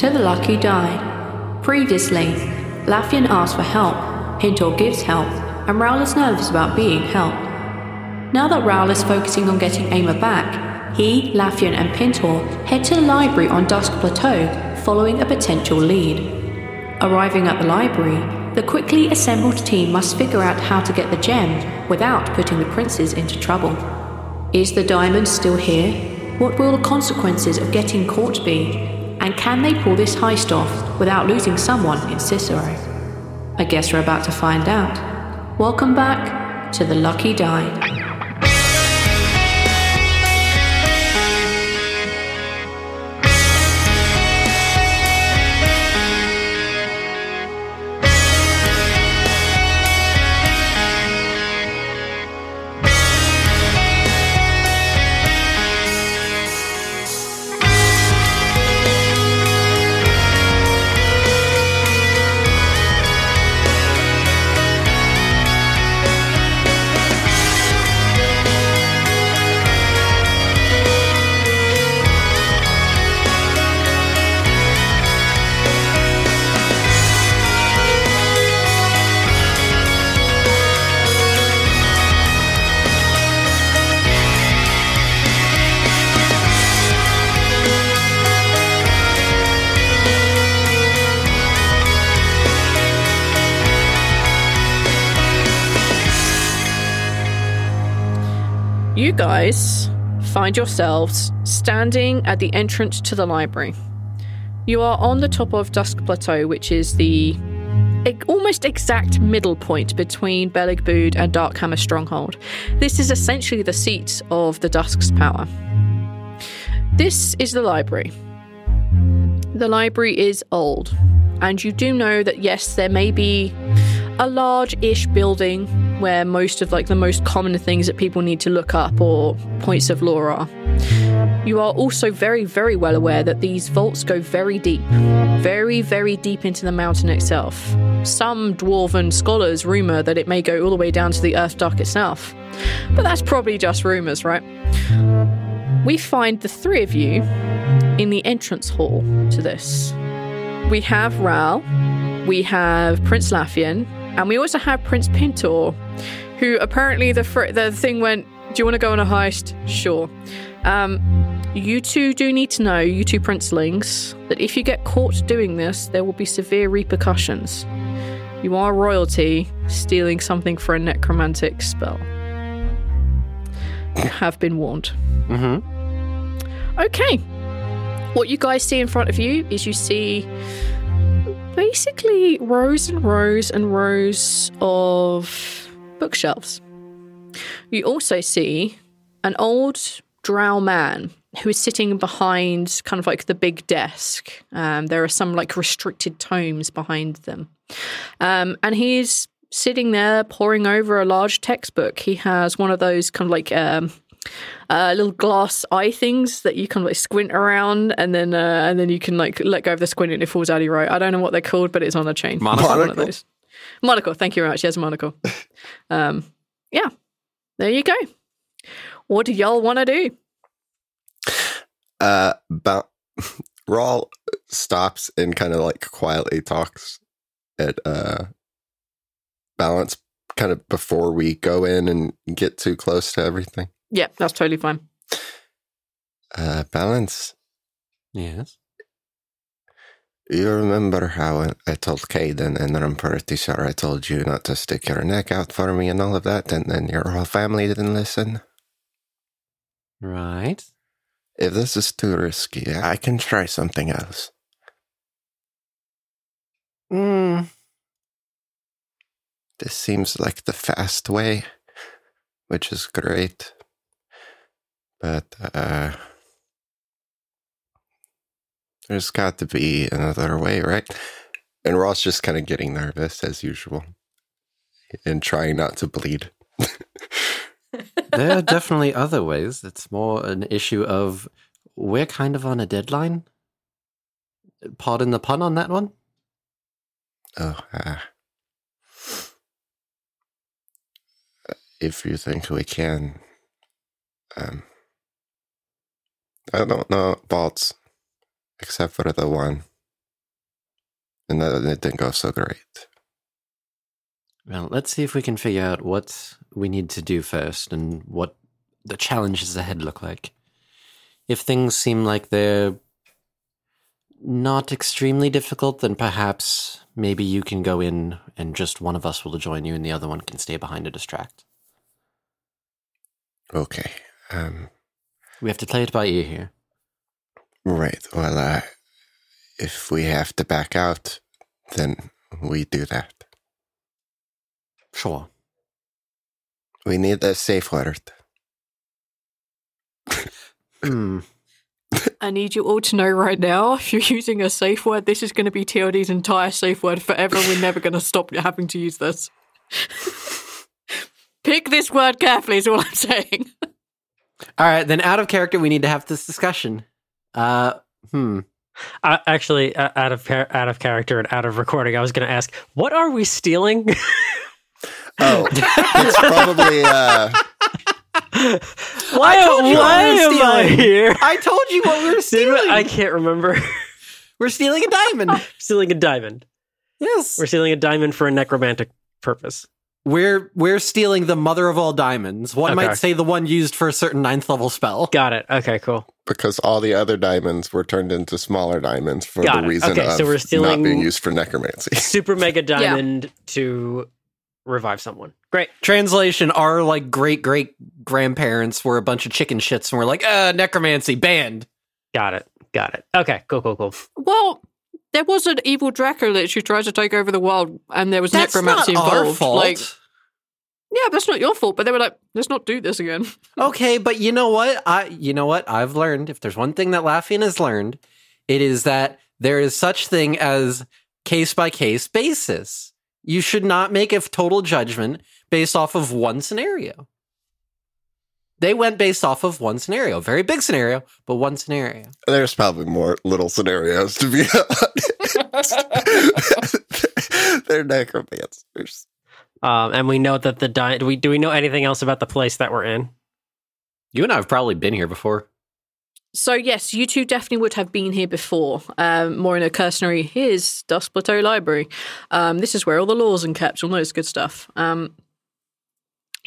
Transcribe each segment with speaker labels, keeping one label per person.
Speaker 1: to the lucky die. Previously, Laffian asks for help, Hintor gives help, and Raoul is nervous about being helped. Now that Raoul is focusing on getting Aimer back, he, Laffian, and Pintor head to the library on Dusk Plateau, following a potential lead. Arriving at the library, the quickly assembled team must figure out how to get the gem without putting the princes into trouble. Is the diamond still here? What will the consequences of getting caught be? And can they pull this heist off without losing someone in Cicero? I guess we're about to find out. Welcome back to The Lucky Die.
Speaker 2: You guys find yourselves standing at the entrance to the library. You are on the top of Dusk Plateau, which is the e- almost exact middle point between Beligbood and Darkhammer Stronghold. This is essentially the seat of the Dusk's power. This is the library. The library is old, and you do know that yes, there may be a large-ish building where most of like the most common things that people need to look up or points of lore are. You are also very, very well aware that these vaults go very deep, very, very deep into the mountain itself. Some dwarven scholars rumour that it may go all the way down to the Earth Dark itself. But that's probably just rumours, right? We find the three of you in the entrance hall to this. We have Ral, we have Prince Laffian, and we also have Prince Pintor, who apparently the fr- the thing went. Do you want to go on a heist? Sure. Um, you two do need to know, you two princelings, that if you get caught doing this, there will be severe repercussions. You are royalty stealing something for a necromantic spell. You have been warned. Mm-hmm. Okay. What you guys see in front of you is you see basically rows and rows and rows of bookshelves. You also see an old drow man who is sitting behind kind of like the big desk. Um, there are some like restricted tomes behind them. Um, and he's sitting there poring over a large textbook. He has one of those kind of like um, uh, little glass eye things that you can like squint around and then uh, and then you can like let go of the squint and it falls out of your eye. I don't know what they're called, but it's on a chain.
Speaker 3: Monocle?
Speaker 2: One of those. Monocle. Thank you very much. Yes, monocle. um, yeah, there you go. What do y'all want to do?
Speaker 3: Uh, but Rawl stops and kind of like quietly talks at uh balance kind of before we go in and get too close to everything.
Speaker 2: Yeah, that's totally fine.
Speaker 3: Uh balance
Speaker 4: Yes.
Speaker 3: You remember how I told Caden, and I'm pretty sure I told you not to stick your neck out for me and all of that, and then your whole family didn't listen?
Speaker 4: Right.
Speaker 3: If this is too risky, I can try something else.
Speaker 4: Mm.
Speaker 3: This seems like the fast way, which is great. But, uh, there's got to be another way, right? And Ross just kind of getting nervous as usual and trying not to bleed.
Speaker 4: There are definitely other ways. It's more an issue of we're kind of on a deadline. Pardon the pun on that one.
Speaker 3: Oh, ah. if you think we can, um, I don't know vaults except for the one, and that it didn't go so great.
Speaker 4: Well, let's see if we can figure out what we need to do first and what the challenges ahead look like. If things seem like they're not extremely difficult, then perhaps maybe you can go in and just one of us will join you and the other one can stay behind to distract.
Speaker 3: Okay, um,
Speaker 4: We have to play it by ear here.
Speaker 3: right. Well, uh, if we have to back out, then we do that.
Speaker 4: Sure.
Speaker 3: We need a safe word.
Speaker 4: Hmm.
Speaker 2: I need you all to know right now if you're using a safe word, this is going to be TLD's entire safe word forever. We're never going to stop having to use this. Pick this word carefully, is all I'm saying.
Speaker 4: All right, then out of character, we need to have this discussion. Uh, hmm.
Speaker 5: Uh, actually, uh, out of par- out of character and out of recording, I was going to ask, what are we stealing?
Speaker 3: Oh, it's probably uh,
Speaker 5: why
Speaker 4: told you
Speaker 5: why
Speaker 4: we were
Speaker 5: am I
Speaker 4: stealing.
Speaker 5: here?
Speaker 4: I told you what we were
Speaker 5: Did
Speaker 4: stealing.
Speaker 5: we- I can't remember.
Speaker 4: We're stealing a diamond.
Speaker 5: stealing a diamond.
Speaker 4: yes.
Speaker 5: We're stealing a diamond for a necromantic purpose.
Speaker 4: We're we're stealing the mother of all diamonds. One
Speaker 5: Okay.
Speaker 4: might say the one used for a certain ninth level spell.
Speaker 5: Got it. Okay, cool.
Speaker 3: because all the other diamonds were turned into smaller diamonds for
Speaker 5: Got
Speaker 3: the
Speaker 5: it.
Speaker 3: reason
Speaker 5: Okay,
Speaker 3: of
Speaker 5: so we're stealing-
Speaker 3: not being used for necromancy.
Speaker 5: Super mega diamond to revive someone. Great.
Speaker 4: Translation: Our like great great grandparents were a bunch of chicken shits, and we're like, uh, necromancy banned.
Speaker 5: Got it. Got it. Okay, cool, cool, cool.
Speaker 2: Well, there was an evil Draco that she tried to take over the world, and there was
Speaker 4: That's not
Speaker 2: necromancy involved.
Speaker 4: our fault.
Speaker 2: Like, yeah, that's not your fault. But they were like, let's not do this again.
Speaker 4: Okay, but you know what? I you know what I've learned. If there's one thing that Laffian has learned, it is that there is such thing as case by case basis. You should not make a total judgment based off of one scenario. They went based off of one scenario, very big scenario, but one scenario.
Speaker 3: There's probably more little scenarios to be honest. They're necromancers.
Speaker 5: Um, and we know that the di- do we do we know anything else about the place that we're in?
Speaker 4: You and I have probably been here before.
Speaker 2: So yes, you two definitely would have been here before. Um, more in a cursory. Here's Dust Plateau Library. Um, this is where all the laws and kept, all those good stuff. Um,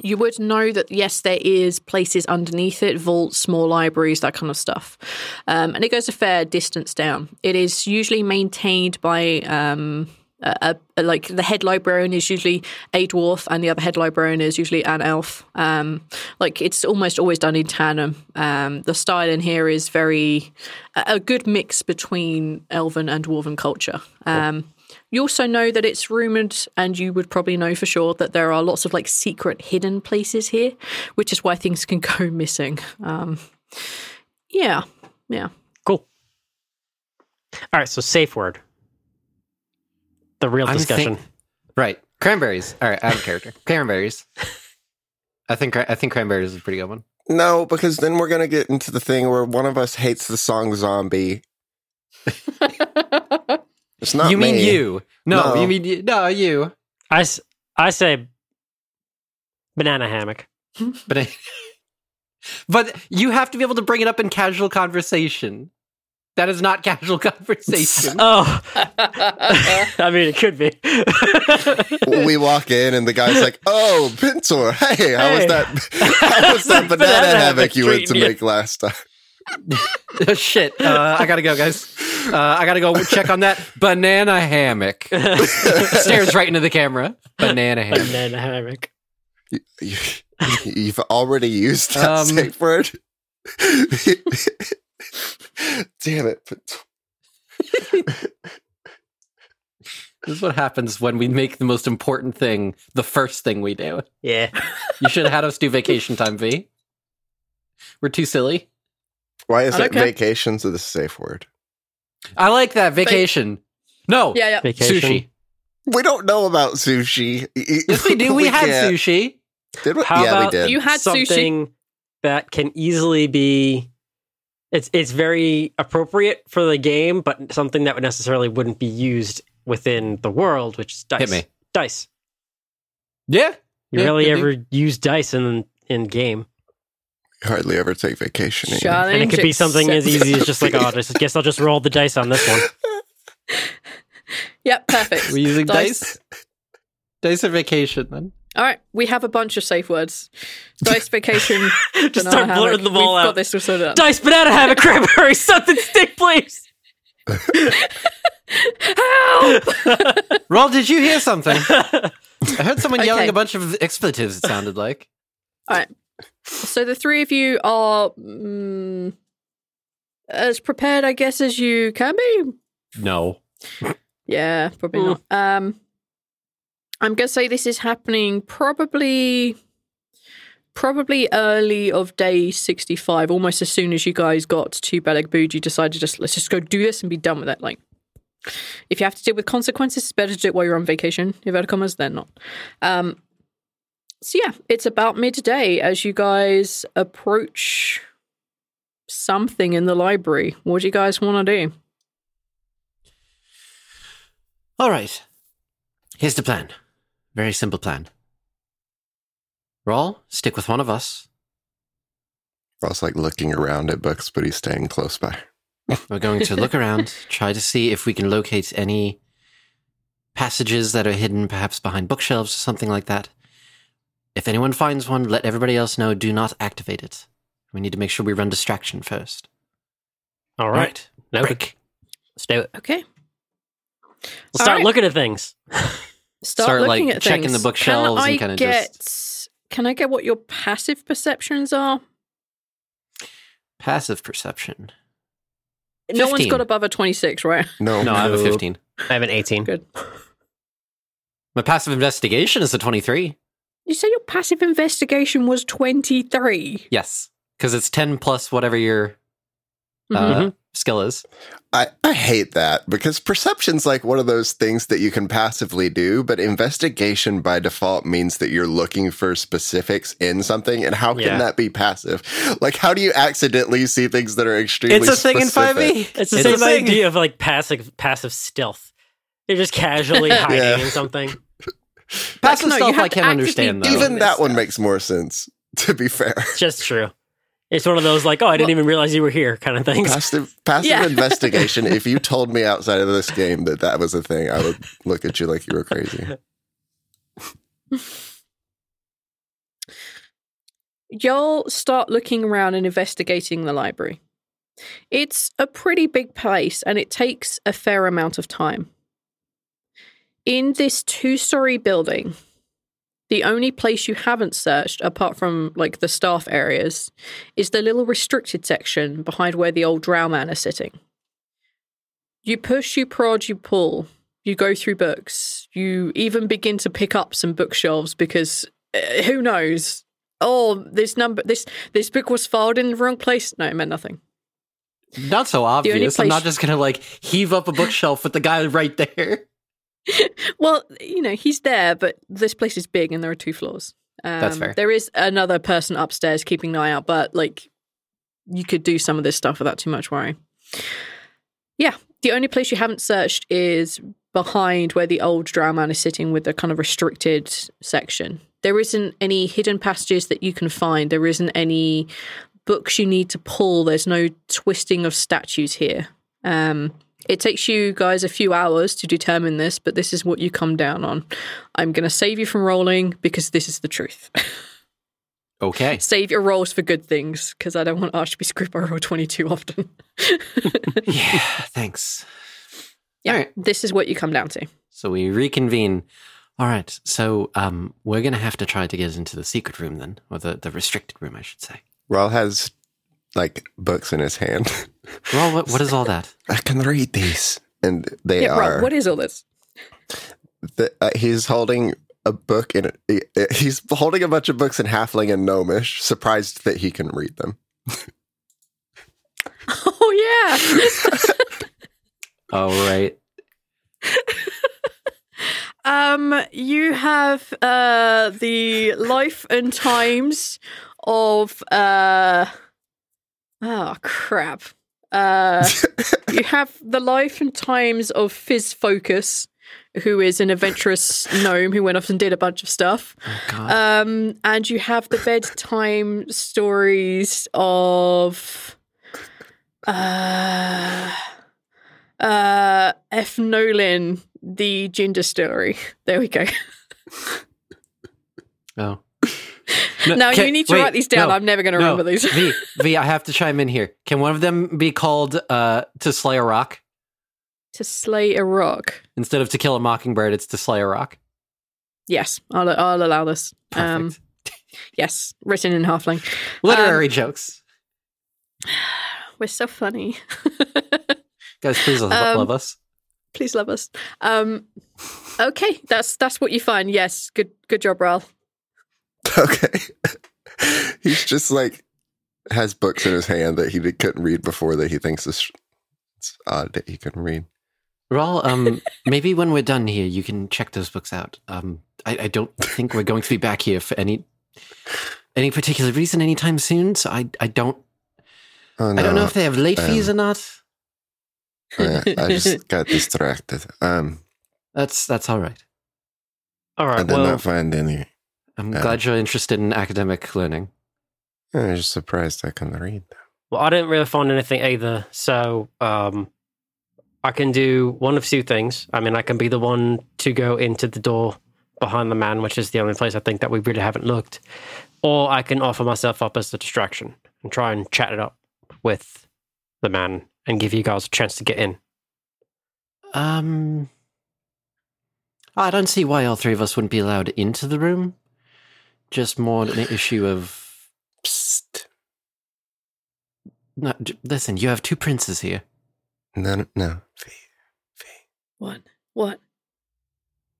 Speaker 2: you would know that yes, there is places underneath it, vaults, small libraries, that kind of stuff. Um, and it goes a fair distance down. It is usually maintained by um, a, a, like the head librarian is usually a dwarf, and the other head librarian is usually an elf. Um, like it's almost always done in tandem. Um, the style in here is very a, a good mix between elven and dwarven culture. Um, You also know that it's rumored, and you would probably know for sure that there are lots of like secret hidden places here, which is why things can go missing. Um, yeah, yeah.
Speaker 5: Cool. All right, so safe word. The real
Speaker 4: I'm
Speaker 5: discussion.
Speaker 4: think- right. Cranberries. All right, out of character. Cranberries. I think I think cranberries is a pretty good one.
Speaker 3: No, because then we're gonna get into the thing where one of us hates the song "Zombie." it's not
Speaker 4: you mean
Speaker 3: me.
Speaker 4: you? No,
Speaker 3: No.
Speaker 4: you mean you, no, you.
Speaker 5: I, s- I say banana hammock.
Speaker 4: But I, but you have to be able to bring it up in casual conversation. That is not casual conversation.
Speaker 5: Oh, I mean, it could be.
Speaker 3: We walk in and the guy's like, "Oh, Pintor, hey, how was
Speaker 5: Hey.
Speaker 3: that? How was that banana,
Speaker 5: Banana
Speaker 3: havoc you went to
Speaker 5: treating you.
Speaker 3: make last time?"
Speaker 4: Shit, uh, I gotta go, guys. I gotta go check on that banana hammock.
Speaker 5: Oh.
Speaker 4: Stares right into the camera. Banana hammock.
Speaker 5: Banana hammock.
Speaker 3: You, you've already used that
Speaker 4: Um,
Speaker 3: safe word. Damn it. But
Speaker 4: This is what happens when we make the most important thing the first thing we do.
Speaker 5: Yeah.
Speaker 4: You should have had us do vacation time, V. We're too silly.
Speaker 3: why is it
Speaker 2: Okay.
Speaker 3: vacations of the safe word?
Speaker 4: I like that vacation. No,
Speaker 2: Yeah, yeah.
Speaker 5: Vacation.
Speaker 4: sushi.
Speaker 3: We don't know about sushi.
Speaker 4: Yes, we do. We, had
Speaker 3: can't.
Speaker 4: sushi.
Speaker 3: Did we?
Speaker 5: How
Speaker 3: yeah,
Speaker 5: about
Speaker 3: we did.
Speaker 2: You had sushi.
Speaker 5: something that can easily be it's it's very appropriate for the game, but something that would necessarily wouldn't be used within the world, which is dice.
Speaker 4: Hit me.
Speaker 5: Dice.
Speaker 4: Yeah,
Speaker 5: You
Speaker 4: Yeah,
Speaker 5: rarely
Speaker 4: I do.
Speaker 5: ever use dice in in game,
Speaker 3: Hardly ever take vacation. anymore.
Speaker 2: Challenge
Speaker 5: and it could be something as
Speaker 2: accepted.
Speaker 5: easy as just like, oh, I just- guess I'll just roll the dice on this one.
Speaker 2: Yep, perfect.
Speaker 4: we're using
Speaker 2: Dice.
Speaker 4: dice. Dice, or vacation then.
Speaker 2: All right, we have a bunch of safe words. Dice vacation.
Speaker 5: Just
Speaker 2: banana
Speaker 5: start
Speaker 2: hammock.
Speaker 5: blurting them all
Speaker 2: We've Got
Speaker 5: out.
Speaker 2: this all sorted out.
Speaker 5: Dice, banana, have a cranberry, something stick, please.
Speaker 4: Roll, did you hear something? I heard someone yelling
Speaker 2: Okay.
Speaker 4: a bunch of expletives. It sounded like.
Speaker 2: So the three of you are mm, as prepared, I guess, as you can be.
Speaker 4: No.
Speaker 2: Yeah, probably
Speaker 5: Mm.
Speaker 2: not. Um, I'm gonna say this is happening probably, probably early of day 65, almost as soon as you guys got to Beleg Buji. Decided just let's just go do this and be done with it. Like, if you have to deal with consequences, it's better to do it while you're on vacation. Inverted commas, they're not. Um, so yeah, it's about midday as you guys approach something in the library. What do you guys want to do?
Speaker 4: All right. Here's the plan. Very simple plan. Roll, stick with one of us.
Speaker 3: I was like looking around at books, but he's staying close by.
Speaker 4: We're going to look around, try to see if we can locate any passages that are hidden perhaps behind bookshelves or something like that. If anyone finds one, let everybody else know. Do not activate it. We need to make sure we run distraction first.
Speaker 5: All
Speaker 4: All
Speaker 5: right, noted.
Speaker 4: Quick.
Speaker 5: Let's do it.
Speaker 2: Okay.
Speaker 5: We'll start
Speaker 2: right.
Speaker 5: looking at things.
Speaker 2: start,
Speaker 4: Start, like,
Speaker 2: looking at
Speaker 4: checking
Speaker 2: things.
Speaker 4: the bookshelves
Speaker 2: can
Speaker 4: and
Speaker 2: I
Speaker 4: kinda
Speaker 2: get, Can I get what your passive perceptions are?
Speaker 4: Passive perception.
Speaker 2: No one's
Speaker 4: 15.
Speaker 2: got above a twenty-six, right?
Speaker 3: No,
Speaker 4: No, I have a
Speaker 5: No.
Speaker 4: 15.
Speaker 5: I have an eighteen.
Speaker 2: Good.
Speaker 4: My passive investigation is a 23.
Speaker 2: You say your passive investigation was twenty-three.
Speaker 4: Yes, because it's 10 plus whatever your
Speaker 2: Mm-hmm.
Speaker 4: uh, skill is.
Speaker 3: I, I hate that because perception's like one of those things that you can passively do, but investigation by default means that you're looking for specifics in something. And how can
Speaker 5: Yeah.
Speaker 3: that be passive? Like, how do you accidentally see things that are extremely
Speaker 4: E.
Speaker 3: specific?
Speaker 5: It's the
Speaker 4: It's a
Speaker 5: same
Speaker 4: thing. E.
Speaker 5: idea of like passive passive stealth. They're just casually hiding
Speaker 3: Yeah.
Speaker 5: in something.
Speaker 4: Passive
Speaker 2: no, you
Speaker 4: stuff
Speaker 2: have
Speaker 4: I
Speaker 2: to
Speaker 4: can
Speaker 2: actively
Speaker 4: understand, though.
Speaker 2: do
Speaker 3: Even
Speaker 2: Miss
Speaker 3: that one
Speaker 2: that.
Speaker 3: makes more sense, to be fair.
Speaker 5: It's just true. It's one of those like, oh, I didn't even realize you were here kind of things.
Speaker 3: Passive, passive
Speaker 2: Yeah.
Speaker 3: investigation. If you told me outside of this game that that was a thing, I would look at you like you were crazy.
Speaker 2: Y'all start looking around and investigating the library. It's a pretty big place, and it takes a fair amount of time. In this two-story building, the only place you haven't searched, apart from like the staff areas, is the little restricted section behind where the old drow man are sitting. You push, you prod, you pull, you go through books, you even begin to pick up some bookshelves because uh, who knows? Oh, this number, this this book was filed in the wrong place. No, it meant nothing.
Speaker 4: Not so obvious. I'm
Speaker 2: place-
Speaker 4: not just going to like heave up a bookshelf with the guy right there.
Speaker 2: Well, you know, he's there, but this place is big and there are two floors. Um,
Speaker 4: That's fair.
Speaker 2: There is another person upstairs keeping an eye out, but like you could do some of this stuff without too much worry. Yeah, the only place you haven't searched is behind where the old drow man is sitting with the kind of restricted section. There isn't any hidden passages that you can find. There isn't any books you need to pull. There's no twisting of statues here. Um, it takes you guys a few hours to determine this, but this is what you come down on. I'm going to save you from rolling because this is the truth.
Speaker 4: Okay.
Speaker 2: Save your rolls for good things, because I don't want Arch to be screwed by roll 22 often.
Speaker 4: yeah. Thanks.
Speaker 2: Yeah,
Speaker 4: All right.
Speaker 2: This is what you come down to.
Speaker 4: So we reconvene. All right. So um, we're going to have to try to get into the secret room then, or the, the restricted room, I should say.
Speaker 3: Rawl has like books in his hand.
Speaker 4: Well, what, what is all that?
Speaker 3: I can read these, and they
Speaker 2: yeah,
Speaker 3: are.
Speaker 2: right. What is all this?
Speaker 3: the, uh, he's holding a book and he's holding a bunch of books in halfling and gnomish surprised that he can read them
Speaker 2: Oh, yeah.
Speaker 4: All right.
Speaker 2: Um, you have uh the life and times of uh oh crap. Uh, you have the life and times of Fizz Focus, who is an adventurous gnome who went off and did a bunch of stuff.
Speaker 4: Oh, God.
Speaker 2: Um, and you have the bedtime stories of uh, uh, F. Nolan, the gender story. There we go.
Speaker 4: oh.
Speaker 2: now
Speaker 4: ca-
Speaker 2: you need to
Speaker 4: wait,
Speaker 2: write these down.
Speaker 4: no,
Speaker 2: I'm never going to
Speaker 4: no.
Speaker 2: remember these.
Speaker 4: V, V, I have to chime in here. Can one of them be called uh, To Slay a Rock?
Speaker 2: to slay a rock.
Speaker 4: Instead of To Kill a Mockingbird, it's To Slay a Rock.
Speaker 2: Yes, I'll I'll allow this. Um,
Speaker 4: Perfect.
Speaker 2: yes, written in halfling.
Speaker 4: Literary jokes.
Speaker 2: We're so funny.
Speaker 4: Guys, please lo-
Speaker 2: um,
Speaker 4: love us.
Speaker 2: Please love us. Um, okay, that's that's what you find. Yes, good good job, Ral.
Speaker 3: okay he's just like has books in his hand that he did- couldn't read before that he thinks is it's odd that he couldn't read
Speaker 4: Rawl, um, maybe when we're done here, you can check those books out. Um, I, I don't think we're going to be back here for any any particular reason anytime soon. So I, I don't,
Speaker 3: oh no
Speaker 4: I don't know if they have late fees
Speaker 3: um,
Speaker 4: or not.
Speaker 3: I, I just got distracted um
Speaker 4: That's that's all right.
Speaker 5: All
Speaker 3: i
Speaker 5: right.
Speaker 3: did
Speaker 5: Well,
Speaker 3: not find any
Speaker 4: I'm
Speaker 3: Uh,
Speaker 4: glad you're interested in academic learning.
Speaker 3: i was just surprised i couldn't read
Speaker 5: well, I didn't really find anything either. So um, I can do one of two things. I mean, I can be the one to go into the door behind the man, which is the only place I think that we really haven't looked, or I can offer myself up as a distraction and try and chat it up with the man and give you guys a chance to get in.
Speaker 4: Um, I don't see why all three of us wouldn't be allowed into the room. Just more an issue of.
Speaker 3: Psst.
Speaker 4: No, j- listen, you have two princes here.
Speaker 3: no no, no
Speaker 2: What? What?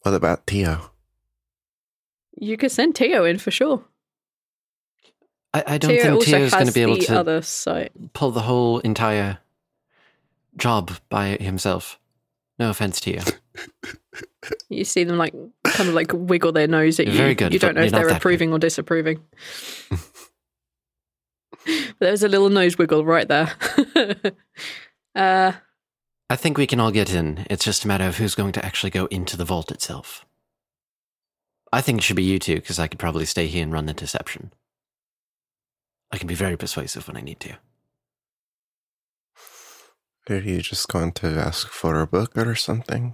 Speaker 3: what about theo
Speaker 2: You could send Teo in for sure.
Speaker 4: I, I don't
Speaker 2: Teo
Speaker 4: think
Speaker 2: also
Speaker 4: Tio's going to
Speaker 2: has
Speaker 4: be able
Speaker 2: the
Speaker 4: to
Speaker 2: other site.
Speaker 4: pull the whole entire job by himself. No offense to you.
Speaker 2: You see them like kind of like wiggle their nose at
Speaker 4: You're
Speaker 2: you.
Speaker 4: very good,
Speaker 2: you don't
Speaker 4: but
Speaker 2: know if
Speaker 4: you're not
Speaker 2: they're
Speaker 4: that
Speaker 2: approving or disapproving. There's a little nose wiggle right there. uh,
Speaker 4: I think we can all get in. It's just a matter of who's going to actually go into the vault itself. I think it should be you two, because I could probably stay here and run the deception. I can be very persuasive when I need to.
Speaker 3: are you just going to ask for a book or something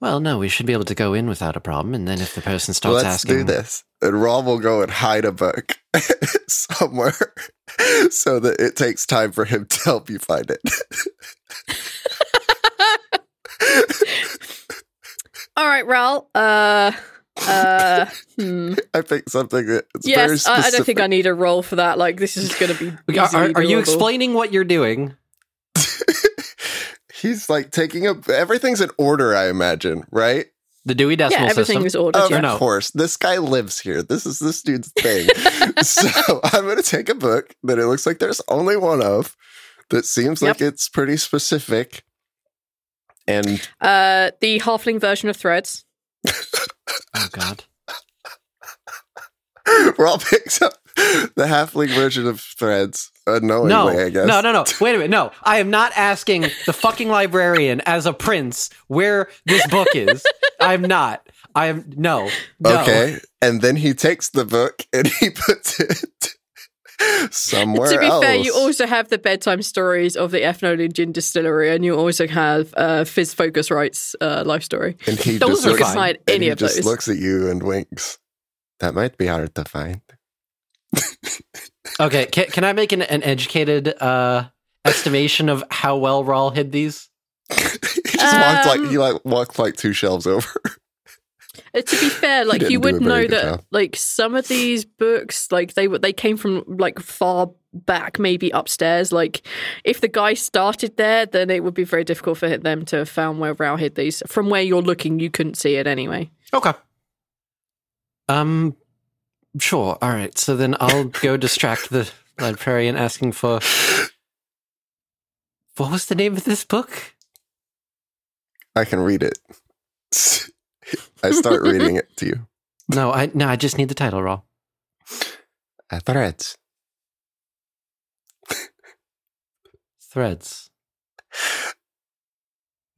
Speaker 4: Well, no, we should be able to go in without a problem, and then if the person starts
Speaker 3: Let's
Speaker 4: asking,
Speaker 3: do this. And Rob will go and hide a book somewhere so that it takes time for him to help you find it.
Speaker 2: all right, Ral. Uh, uh, hmm.
Speaker 3: I think something that it's very
Speaker 2: Yes, uh, I,
Speaker 3: specific.
Speaker 2: I don't think I need a roll for that. Like this is going to be.
Speaker 4: are,
Speaker 2: easily
Speaker 4: are- are you
Speaker 2: doable.
Speaker 4: explaining what you're doing?
Speaker 3: He's like taking up everything's in order, I imagine, right?
Speaker 4: The Dewey Decimal
Speaker 2: Yeah, everything
Speaker 4: System. Oh,
Speaker 2: is ordered. Uh,
Speaker 3: Of
Speaker 2: yeah.
Speaker 4: no.
Speaker 3: course. This guy lives here. This is this dude's thing. so I'm gonna take a book that it looks like there's only one of that seems like it's pretty specific. And
Speaker 2: Uh, the halfling version of Threads.
Speaker 4: oh God.
Speaker 3: Rob picks up the halfling version of threads unknowingly,
Speaker 4: No,
Speaker 3: I guess.
Speaker 4: no, no, no. Wait a minute. No, I am not asking the fucking librarian as a prince where this book is. I'm not. I am no. no.
Speaker 3: Okay. And then he takes the book and he puts it somewhere
Speaker 2: to be
Speaker 3: else.
Speaker 2: fair, you also have the bedtime stories of the F. Nolan Gin Distillery, and you also have uh, Fizz Focus Rights uh, life story.
Speaker 3: and he
Speaker 2: Those
Speaker 3: just
Speaker 2: are
Speaker 3: looks,
Speaker 2: fine.
Speaker 3: and
Speaker 2: Any
Speaker 3: he
Speaker 2: of
Speaker 3: just
Speaker 2: those.
Speaker 3: looks at you and winks. That might be hard to find.
Speaker 4: Okay, can, can I make an, an educated uh, estimation of how well Rawl hid these?
Speaker 3: he just walked like
Speaker 2: Um,
Speaker 3: he like walked like two shelves over.
Speaker 2: Uh, to be fair, like
Speaker 3: didn't
Speaker 2: you
Speaker 3: do a
Speaker 2: would
Speaker 3: very
Speaker 2: know
Speaker 3: good
Speaker 2: that
Speaker 3: job.
Speaker 2: like some of these books, like they were they came from like far back, maybe upstairs. Like if the guy started there, then it would be very difficult for them to have found where Rao hid these. From where you're looking, you couldn't see it anyway.
Speaker 4: Okay. Um, sure. All right. So then I'll go distract the librarian asking for what was the name of this book?
Speaker 3: I can read it. I start reading it to you.
Speaker 4: No, I no, I just need the title Rawl.
Speaker 3: Uh, threads.
Speaker 4: Threads.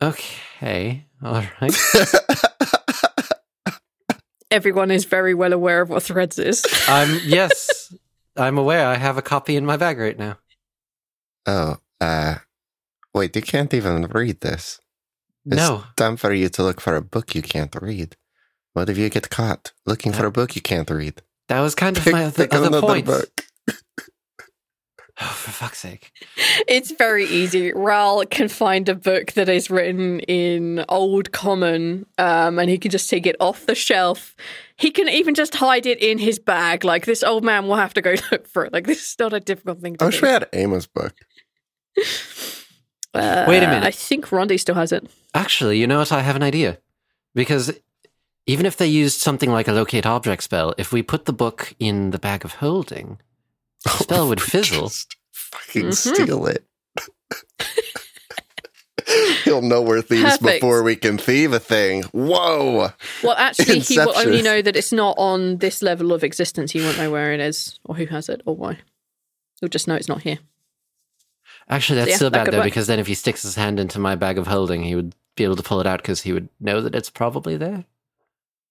Speaker 4: Okay. All right.
Speaker 2: Everyone is very well aware of what Threads is.
Speaker 4: I'm yes. I'm aware. I have a copy in my bag right now.
Speaker 3: oh, uh, wait, you can't even read this. It's
Speaker 4: No.
Speaker 3: time for you to look for a book you can't read. What if you get caught looking for a book you can't read?
Speaker 4: That was kind of my other, other point. Oh, for fuck's sake.
Speaker 2: It's very easy. Ral can find a book that is written in Old Common, um, and he can just take it off the shelf. He can even just hide it in his bag. Like this old man will have to go look for it. Like this is not a difficult thing to
Speaker 3: I
Speaker 2: do.
Speaker 3: wish Oh, we had Amos' book.
Speaker 2: Uh,
Speaker 4: Wait a minute.
Speaker 2: I think Rondi still has it.
Speaker 4: Actually, you know what? I have an idea. Because even if they used something like a locate object spell, if we put the book in the bag of holding, the spell would fizzle.
Speaker 3: Just fucking
Speaker 2: Mhm.
Speaker 4: Mm-hmm.
Speaker 3: steal it. He'll know we're thieves
Speaker 2: Perfect.
Speaker 3: before we can thieve a thing. Whoa!
Speaker 2: Well, actually, he will
Speaker 3: Inception.
Speaker 2: only know that it's not on this level of existence. He won't know where it is, or who has it, or why. He'll just know it's not here.
Speaker 4: Actually, that's
Speaker 2: Yeah,
Speaker 4: still
Speaker 2: that
Speaker 4: bad
Speaker 2: could
Speaker 4: though,
Speaker 2: work.
Speaker 4: because then if he sticks his hand into my bag of holding, he would be able to pull it out because he would know that it's probably there.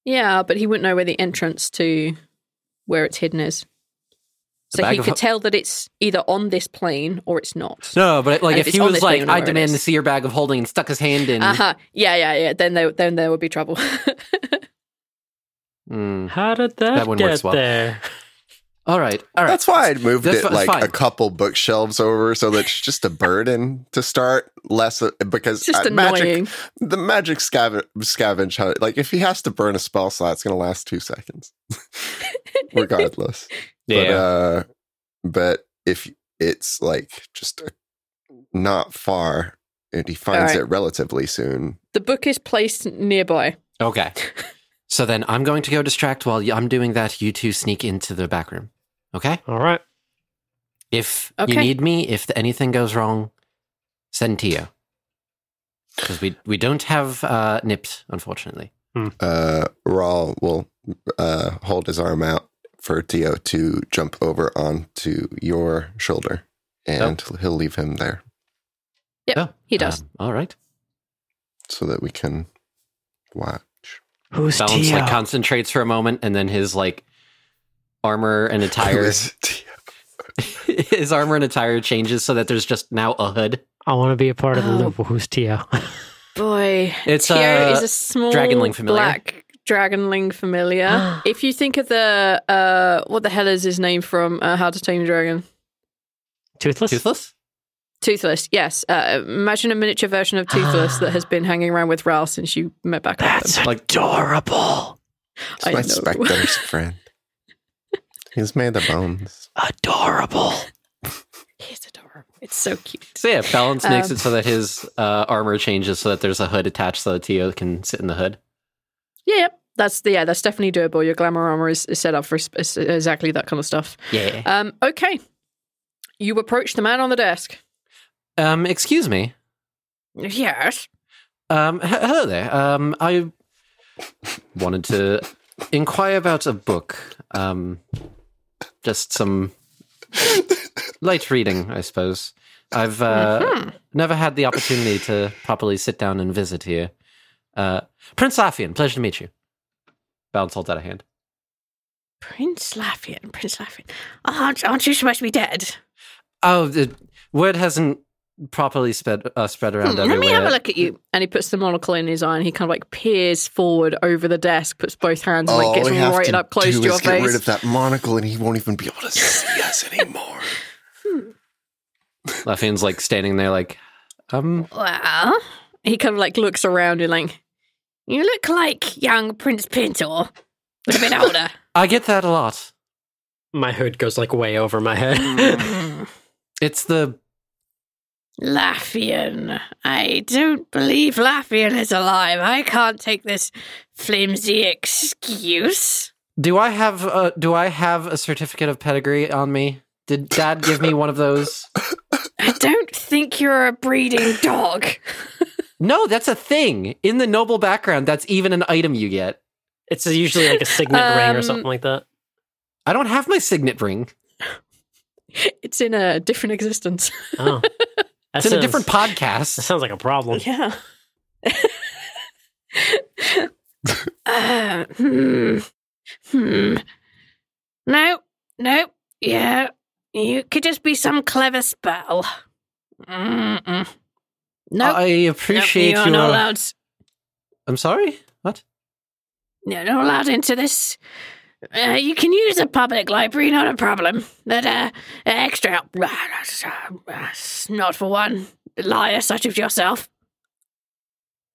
Speaker 2: Yeah, but he wouldn't know where the entrance to where it's hidden is.
Speaker 4: The
Speaker 2: So
Speaker 4: bag
Speaker 2: he
Speaker 4: of
Speaker 2: could
Speaker 4: ho-
Speaker 2: tell that it's either on this plane or it's not.
Speaker 4: No, but like
Speaker 2: And
Speaker 4: if
Speaker 2: it's
Speaker 4: he
Speaker 2: on
Speaker 4: was
Speaker 2: this thing,
Speaker 4: like,
Speaker 2: you know
Speaker 4: "I
Speaker 2: where it
Speaker 4: demand
Speaker 2: is."
Speaker 4: to see your bag of holding," and stuck his hand in,
Speaker 2: Uh huh. Yeah, yeah, yeah. Then there, then there would be trouble.
Speaker 4: Hmm.
Speaker 5: How did
Speaker 4: That
Speaker 5: that,
Speaker 4: one works
Speaker 5: get
Speaker 4: well.
Speaker 5: there?
Speaker 4: all right, all right,
Speaker 3: That's why I'd moved
Speaker 4: That's
Speaker 3: it
Speaker 4: fi-
Speaker 3: like
Speaker 4: fine.
Speaker 3: a couple bookshelves over, so that's just a burden to start. Less because
Speaker 2: it's just
Speaker 3: uh, magic,
Speaker 2: annoying.
Speaker 3: the magic scaven- scavenge hunt. Like if he has to burn a spell slot, it's going to last two seconds, regardless. But, uh, but if it's like just a, not far, and he finds
Speaker 2: All right.
Speaker 3: it relatively soon.
Speaker 2: The book is placed nearby.
Speaker 4: okay. So then I'm going to go distract while I'm doing that. You two sneak into the back room, okay?
Speaker 5: All right.
Speaker 4: If you
Speaker 2: Okay.
Speaker 4: need me, if anything goes wrong, send Tio. Because we we don't have uh, nips, unfortunately.
Speaker 3: Uh, Rawl will uh, hold his arm out for Tio to jump over onto your shoulder, and he'll leave him there.
Speaker 2: Yep,
Speaker 4: Oh,
Speaker 2: Uh, he does.
Speaker 4: um, all right.
Speaker 3: so that we can watch.
Speaker 5: Who's
Speaker 4: Balance
Speaker 5: Tio?
Speaker 4: like concentrates for a moment, and then his like armor and attire, his armor and attire changes so that there's just now a hood.
Speaker 5: I want to be a part of the
Speaker 2: Oh.
Speaker 5: Liverpool. Who's Tio?
Speaker 2: Boy,
Speaker 4: It's,
Speaker 2: Tio
Speaker 4: uh,
Speaker 2: is a small
Speaker 4: Dragonling familiar.
Speaker 2: black dragonling familiar. if you think of the uh, what the hell is his name from uh, How to Tame a Dragon?
Speaker 5: Toothless?
Speaker 4: Toothless.
Speaker 2: Toothless, yes. Uh, imagine a miniature version of Toothless that has been hanging around with Ral since you met back up. with
Speaker 5: That's
Speaker 2: him.
Speaker 4: Like-
Speaker 5: adorable.
Speaker 3: It's
Speaker 2: I
Speaker 3: my
Speaker 2: know.
Speaker 3: Spectre's friend. He's made of bones.
Speaker 5: Adorable.
Speaker 2: He's adorable. It's so cute.
Speaker 4: So yeah, balance makes
Speaker 2: Um,
Speaker 4: it so that his uh, armor changes so that there's a hood attached so that Tio can sit in the hood.
Speaker 2: Yeah, yeah. that's the yeah, that's definitely doable. Your glamour armor is, is set up for sp- is- exactly that kind of stuff.
Speaker 4: Yeah.
Speaker 2: Um, okay, you approach the man on the desk.
Speaker 4: Um, excuse me.
Speaker 2: Yes.
Speaker 4: Um, he- hello there. Um, I wanted to inquire about a book. Um, just some light reading, I suppose. I've uh, never had the opportunity to properly sit down and visit here. Uh, Prince Lafian, pleasure to meet you. Balance holds out a hand.
Speaker 2: Prince Laffian, Prince Laffian. Aren't, aren't you supposed to be dead?
Speaker 4: Oh, the word hasn't properly spread uh, spread
Speaker 2: Hmm,
Speaker 4: around
Speaker 2: let
Speaker 4: everywhere.
Speaker 2: me have a look at you. And he puts the monocle in his eye and he kind of like peers forward over the desk, puts both hands and like
Speaker 3: All
Speaker 2: gets
Speaker 3: we have
Speaker 2: right
Speaker 3: to
Speaker 2: up close to
Speaker 3: do
Speaker 2: your
Speaker 3: is get
Speaker 2: face.
Speaker 3: rid of that monocle, and he won't even be able to see us anymore.
Speaker 4: Laffian's like standing there, like, um,
Speaker 2: Well, he kind of like looks around and like, you look like young Prince Pintor, but a bit older.
Speaker 4: I get that a lot.
Speaker 5: My hood goes like way over my head.
Speaker 2: Mm,
Speaker 4: It's the
Speaker 2: Laffian. I don't believe Laffian is alive. I can't take this flimsy excuse.
Speaker 4: do I have a do I have a certificate of pedigree on me? Did Dad give me one of those?
Speaker 2: I don't think you're a breeding dog.
Speaker 4: No, that's a thing in the noble background. That's even an item you get.
Speaker 5: it's usually like a signet ring or
Speaker 2: Um,
Speaker 5: something like that.
Speaker 4: I don't have my signet ring.
Speaker 2: It's in a different existence.
Speaker 5: Oh,
Speaker 4: It's in a different
Speaker 5: That
Speaker 4: podcast.
Speaker 5: sounds like a problem.
Speaker 2: Yeah. uh, hmm. Hmm. No, no, yeah. You could just be some clever spell. Mm-mm. No,
Speaker 4: I appreciate
Speaker 2: you're
Speaker 4: your.
Speaker 2: not allowed.
Speaker 4: I'm sorry. What?
Speaker 2: You're not allowed into this. Uh, you can use a public library, not a problem. But uh, extra, uh, not for one liar such as yourself.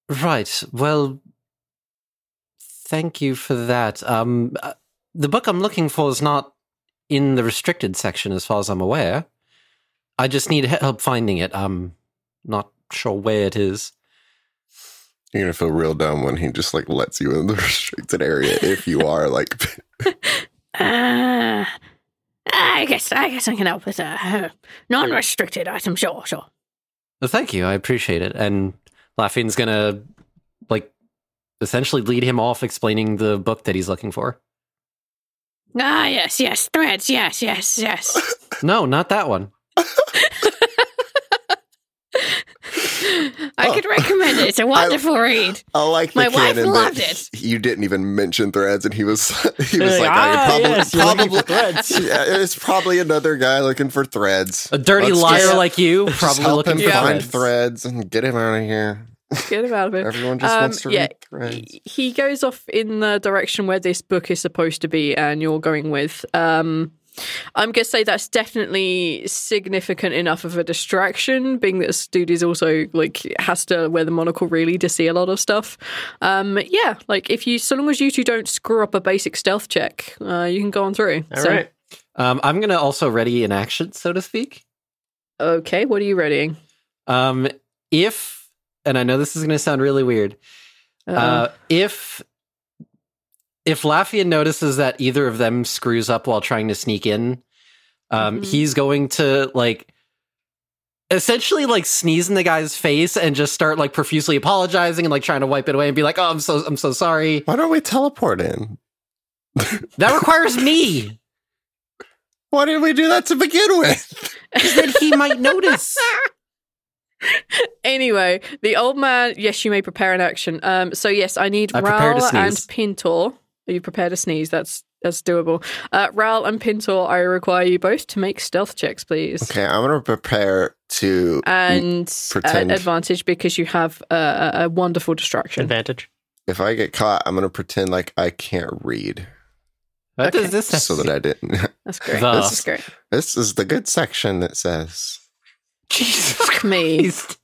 Speaker 4: Right. Well, thank you for that. Um, uh, the book I'm looking for is not in the restricted section, as far as I'm aware. I just need he- help finding it. I'm not sure where it is.
Speaker 3: You're gonna feel real dumb when he just like lets you in the restricted area if you are like
Speaker 6: Uh, I guess I guess I can help with a uh, non-restricted item. Sure, sure.
Speaker 4: Well, thank you. I appreciate it. And Laffian's gonna like essentially lead him off, explaining the book that he's looking for.
Speaker 6: Ah, yes, yes, threads. Yes, yes, yes.
Speaker 4: No, not that one.
Speaker 6: I could recommend it. It's a wonderful read.
Speaker 3: I like the
Speaker 6: My wife
Speaker 3: canon
Speaker 6: loved
Speaker 3: that
Speaker 6: it.
Speaker 3: You didn't even mention threads, and he was he was
Speaker 5: Like,
Speaker 3: like, I
Speaker 5: "Ah,
Speaker 3: could probably,
Speaker 5: yes, you're looking
Speaker 3: probably
Speaker 5: for threads."
Speaker 3: yeah, it's probably another guy looking for threads.
Speaker 4: A dirty
Speaker 3: Let's
Speaker 4: liar
Speaker 3: just-
Speaker 4: like you
Speaker 3: just
Speaker 4: probably
Speaker 3: help
Speaker 4: looking
Speaker 3: him
Speaker 4: for
Speaker 3: find
Speaker 4: threads.
Speaker 3: threads. and get him out of here.
Speaker 2: Get him out of it.
Speaker 3: Everyone just
Speaker 2: Um,
Speaker 3: wants to
Speaker 2: yeah,
Speaker 3: read threads.
Speaker 2: he- he goes off in the direction where this book is supposed to be and you're going with um i'm going to say that's definitely significant enough of a distraction being that this dude is also like has to wear the monocle really to see a lot of stuff um yeah like if you so long as you two don't screw up a basic stealth check uh you can go on through
Speaker 5: All
Speaker 2: so
Speaker 5: right.
Speaker 4: Um, I'm gonna also ready in action, so to speak.
Speaker 2: okay what are you readying
Speaker 4: Um, if and I know this is gonna sound really weird. Uh, if if Laffian notices that either of them screws up while trying to sneak in, um,
Speaker 2: Mhm.
Speaker 4: he's going to like essentially like sneeze in the guy's face and just start like profusely apologizing and like trying to wipe it away and be like, "Oh, I'm so I'm so sorry."
Speaker 3: Why don't we teleport in?
Speaker 4: That requires me.
Speaker 3: Why didn't we do that to begin with?
Speaker 4: Then he might notice.
Speaker 2: Anyway, the old man. Yes, you may prepare an action. Um, so yes, I need
Speaker 4: I prepared
Speaker 2: Ral
Speaker 4: to
Speaker 2: and
Speaker 4: sneeze.
Speaker 2: Pintor. Are you prepared to sneeze? That's that's doable. Uh, Ral and Pintor, I require you both to make stealth checks, please,
Speaker 3: Okay, I'm gonna prepare to
Speaker 2: and uh,
Speaker 3: Pretend.
Speaker 2: advantage because you have a, a, a wonderful distraction.
Speaker 5: Advantage.
Speaker 3: if I get caught, I'm gonna pretend like I can't read
Speaker 4: What does this
Speaker 3: so that I didn't.
Speaker 2: That's great.
Speaker 4: The-
Speaker 2: That's great.
Speaker 3: This is the good section that says
Speaker 4: Jesus
Speaker 2: Fuck me.
Speaker 4: Christ.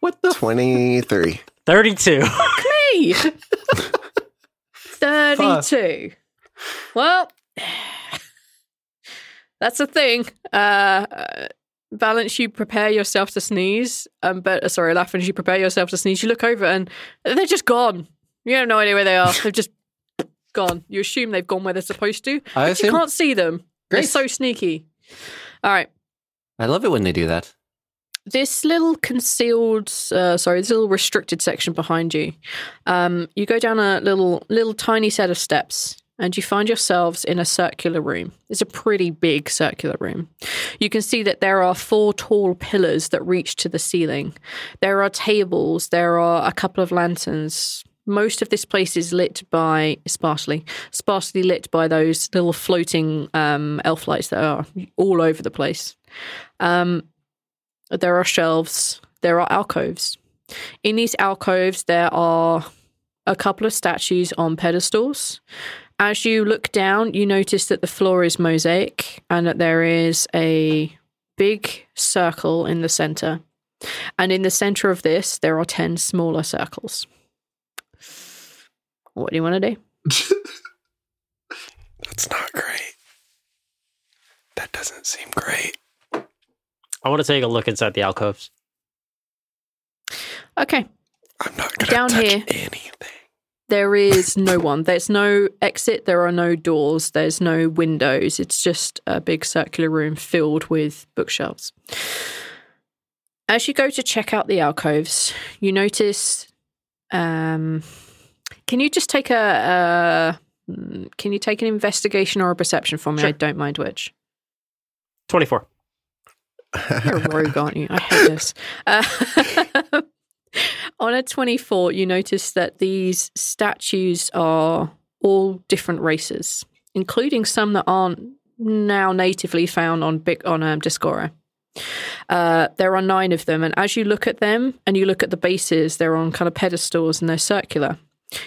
Speaker 4: What the?
Speaker 3: 23.
Speaker 5: 32.
Speaker 2: Hey, thirty-two. Well, that's a thing. Uh, Valence, you prepare yourself to sneeze. Um, but uh, sorry, Laughing, you prepare yourself to sneeze. You look over and they're just gone. You have no idea where they are. They've just gone. You assume they've gone where they're supposed to.
Speaker 4: I
Speaker 2: but you
Speaker 4: assume.
Speaker 2: can't see them. They're
Speaker 4: Great.
Speaker 2: so sneaky. All right
Speaker 4: I love it when they do that.
Speaker 2: this little concealed uh, sorry this little restricted section behind you um, you go down a little little tiny set of steps and you find yourselves in a circular room it's a pretty big circular room you can see that there are four tall pillars that reach to the ceiling there are tables there are a couple of lanterns most of this place is lit by sparsely sparsely lit by those little floating um, elf lights that are all over the place There are shelves, there are alcoves. In these alcoves, there are a couple of statues on pedestals. As you look down, you notice that the floor is mosaic and that there is a big circle in the center. And in the center of this, there are 10 smaller circles. What do you want to do?
Speaker 3: That's not great. That doesn't seem great.
Speaker 5: I want to take a look inside the alcoves.
Speaker 2: Okay.
Speaker 3: I'm not gonna
Speaker 2: Down
Speaker 3: touch
Speaker 2: here.
Speaker 3: anything.
Speaker 2: There is no one. There's no exit. There are no doors. There's no windows. It's just a big circular room filled with bookshelves. As you go to check out the alcoves, you notice. Um, can you just take a, a? mm, Can you take an investigation or a perception for me?
Speaker 5: Sure.
Speaker 2: I don't mind which.
Speaker 5: 24.
Speaker 2: You're a rogue, aren't you? I hate this. Uh, on a 24, you notice that these statues are all different races, including some that aren't now natively found on Big on um, Discora. Uh, there are nine of them, and as you look at them and you look at the bases, they're on kind of pedestals and they're circular.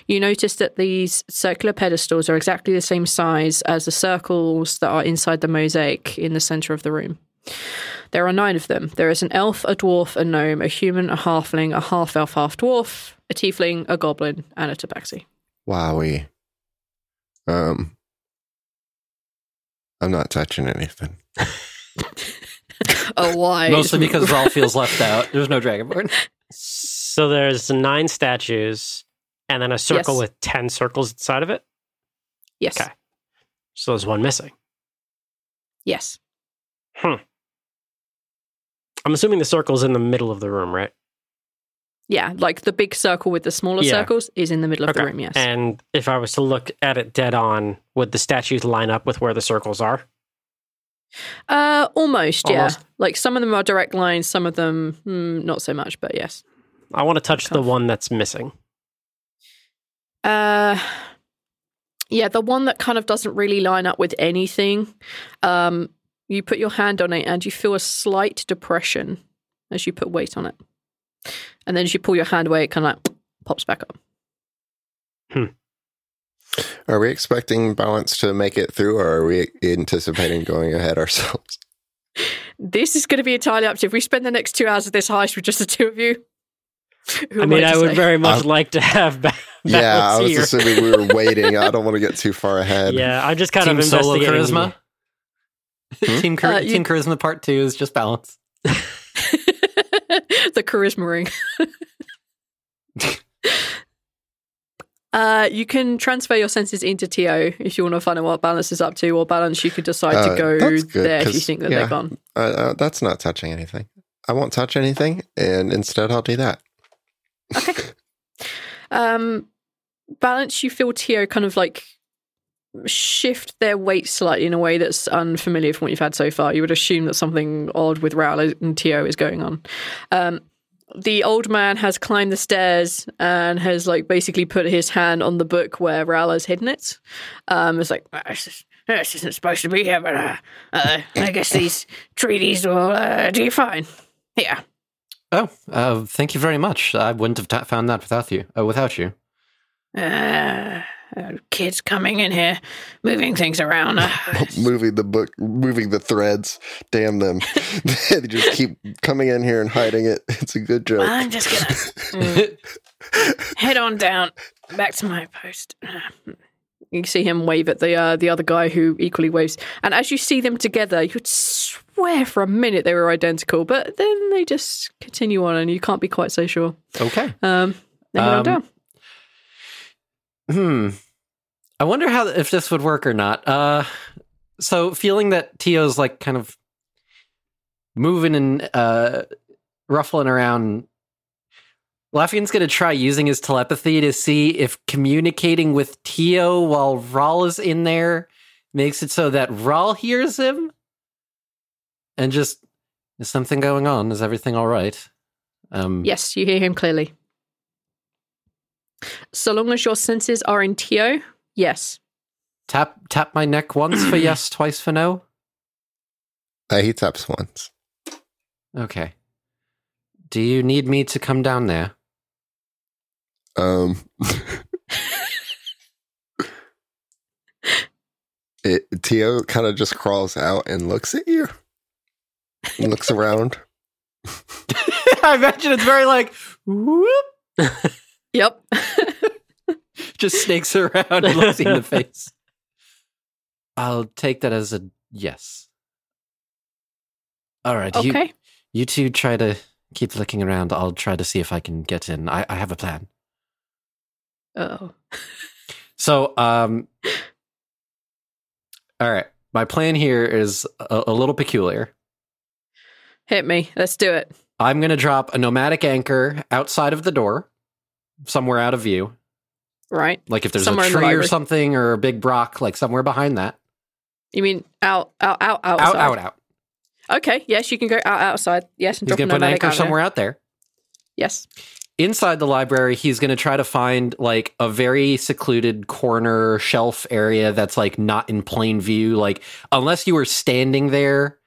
Speaker 2: You notice that these circular pedestals are exactly the same size as the circles that are inside the mosaic in the center of the room. There are nine of them. There is an elf, a dwarf, a gnome, a human, a halfling, a half elf, half dwarf, a tiefling, a goblin, and a tabaxi.
Speaker 3: Wowie. Um, I'm not touching anything.
Speaker 2: Oh, why?
Speaker 4: Mostly because Rawl feels left out. There's no dragonborn.
Speaker 5: So there's nine statues and then a circle
Speaker 2: Yes.
Speaker 5: with 10 circles inside of it.
Speaker 2: yes,
Speaker 5: Okay. So there's one missing.
Speaker 2: yes,
Speaker 5: I'm assuming the circle's in the middle of the room, right?
Speaker 2: yeah. Like the big circle with the smaller
Speaker 5: Yeah.
Speaker 2: circles is in the middle of the
Speaker 5: Okay.
Speaker 2: room. Yes,
Speaker 5: And if I was to look at it dead on, would the statues line up with where the circles are?
Speaker 2: uh, almost,
Speaker 5: Almost.
Speaker 2: Yeah, like some of them are direct lines, some of them mm, not so much. But yes,
Speaker 5: I want to touch the
Speaker 2: Tough.
Speaker 5: one that's missing.
Speaker 2: Uh, yeah, the one that kind of doesn't really line up with anything. Um, you put your hand on it and you feel a slight depression as you put weight on it. And then as you pull your hand away, it kind of like pops back up.
Speaker 3: Are we expecting balance to make it through, or are we anticipating going ahead ourselves?
Speaker 2: This is going to be entirely up to you. If we spend the next two hours of this heist with just the two of you, who
Speaker 5: I
Speaker 2: am
Speaker 5: mean,
Speaker 2: to
Speaker 5: I would
Speaker 2: say?
Speaker 5: very much
Speaker 3: Um,
Speaker 5: like to have ba-
Speaker 3: yeah, I
Speaker 5: balance
Speaker 3: was
Speaker 5: here.
Speaker 3: assuming we were waiting. I don't want to get too far ahead.
Speaker 5: Yeah, I'm just kind
Speaker 4: Team
Speaker 5: of
Speaker 4: solo
Speaker 5: investigating.
Speaker 4: charisma.
Speaker 3: Hmm?
Speaker 4: Team, char-
Speaker 2: Uh, you-
Speaker 4: team charisma part two is just balance.
Speaker 2: the charisma ring. uh, you can transfer your senses into TO if you want to find out what balance is up to, or balance you could decide
Speaker 3: Uh,
Speaker 2: to go
Speaker 3: that's good,
Speaker 2: there if you
Speaker 3: 'cause,
Speaker 2: think that
Speaker 3: yeah.
Speaker 2: they're gone.
Speaker 3: Uh, uh, that's not touching anything. I won't touch anything, and instead I'll do that.
Speaker 2: Um, balance, you feel TO kind of like shift their weight slightly in a way that's unfamiliar from what you've had so far. You would assume that something odd with Raoul and TO is going on. Um, the old man has climbed the stairs and has like basically put his hand on the book where Raoul has hidden it. Um, it's like,
Speaker 6: Uh, This, is, this isn't supposed to be here, but uh, uh, I guess these treaties will uh, do you fine. Yeah.
Speaker 4: Oh, uh, thank you very much. I wouldn't have ta found that without you. Uh, without you.
Speaker 6: Uh, uh, kids coming in here, moving things around. Uh,
Speaker 3: moving the book, moving the threads. Damn them! they just keep coming in here and hiding it. It's a good joke.
Speaker 6: I'm just gonna mm, head on down back to my post. Uh,
Speaker 2: You see him wave at the uh, the other guy who equally waves. And as you see them together, you'd swear for a minute they were identical, but then they just continue on and you can't be quite so sure.
Speaker 4: Okay.
Speaker 2: Um, they head on
Speaker 4: Um,
Speaker 2: down.
Speaker 4: Hmm. I wonder how if this would work or not. Uh, so feeling that Tio's like kind of moving and uh, ruffling around, Laffian's gonna try using his telepathy to see if communicating with Tio while Rawl is in there makes it so that Rawl hears him, and just is something going on? Is everything all right? Um,
Speaker 2: Yes, you hear him clearly. So long as your senses are in TO, yes.
Speaker 4: Tap tap my neck once for yes, twice for no.
Speaker 3: Uh, he taps once.
Speaker 4: Okay. Do you need me to come down there?
Speaker 3: Um, it, Tio kind of just crawls out and looks at you, and looks around.
Speaker 4: I imagine it's very like whoop,
Speaker 2: Yep.
Speaker 4: just snakes around and looks you in the face. I'll take that as a yes. All right, you
Speaker 2: Okay.
Speaker 4: you two try to keep looking around. I'll try to see if I can get in. I, I have a plan.
Speaker 2: Oh.
Speaker 4: So, um, all right, my plan here is a, a little peculiar.
Speaker 2: Hit me. Let's do it.
Speaker 4: I'm going to drop a nomadic anchor outside of the door, somewhere out of view.
Speaker 2: Right.
Speaker 4: Like if there's
Speaker 2: Somewhere
Speaker 4: a
Speaker 2: in the
Speaker 4: tree or
Speaker 2: library.
Speaker 4: something or a big rock, like somewhere behind that.
Speaker 2: You mean out, out, out,
Speaker 4: Out,
Speaker 2: outside?
Speaker 4: out, out.
Speaker 2: Okay. Yes, you can go out outside. Yes, and drop
Speaker 4: He's going to put an
Speaker 2: nomadic
Speaker 4: anchor
Speaker 2: out there.
Speaker 4: somewhere out there.
Speaker 2: Yes.
Speaker 4: Inside the library, he's going to try to find like a very secluded corner shelf area that's like not in plain view. Like, unless you were standing there,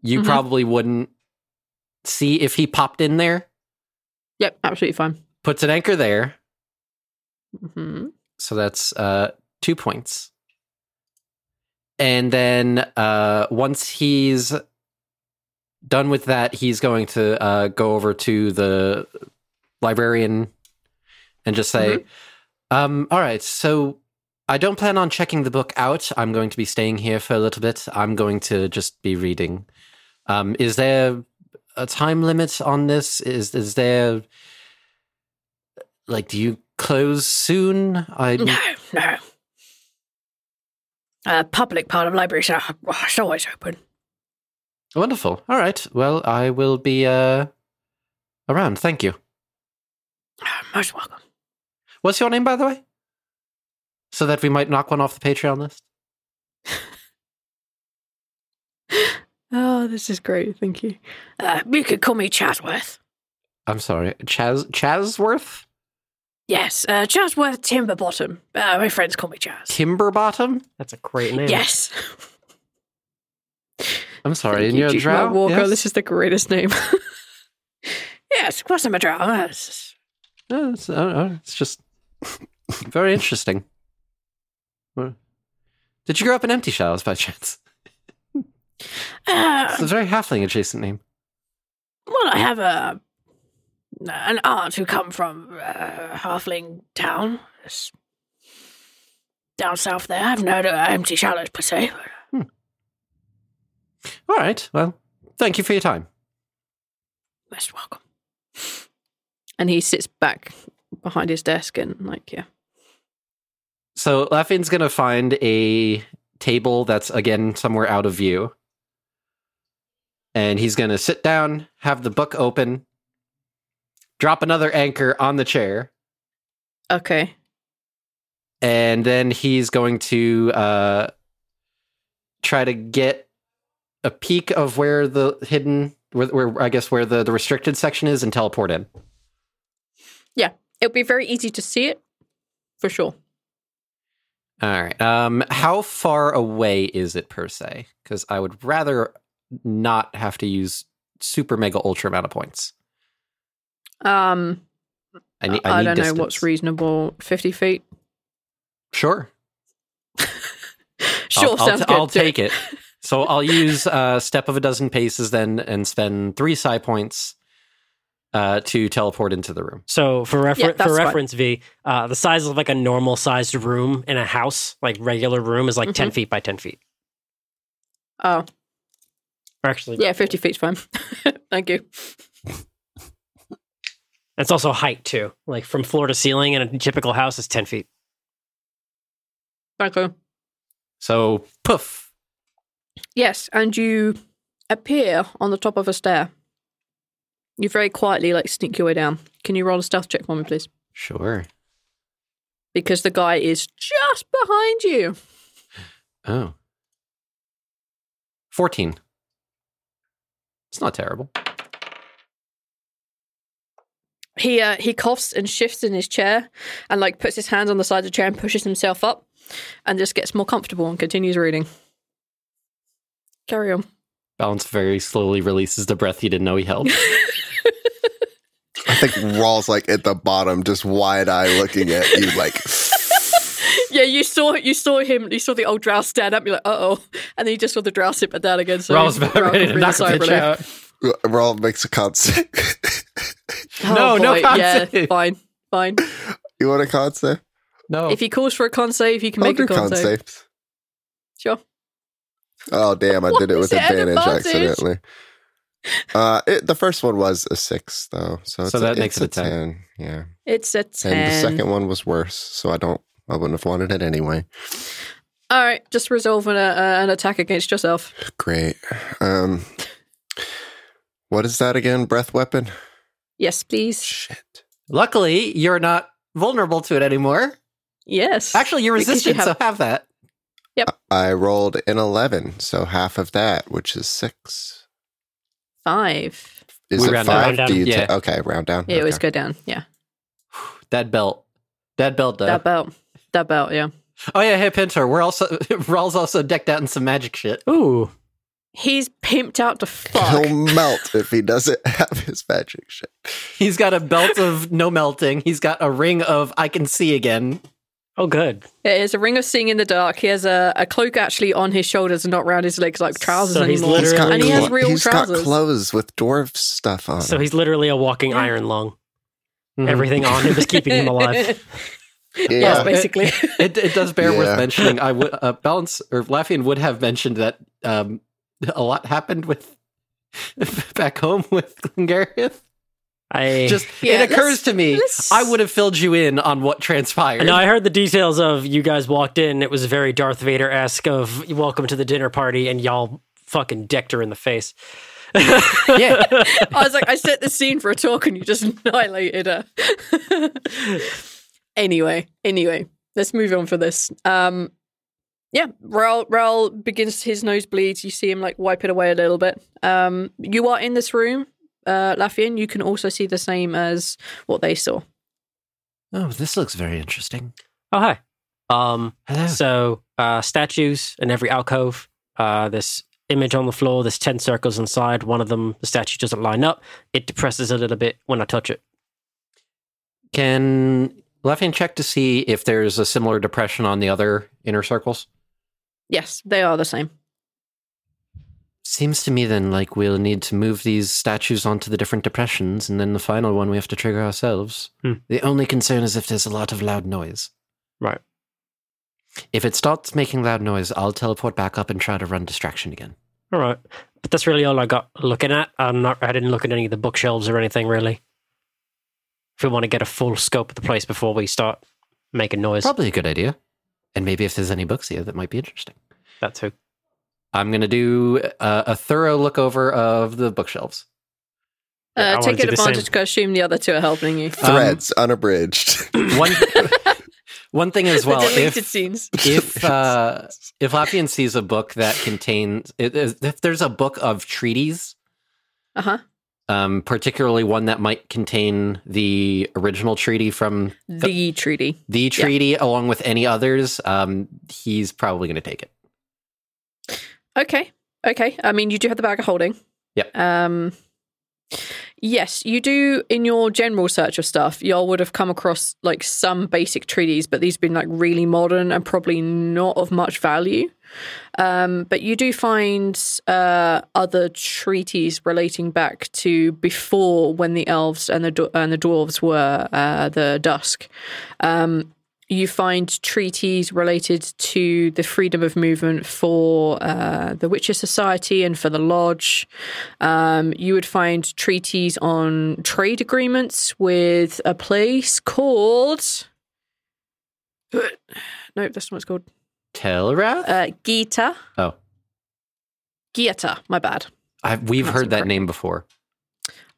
Speaker 4: you
Speaker 2: Mhm.
Speaker 4: probably wouldn't see if he popped in there.
Speaker 2: Yep. Absolutely fine.
Speaker 4: Puts an anchor there.
Speaker 2: hmm
Speaker 4: So that's uh, two points. And then uh, once he's done with that, he's going to uh, go over to the librarian and just say, um, All right, so I don't plan on checking the book out. I'm going to be staying here for a little bit. I'm going to just be reading. Um, is there a time limit on this? Is, is there, like, do you close soon? I.
Speaker 6: No, no. Uh, public part of libraries are oh, it's always open.
Speaker 4: Wonderful. All right. Well, I will be uh, around. Thank you.
Speaker 6: Oh, most welcome.
Speaker 4: What's your name, by the way? So that we might knock one off the Patreon list.
Speaker 2: Oh, this is great. Thank you.
Speaker 6: Uh, you could call me Chasworth.
Speaker 4: I'm sorry, Chaz Chasworth
Speaker 6: Yes, uh, Chasworth Timberbottom. Uh, my friends call me Chas.
Speaker 4: Timberbottom.
Speaker 5: That's a great name.
Speaker 6: Yes.
Speaker 4: I'm sorry,
Speaker 2: Thank
Speaker 4: and you're a
Speaker 2: Duke
Speaker 4: drow.
Speaker 2: Mark Walker.
Speaker 4: Yes?
Speaker 2: This is the greatest name.
Speaker 6: Yes, of course I'm a drow. Uh, it's-
Speaker 4: No, it's, I don't know, it's just very interesting. Well, Did you grow up in Empty Showers by chance?
Speaker 6: Uh,
Speaker 4: It's a very halfling adjacent name.
Speaker 6: well, I have a an aunt who come from uh, Halfling Town, It's down south there. I've no uh, empty shallows per se. But
Speaker 4: All right. Well, thank you for your time.
Speaker 6: most welcome.
Speaker 2: and he sits back behind his desk and like, yeah.
Speaker 4: So Laffin's gonna find a table that's again somewhere out of view. And he's gonna sit down, have the book open, drop another anchor on the chair,
Speaker 2: Okay.
Speaker 4: and then he's going to uh try to get a peek of where the hidden where, where I guess where the, the restricted section is and teleport in.
Speaker 2: It'll be very easy to see it, for sure.
Speaker 4: All right. Um, how far away is it per se? Because I would rather not have to use super mega ultra amount of points.
Speaker 2: Um,
Speaker 4: I
Speaker 2: I,
Speaker 4: need.
Speaker 2: I
Speaker 4: need
Speaker 2: don't
Speaker 4: distance.
Speaker 2: know what's reasonable. Fifty feet.
Speaker 4: Sure.
Speaker 2: Sure,
Speaker 4: I'll, I'll,
Speaker 2: sounds
Speaker 4: t-
Speaker 2: good.
Speaker 4: I'll
Speaker 2: do
Speaker 4: take it. So I'll use uh, step of a dozen paces then, and spend three psi points uh, to teleport into the room.
Speaker 5: So for refer-
Speaker 2: Yeah, that's
Speaker 5: for
Speaker 2: fine.
Speaker 5: reference, V, uh, the size of like a normal sized room in a house, like regular room, is like ten feet by ten feet.
Speaker 2: Mm-hmm. Oh,
Speaker 5: Or actually,
Speaker 2: yeah, fifty feet's fine. Thank you.
Speaker 5: It's also height too. Like from floor to ceiling in a typical house is ten feet.
Speaker 2: Thank you.
Speaker 4: So poof.
Speaker 2: Yes, and you appear on the top of a stair. You very quietly like sneak your way down. Can you roll a stealth check for me, please?
Speaker 4: Sure.
Speaker 2: Because the guy is just behind you.
Speaker 4: Oh. 14. It's not terrible.
Speaker 2: He uh, he coughs and shifts in his chair, and like puts his hands on the side of the chair and pushes himself up, and just gets more comfortable and continues reading. Carry on.
Speaker 4: Balance very slowly releases the breath he didn't know he held.
Speaker 3: think Rawl's like at the bottom, just wide eye looking at you, like
Speaker 2: Yeah, you saw you saw him. You saw the old drow stand up. You're like, uh oh, and then you just saw the drow sit back down again. So
Speaker 5: Raul's about
Speaker 2: Raoul
Speaker 5: ready
Speaker 2: can
Speaker 5: to
Speaker 2: breathe a
Speaker 5: knock
Speaker 2: sigh
Speaker 5: the
Speaker 2: of
Speaker 5: bitch
Speaker 2: relief.
Speaker 5: out.
Speaker 3: Rawl makes a con save.
Speaker 2: Oh,
Speaker 5: No, no
Speaker 2: boy,
Speaker 5: con
Speaker 2: yeah,
Speaker 5: save.
Speaker 2: fine, fine.
Speaker 3: you want a con save?
Speaker 4: No.
Speaker 2: If he calls for a con save, he can
Speaker 3: I'll
Speaker 2: make
Speaker 3: do
Speaker 2: a con,
Speaker 3: con
Speaker 2: save.
Speaker 3: saves.
Speaker 2: Sure.
Speaker 3: Oh damn! I
Speaker 2: Why
Speaker 3: did it
Speaker 2: is
Speaker 3: with
Speaker 2: it at
Speaker 3: advantage
Speaker 2: advantage?
Speaker 3: accidentally. Uh, it, the first one was a six though, so, it's a-
Speaker 4: that
Speaker 3: it's
Speaker 4: makes
Speaker 3: a
Speaker 4: it a 10.
Speaker 3: Yeah,
Speaker 2: It's a ten.
Speaker 3: and the second one was worse, so I don't. I wouldn't have wanted it anyway.
Speaker 2: All right, just resolve an, uh, an attack against yourself.
Speaker 3: Great. Um, what is that again? Breath weapon.
Speaker 2: Yes, please.
Speaker 3: Shit.
Speaker 4: Luckily, you're not vulnerable to it anymore.
Speaker 2: Yes.
Speaker 4: Actually, you're
Speaker 2: Because you
Speaker 4: resistant,
Speaker 2: have-
Speaker 4: so have that.
Speaker 3: I rolled an eleven, so half of that, which is six.
Speaker 2: five.
Speaker 3: Is
Speaker 5: We
Speaker 3: it
Speaker 5: round down.
Speaker 3: five?
Speaker 5: Round down.
Speaker 3: Do you ta-
Speaker 4: Yeah.
Speaker 3: okay, round down.
Speaker 2: Yeah, it always
Speaker 3: okay.
Speaker 2: go down. Yeah,
Speaker 4: That belt. That belt, though.
Speaker 2: that belt. That belt. Yeah.
Speaker 4: oh, yeah, hey, Pinter. We're also, Rawl's also decked out in some magic shit.
Speaker 5: Ooh,
Speaker 2: He's pimped out to fuck.
Speaker 3: He'll melt if he doesn't have his magic shit.
Speaker 4: He's got a belt of no melting. He's got a ring of I can see again.
Speaker 5: oh good.
Speaker 2: It is a ring of seeing in the dark. He has a, a cloak actually on his shoulders and not round his legs like trousers
Speaker 5: So he's
Speaker 2: anymore.
Speaker 5: literally-
Speaker 3: got
Speaker 2: and he
Speaker 3: clo-
Speaker 2: has real
Speaker 3: he's got
Speaker 2: trousers.
Speaker 3: clothes with dwarf stuff on.
Speaker 5: So
Speaker 3: them.
Speaker 5: he's literally a walking iron lung.
Speaker 4: Mm-hmm.
Speaker 5: Everything on him is keeping him alive.
Speaker 2: yes,
Speaker 3: Yeah.
Speaker 2: basically.
Speaker 4: It, it does bear
Speaker 3: Yeah.
Speaker 4: worth mentioning. I would uh, balance or Laffian would have mentioned that um, a lot happened with back home with Glengarith.
Speaker 5: I
Speaker 4: Just
Speaker 2: Yeah,
Speaker 4: it occurs
Speaker 2: let's-
Speaker 4: to me
Speaker 2: let's-
Speaker 4: I would have filled you in on what transpired.
Speaker 5: No, I heard the details of you guys walked in. It was very Darth Vader esque of welcome to the dinner party, and y'all fucking decked her in the face.
Speaker 4: yeah,
Speaker 2: I was like, I set the scene for a talk and you just annihilated her. anyway, anyway, let's move on for this. Um, yeah, Raul, Raul begins his nosebleeds. You see him like wipe it away a little bit. Um, you are in this room, uh, Laffian. You can also see the same as what they saw.
Speaker 4: Oh, this looks very interesting.
Speaker 5: Oh hi. Um,
Speaker 4: Hello.
Speaker 5: so uh, statues in every alcove. Uh, this image on the floor. There's ten circles inside. One of them, the statue doesn't line up. It depresses a little bit when I touch it.
Speaker 4: Can Laffian check to see if there's a similar depression on the other inner circles?
Speaker 2: Yes, they are the same.
Speaker 4: Seems to me then like we'll need to move these statues onto the different depressions, and then the final one we have to trigger ourselves.
Speaker 5: Hmm.
Speaker 4: The only concern is if there's a lot of loud noise.
Speaker 5: Right.
Speaker 4: If it starts making loud noise, I'll teleport back up and try to run distraction again.
Speaker 5: All right, but that's really all I got looking at. I'm not. I didn't look at any of the bookshelves or anything really. If we want to get a full scope of the place before we start making noise,
Speaker 4: Probably a good idea. And maybe if there's any books here that might be interesting.
Speaker 5: that too.
Speaker 4: I'm going to do a, a thorough look over of the bookshelves.
Speaker 5: Yeah, I
Speaker 2: Uh,
Speaker 5: wanna
Speaker 2: take
Speaker 5: do the same.
Speaker 2: advantage because I assume the other two are helping you.
Speaker 4: Um,
Speaker 3: Threads unabridged.
Speaker 4: One, one thing as well.
Speaker 2: the deleted
Speaker 4: if-
Speaker 2: scenes.
Speaker 4: if uh, if Laffian sees a book that contains if- if there's a book of treaties,
Speaker 2: Uh huh.
Speaker 4: um, particularly one that might contain the original treaty from
Speaker 2: The treaty.
Speaker 4: the
Speaker 2: Yeah.
Speaker 4: treaty along with any others, um, he's probably going to take it.
Speaker 2: Okay. Okay. I mean, you do have the bag of holding.
Speaker 4: Yep.
Speaker 2: Um, yes, you do. In your general search of stuff, y'all would have come across like some basic treaties, but these have been like really modern and probably not of much value. Um, but you do find uh, other treaties relating back to before when the elves and the dw- and the dwarves were uh, the dusk. Um, you find treaties related to the freedom of movement for uh, the Witcher Society and for the Lodge. Um, you would find treaties on trade agreements with a place called. Nope, that's not what it's called.
Speaker 4: Telrath?
Speaker 2: Uh, Gita.
Speaker 4: oh,
Speaker 2: Gita, my bad.
Speaker 4: I, we've
Speaker 2: that's
Speaker 4: heard that
Speaker 2: incorrect.
Speaker 4: name before.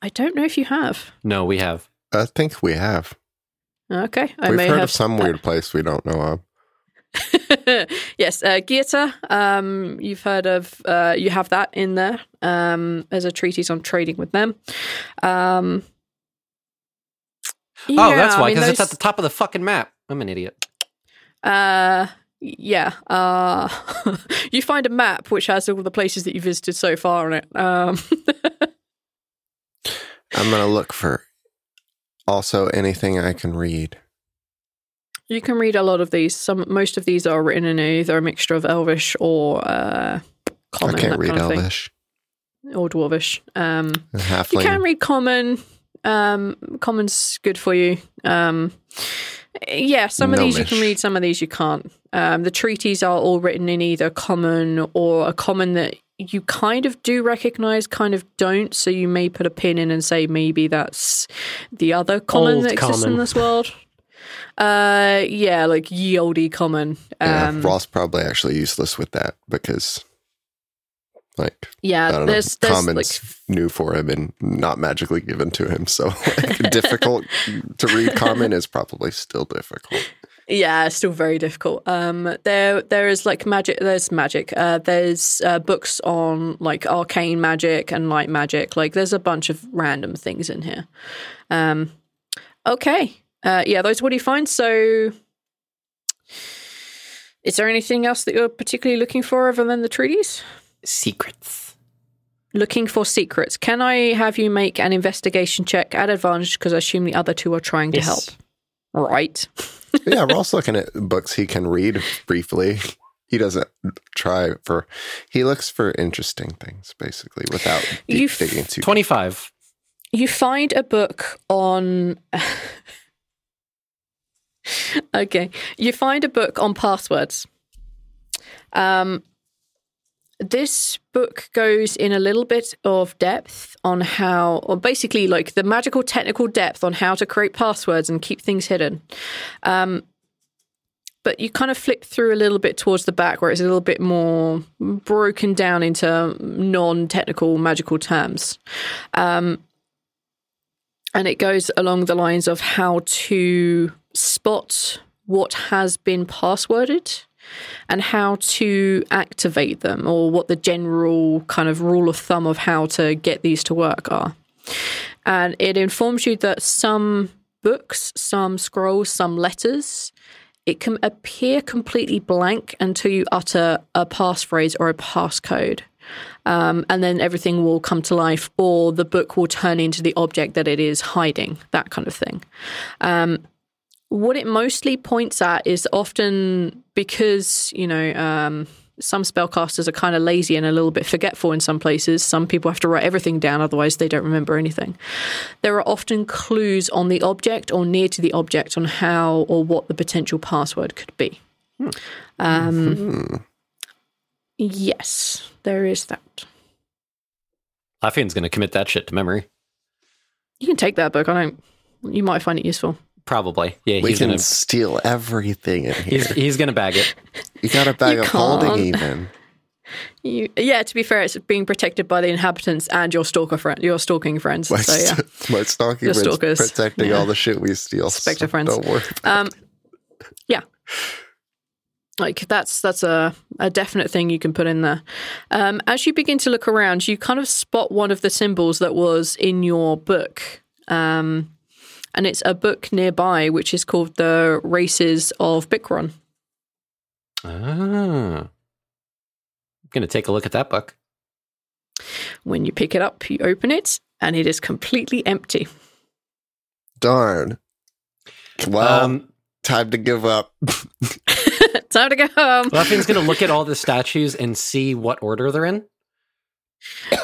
Speaker 2: I don't know if you have.
Speaker 4: No, we have.
Speaker 3: I think we have.
Speaker 2: Okay, I
Speaker 3: We've
Speaker 2: may
Speaker 3: heard
Speaker 2: have
Speaker 3: of some weird place we don't know of.
Speaker 2: yes, uh, Gita. Um, you've heard of. Uh, you have that in there um, as a treatise on trading with them. Um,
Speaker 4: oh, that's
Speaker 2: yeah, I
Speaker 4: why,
Speaker 2: mean,
Speaker 4: because it's
Speaker 2: those-
Speaker 4: at the top of the fucking map. I'm an idiot.
Speaker 2: Uh, yeah. Uh, you find a map which has all the places that you visited so far on it. Um,
Speaker 3: I'm gonna look for also anything I can read.
Speaker 2: You can read a lot of these. Some, most of these are written in either a mixture of Elvish or uh, Common.
Speaker 3: I can't
Speaker 2: that
Speaker 3: read
Speaker 2: kind of thing.
Speaker 3: Elvish.
Speaker 2: or Dwarvish. Um,
Speaker 3: Halfling.
Speaker 2: you can read Common. Um, common's good for you. Um, yeah, some of these you can
Speaker 3: Gnomish.
Speaker 2: read, some of these you can't. Um, the treaties are all written in either Common or a Common that you kind of do recognize, kind of don't. So you may put a pin in and say maybe that's the other Common
Speaker 5: Old
Speaker 2: that exists in
Speaker 5: Common.
Speaker 2: this world. Uh, yeah, like ye olde Common.
Speaker 3: yeah,
Speaker 2: Um,
Speaker 3: Roth's probably actually useless with that because, like, I
Speaker 2: yeah
Speaker 3: don't know,
Speaker 2: Uh, there's, there's
Speaker 3: commons
Speaker 2: like
Speaker 3: new for him and not magically given to him. So like, difficult to read common is probably still difficult.
Speaker 2: Yeah, it's still very difficult. Um, there, there is like magic. There's magic. Uh, there's uh, books on like arcane magic and light magic. Like, there's a bunch of random things in here. Um, okay. Uh, yeah, those. What do you find? So, is there anything else that you're particularly looking for other than the treaties?
Speaker 4: Secrets.
Speaker 2: Looking for secrets. Can I have you make an investigation check at advantage? Because I assume the other two are trying to
Speaker 5: Yes.
Speaker 2: help. Right.
Speaker 3: yeah, Ross looking at books he can read briefly. He doesn't try for. He looks for interesting things basically without
Speaker 2: You
Speaker 3: deep
Speaker 2: f-
Speaker 3: digging too. deep.
Speaker 4: 25.
Speaker 2: you find a book on okay you find a book on passwords um this book goes in a little bit of depth on how or basically like the magical technical depth on how to create passwords and keep things hidden um but you kind of flip through a little bit towards the back where it's a little bit more broken down into non-technical magical terms um, and it goes along the lines of how to spot what has been passworded and how to activate them or what the general kind of rule of thumb of how to get these to work are and it informs you that some books some scrolls some letters it can appear completely blank until you utter a passphrase or a passcode um, and then everything will come to life, or the book will turn into the object that it is hiding, that kind of thing. Um, what it mostly points at is often because, you know, um, some spellcasters are kind of lazy and a little bit forgetful in some places. Some people have to write everything down, otherwise, they don't remember anything. There are often clues on the object or near to the object on how or what the potential password could be. Um, Yes, there is that.
Speaker 4: Laffian's going to commit that shit to memory.
Speaker 2: You can take that book. I don't. You might find it useful.
Speaker 4: Probably. Yeah,
Speaker 3: We
Speaker 4: he's
Speaker 3: can
Speaker 4: going to
Speaker 3: steal everything in here.
Speaker 4: he's, he's going to bag it.
Speaker 3: You got a bag
Speaker 2: You
Speaker 3: of holding
Speaker 2: can't.
Speaker 3: even.
Speaker 2: You, yeah. To be fair, it's being protected by the inhabitants and your stalker friend, your stalking friends.
Speaker 3: My,
Speaker 2: so yeah.
Speaker 3: st- my stalking
Speaker 2: Your
Speaker 3: friends
Speaker 2: stalkers.
Speaker 3: protecting
Speaker 2: Yeah.
Speaker 3: all the shit we steal.
Speaker 2: Spectre
Speaker 3: so
Speaker 2: friends.
Speaker 3: Don't worry.
Speaker 2: Um, yeah. Like that's that's a, a definite thing you can put in there. Um, as you begin to look around, you kind of spot one of the symbols that was in your book, um, and it's a book nearby which is called "The Races of Bikron."
Speaker 4: Ah. I'm going to take a look at that book.
Speaker 2: When you pick it up, you open it, and it is completely empty.
Speaker 3: Darn. Well,
Speaker 4: um,
Speaker 3: time to give up.
Speaker 2: Time to go home.
Speaker 4: Laffian's going to look at all the statues and see what order they're in.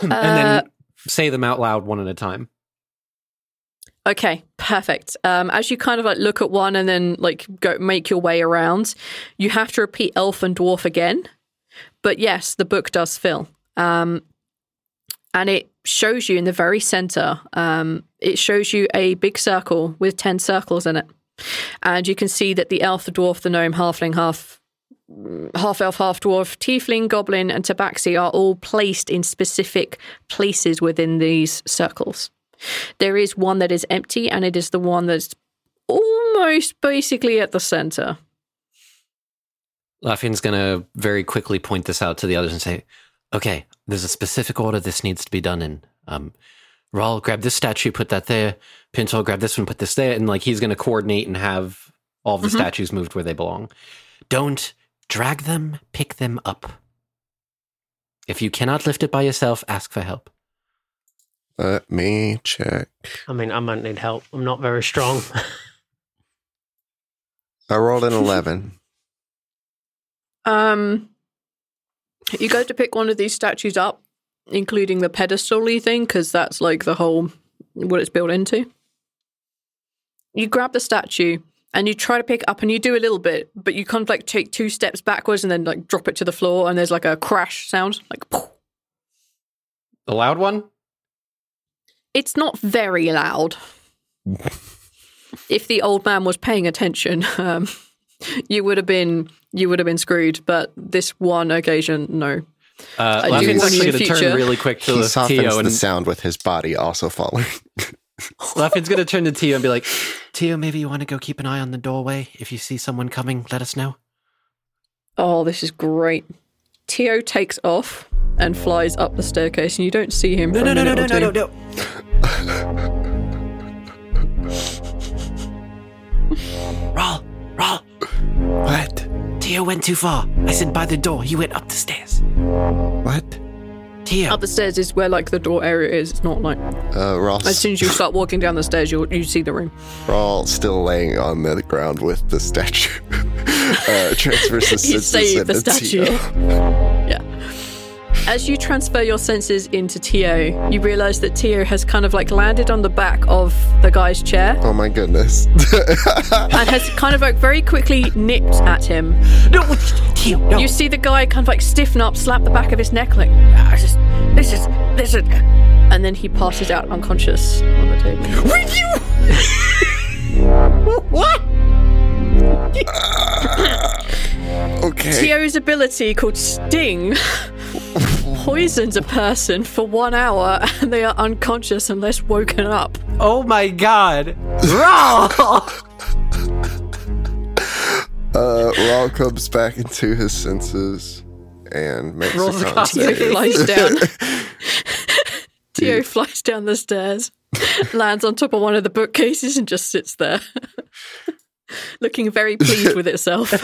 Speaker 4: and
Speaker 2: Uh,
Speaker 4: then say them out loud one at a time.
Speaker 2: Okay, perfect. Um, as you kind of like look at one and then like go make your way around, you have to repeat elf and dwarf again. But yes, the book does fill. Um, and it shows you in the very center, um, it shows you a big circle with 10 circles in it. And you can see that the elf, the dwarf, the gnome, halfling, half half elf, half dwarf, tiefling, goblin, and tabaxi are all placed in specific places within these circles. There is one that is empty, and it is the one that's almost basically at the center.
Speaker 4: Laffian's going to very quickly point this out to the others and say, okay, there's a specific order this needs to be done in. Um, Rawl, grab this statue, put that there. Pinto, grab this one, put this there. And like he's going to coordinate and have all of the statues moved where they belong. Don't drag them, pick them up. If you cannot lift it by yourself, ask for help.
Speaker 3: Let me check.
Speaker 5: I mean, I might need help. I'm not very strong.
Speaker 3: I rolled an 11.
Speaker 2: Um, you go to pick one of these statues up, including the pedestal-y thing, because that's like the whole what it's built into. You grab the statue and you try to pick it up, and you do a little bit, but you kind of like take two steps backwards and then like drop it to the floor, and there's like a crash sound, like. Poof.
Speaker 4: The loud one?
Speaker 2: It's not very loud. if the old man was paying attention, um, you would have been you would have been screwed. But this one occasion, no.
Speaker 4: Uh,
Speaker 2: do
Speaker 4: Laughing's
Speaker 2: want
Speaker 4: actually
Speaker 2: you
Speaker 4: going to
Speaker 2: to
Speaker 4: turn
Speaker 2: feature-
Speaker 4: really quick to
Speaker 3: He softens
Speaker 4: Tio,
Speaker 3: the
Speaker 4: and
Speaker 3: sound with his body also falling.
Speaker 4: Laughing's going to turn to Tio and be like, Tio, maybe you want to go keep an eye on the doorway. If you see someone coming, let us know.
Speaker 2: Oh, this is great. Tio takes off and flies up the staircase, and you don't see him. for a minute or two.
Speaker 4: no. Roll, roll.
Speaker 3: what?
Speaker 4: Tio went too far. I said by the door. He went up the stairs.
Speaker 3: What?
Speaker 4: Tio.
Speaker 2: Up the stairs is where like the door area is. It's not like
Speaker 3: Uh, Rol's,
Speaker 2: as soon as you start walking down the stairs, you you see the room.
Speaker 3: Rawl still laying on the ground with the statue. uh, transfers his
Speaker 2: You
Speaker 3: senses
Speaker 2: save the
Speaker 3: into
Speaker 2: statue.
Speaker 3: Tio.
Speaker 2: As you transfer your senses into Tio, you realise that Tio has kind of like landed on the back of the guy's chair
Speaker 3: Oh my goodness.
Speaker 2: and has kind of like very quickly nipped at him.
Speaker 4: No, Tio, no.
Speaker 2: You see the guy kind of like stiffen up, slap the back of his neck, like,
Speaker 6: I just, this is, this is.
Speaker 2: and then he passes out unconscious on the table.
Speaker 3: okay.
Speaker 2: Tio's ability called Sting poisons a person for one hour and they are unconscious unless woken up.
Speaker 4: Oh my god. Roll.
Speaker 3: Uh, Rawl comes back into his senses and makes
Speaker 4: Rolls a
Speaker 3: a con
Speaker 4: con
Speaker 2: Tio
Speaker 3: save.
Speaker 2: flies down. Tio flies down the stairs, lands on top of one of the bookcases, and just sits there, looking very pleased with itself.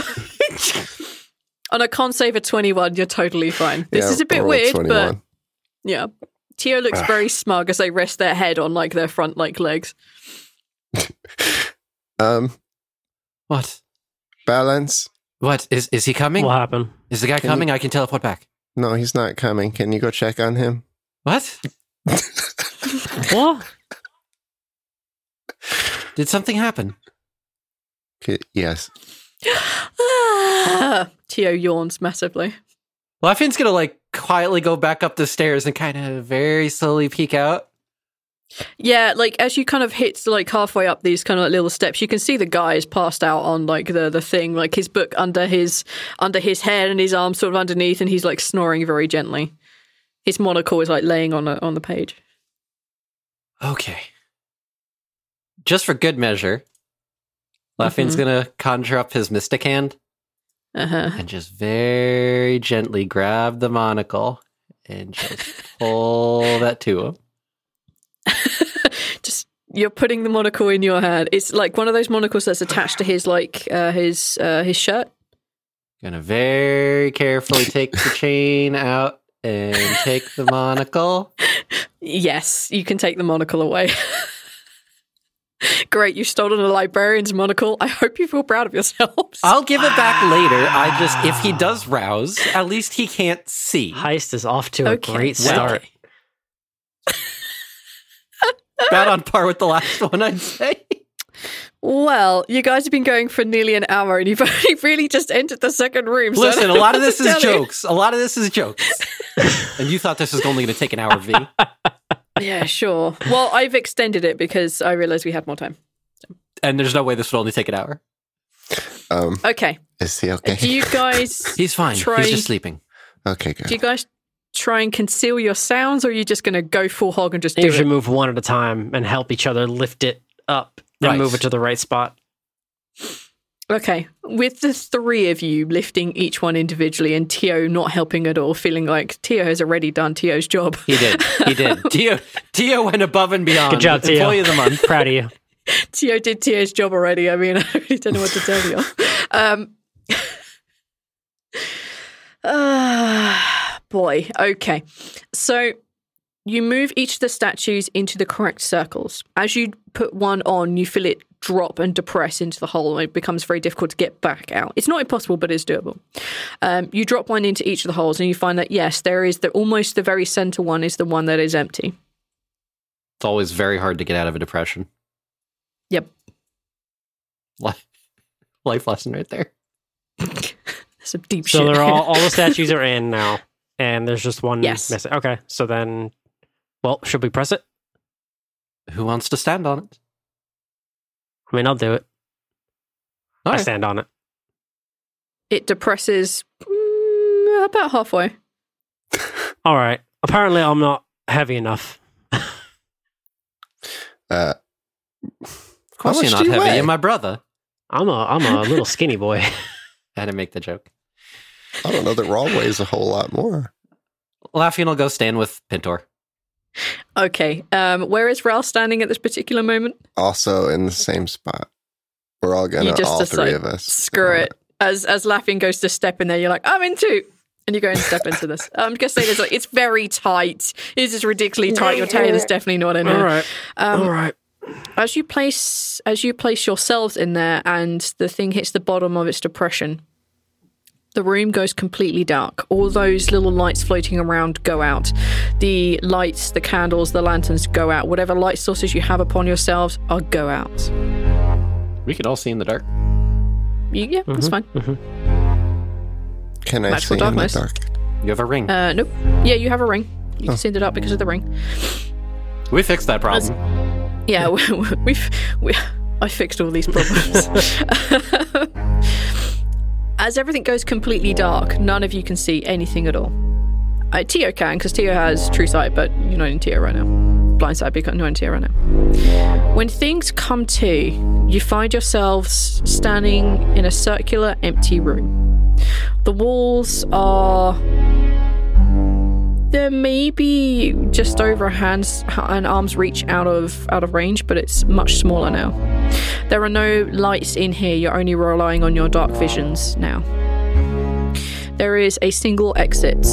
Speaker 2: on a con save of 21, you're totally fine. This
Speaker 3: Yeah,
Speaker 2: is a
Speaker 3: I
Speaker 2: bit
Speaker 3: rolled
Speaker 2: weird,
Speaker 3: 21.
Speaker 2: but yeah. Tio looks very smug as they rest their head on like their front like legs.
Speaker 3: Um,
Speaker 4: what?
Speaker 3: balance.
Speaker 4: What? Is is he coming?
Speaker 5: what happened?
Speaker 4: Is the guy
Speaker 3: Can
Speaker 4: coming? I can teleport back.
Speaker 3: No, he's not coming. Can you go check on him?
Speaker 4: What?
Speaker 5: What?
Speaker 4: Did something happen?
Speaker 3: K- yes.
Speaker 2: Ah, Tio yawns massively.
Speaker 4: Laughing's gonna like quietly go back up the stairs and kind of very slowly peek out.
Speaker 2: Yeah, like as you kind of hit like halfway up these kind of little steps, you can see the guy is passed out on like the the thing, like his book under his under his head and his arm sort of underneath, and he's like snoring very gently. His monocle is like laying on a, on the page.
Speaker 4: Okay. Just for good measure, Laughing's
Speaker 2: Mhm.
Speaker 4: gonna conjure up his mystic hand
Speaker 2: Uh huh.
Speaker 4: and just very gently grab the monocle and just pull that to him.
Speaker 2: Just you're putting the monocle in your hand. It's like one of those monocles that's attached to his like uh, his uh, his shirt.
Speaker 4: Gonna very carefully take the chain out and take the monocle.
Speaker 2: Yes, you can take the monocle away. Great, you've stolen a librarian's monocle. I hope you feel proud of yourselves.
Speaker 4: I'll give it back later. I just if he does rouse, at least he can't see.
Speaker 5: Heist is off to
Speaker 2: Okay.
Speaker 5: a great
Speaker 2: Well-
Speaker 5: start.
Speaker 4: About on par with the last one, I'd say.
Speaker 2: Well, you guys have been going for nearly an hour and you've only really just entered the second room. so I
Speaker 4: Listen,
Speaker 2: don't
Speaker 4: a
Speaker 2: know
Speaker 4: lot of
Speaker 2: what
Speaker 4: this
Speaker 2: to
Speaker 4: is
Speaker 2: tell you.
Speaker 4: jokes. A lot of this is jokes. and you thought this was only going to take an hour, V.
Speaker 2: Yeah, sure. Well, I've extended it because I realized we had more time.
Speaker 4: And there's no way this would only take an hour.
Speaker 3: Um,
Speaker 2: Okay.
Speaker 3: is he okay?
Speaker 2: Do you guys
Speaker 4: He's fine.
Speaker 2: Try-
Speaker 4: He's just sleeping.
Speaker 3: okay, good.
Speaker 2: do you guys try and conceal your sounds or are you just gonna go full hog and just do
Speaker 5: You should
Speaker 2: it?
Speaker 5: move one at a time and help each other lift it up and
Speaker 4: Right.
Speaker 5: move it to the right spot.
Speaker 2: Okay. With the three of you lifting each one individually and Tio not helping at all, feeling like Tio has already done Tio's job.
Speaker 4: He did. He did. Tio, Tio went above and beyond.
Speaker 5: Good job, Tio.
Speaker 4: Employee of the month.
Speaker 5: Proud of you.
Speaker 2: Tio did Tio's job already. I mean, I really don't know what to tell you. Um, ah, boy. Okay. So You move each of the statues into the correct circles. As you put one on, you feel it drop and depress into the hole, and it becomes very difficult to get back out. It's not impossible, but it's doable. Um, you drop one into each of the holes, and you find that yes, there is the almost the very center one is the one that is empty.
Speaker 4: It's always very hard to get out of a depression.
Speaker 2: Yep.
Speaker 4: Life, life lesson right there.
Speaker 2: Some deep
Speaker 5: So
Speaker 2: shit.
Speaker 5: they're all all the statues are in now, and there's just one
Speaker 2: Yes.
Speaker 5: missing. Okay, so then, well, should we press it?
Speaker 4: Who wants to stand on it?
Speaker 5: I mean, I'll do it. I
Speaker 4: Alright.
Speaker 5: stand on it.
Speaker 2: it depresses mm, about halfway.
Speaker 5: All right. Apparently, I'm not heavy enough.
Speaker 3: Uh,
Speaker 4: Of course
Speaker 3: much
Speaker 4: you're
Speaker 3: do
Speaker 4: not
Speaker 3: you
Speaker 4: heavy.
Speaker 3: weigh?
Speaker 4: You're my brother.
Speaker 5: I'm a I'm a little skinny boy.
Speaker 4: I had to make the joke.
Speaker 3: I don't know that Rawl weighs a whole lot more.
Speaker 4: Laughing will go stand with Pintor.
Speaker 2: Okay. Um, where is Ralph standing at this particular moment?
Speaker 3: Also in the same spot. We're all gonna
Speaker 2: You just
Speaker 3: all three
Speaker 2: decide,
Speaker 3: of us. Uh-huh.
Speaker 2: Screw it. As as Laughing goes to step in there, you're like, I'm in too. And you go and step into this. I'm just saying, it's like it's very tight. This is ridiculously tight. Your tail is definitely not in
Speaker 5: All
Speaker 2: it.
Speaker 5: right.
Speaker 2: Um,
Speaker 5: All right.
Speaker 2: As you place as you place yourselves in there, and the thing hits the bottom of its depression, the room goes completely dark. All those little lights floating around go out. The lights, the candles, the lanterns go out. Whatever light sources you have upon yourselves are go out.
Speaker 4: We could all see in the dark.
Speaker 2: You, yeah,
Speaker 5: Mm-hmm.
Speaker 2: that's fine.
Speaker 3: Can I
Speaker 2: Magical
Speaker 3: see in the
Speaker 2: darkness.
Speaker 3: dark?
Speaker 4: You have a ring.
Speaker 2: Uh, nope. Yeah, you have a ring. You just ended up because of the ring.
Speaker 4: we fixed that problem.
Speaker 2: Yeah, we, we've we, I fixed all these problems. As everything goes completely dark, none of you can see anything at all. Uh, Tio can because Tio has true sight, but you're not in Tio right now. Blind sight, but you're not in Tio right now. When things come to, you find yourselves standing in a circular, empty room. The walls are there may be just over a hands an arm's reach out of out of range, but it's much smaller now. There are no lights in here. You're only relying on your dark visions now. There is a single exit.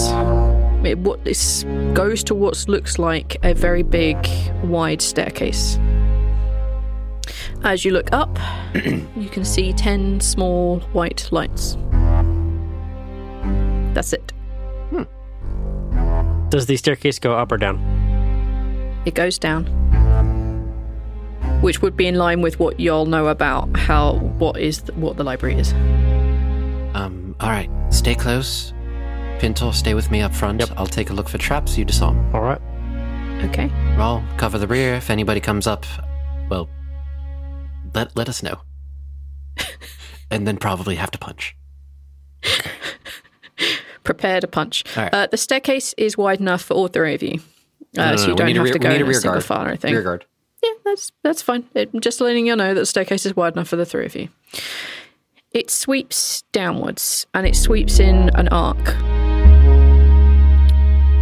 Speaker 2: It what this goes to what looks like a very big, wide staircase. As you look up, you can see ten small white lights. That's it.
Speaker 5: Does the staircase go up or down?
Speaker 2: it goes down which would be in line with what y'all know about how what is what the library is
Speaker 4: Um, all right. Stay close. Pintor, stay with me up front. I'll take a look for traps you disarm.
Speaker 5: All right.
Speaker 2: okay
Speaker 4: Roll, cover the rear. If anybody comes up, well, let, let us know. and then probably have to punch.
Speaker 2: prepare to punch
Speaker 4: All right.
Speaker 2: uh, the staircase is wide enough for all three of you uh, so you
Speaker 4: we
Speaker 2: don't
Speaker 4: need a
Speaker 2: have
Speaker 4: rear-
Speaker 2: to
Speaker 4: we
Speaker 2: go
Speaker 4: need a
Speaker 2: in a
Speaker 4: rear
Speaker 2: single
Speaker 4: guard.
Speaker 2: file or anything
Speaker 4: Rear guard.
Speaker 2: yeah that's that's fine it, just letting you know that the staircase is wide enough for the three of you it sweeps downwards and it sweeps in an arc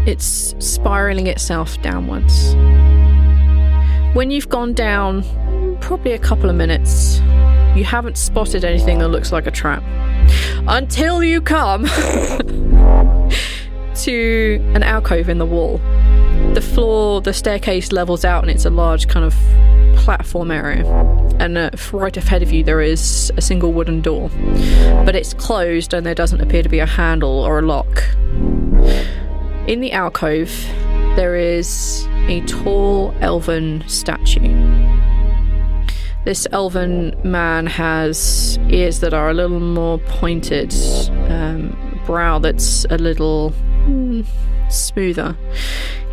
Speaker 2: it's spiraling itself downwards When you've gone down probably a couple of minutes, you haven't spotted anything that looks like a trap. Until you come to an alcove in the wall. The floor, the staircase levels out, and it's a large kind of platform area. And uh, f- right ahead of you, there is a single wooden door. But it's closed, and there doesn't appear to be a handle or a lock. In the alcove, there is a tall elven statue. This elven man has ears that are a little more pointed, um, brow that's a little mm, smoother.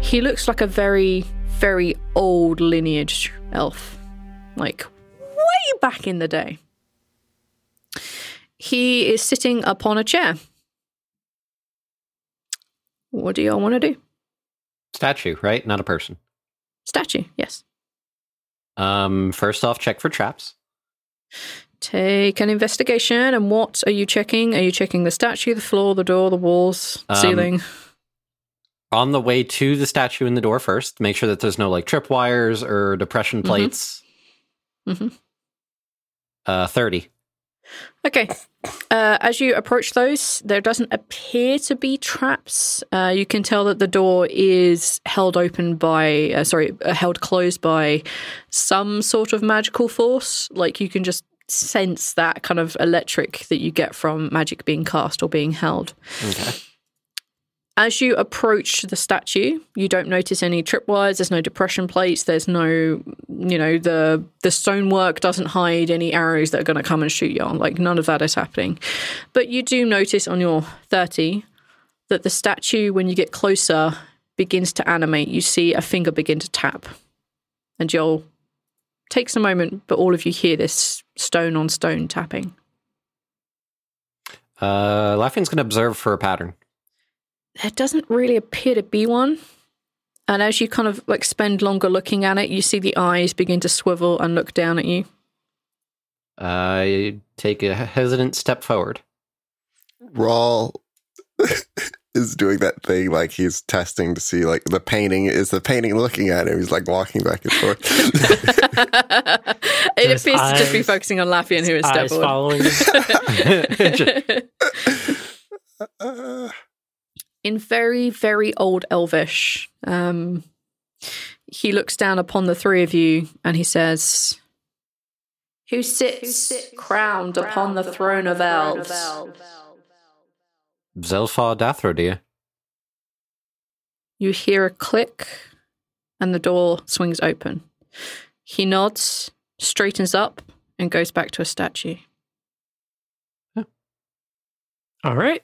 Speaker 2: He looks like a very, very old lineage elf, like way back in the day. He is sitting upon a chair. What do y'all want to do?
Speaker 4: Statue, right? Not a person.
Speaker 2: Statue, yes.
Speaker 4: Um, first off, check for traps.
Speaker 2: Take an investigation. And what are you checking? Are you checking the statue, the floor, the door, the walls,
Speaker 4: Um,
Speaker 2: ceiling?
Speaker 4: On the way to the statue in the door first, make sure that there's no like tripwires or depression plates.
Speaker 2: Mhm.
Speaker 4: Uh, 30.
Speaker 2: Okay. Uh, as you approach those, there doesn't appear to be traps. Uh, you can tell that the door is held open by, uh, sorry, uh, held closed by some sort of magical force. Like you can just sense that kind of electric that you get from magic being cast or being held. As you approach the statue, you don't notice any tripwires. There's no depression plates. There's no, you know, the the stonework doesn't hide any arrows that are going to come and shoot you. on. Like none of that is happening. But you do notice on your thirty that the statue, when you get closer, begins to animate. You see a finger begin to tap, and Joel takes a moment, but all of you hear this stone on stone tapping.
Speaker 4: Uh, Laughing's going to observe for a pattern.
Speaker 2: there doesn't really appear to be one. And as you kind of like spend longer looking at it, you see the eyes begin to swivel and look down at you.
Speaker 4: I take a hesitant step forward.
Speaker 3: Rawl is doing that thing like he's testing to see like the painting is the painting looking at him. He's like walking back and forth.
Speaker 2: it
Speaker 5: Just
Speaker 2: appears to just be
Speaker 5: eyes-
Speaker 2: focusing on Laffian, who is step
Speaker 5: Eyes
Speaker 2: forward.
Speaker 5: following.
Speaker 3: Uh,
Speaker 2: in very, very old Elvish. Um, he looks down upon the three of you and he says, Who sits, crowned, upon the throne of elves?
Speaker 4: Zelfar Dathro, dear.
Speaker 2: You hear a click and the door swings open. He nods, straightens up, and goes back to a statue.
Speaker 5: All right.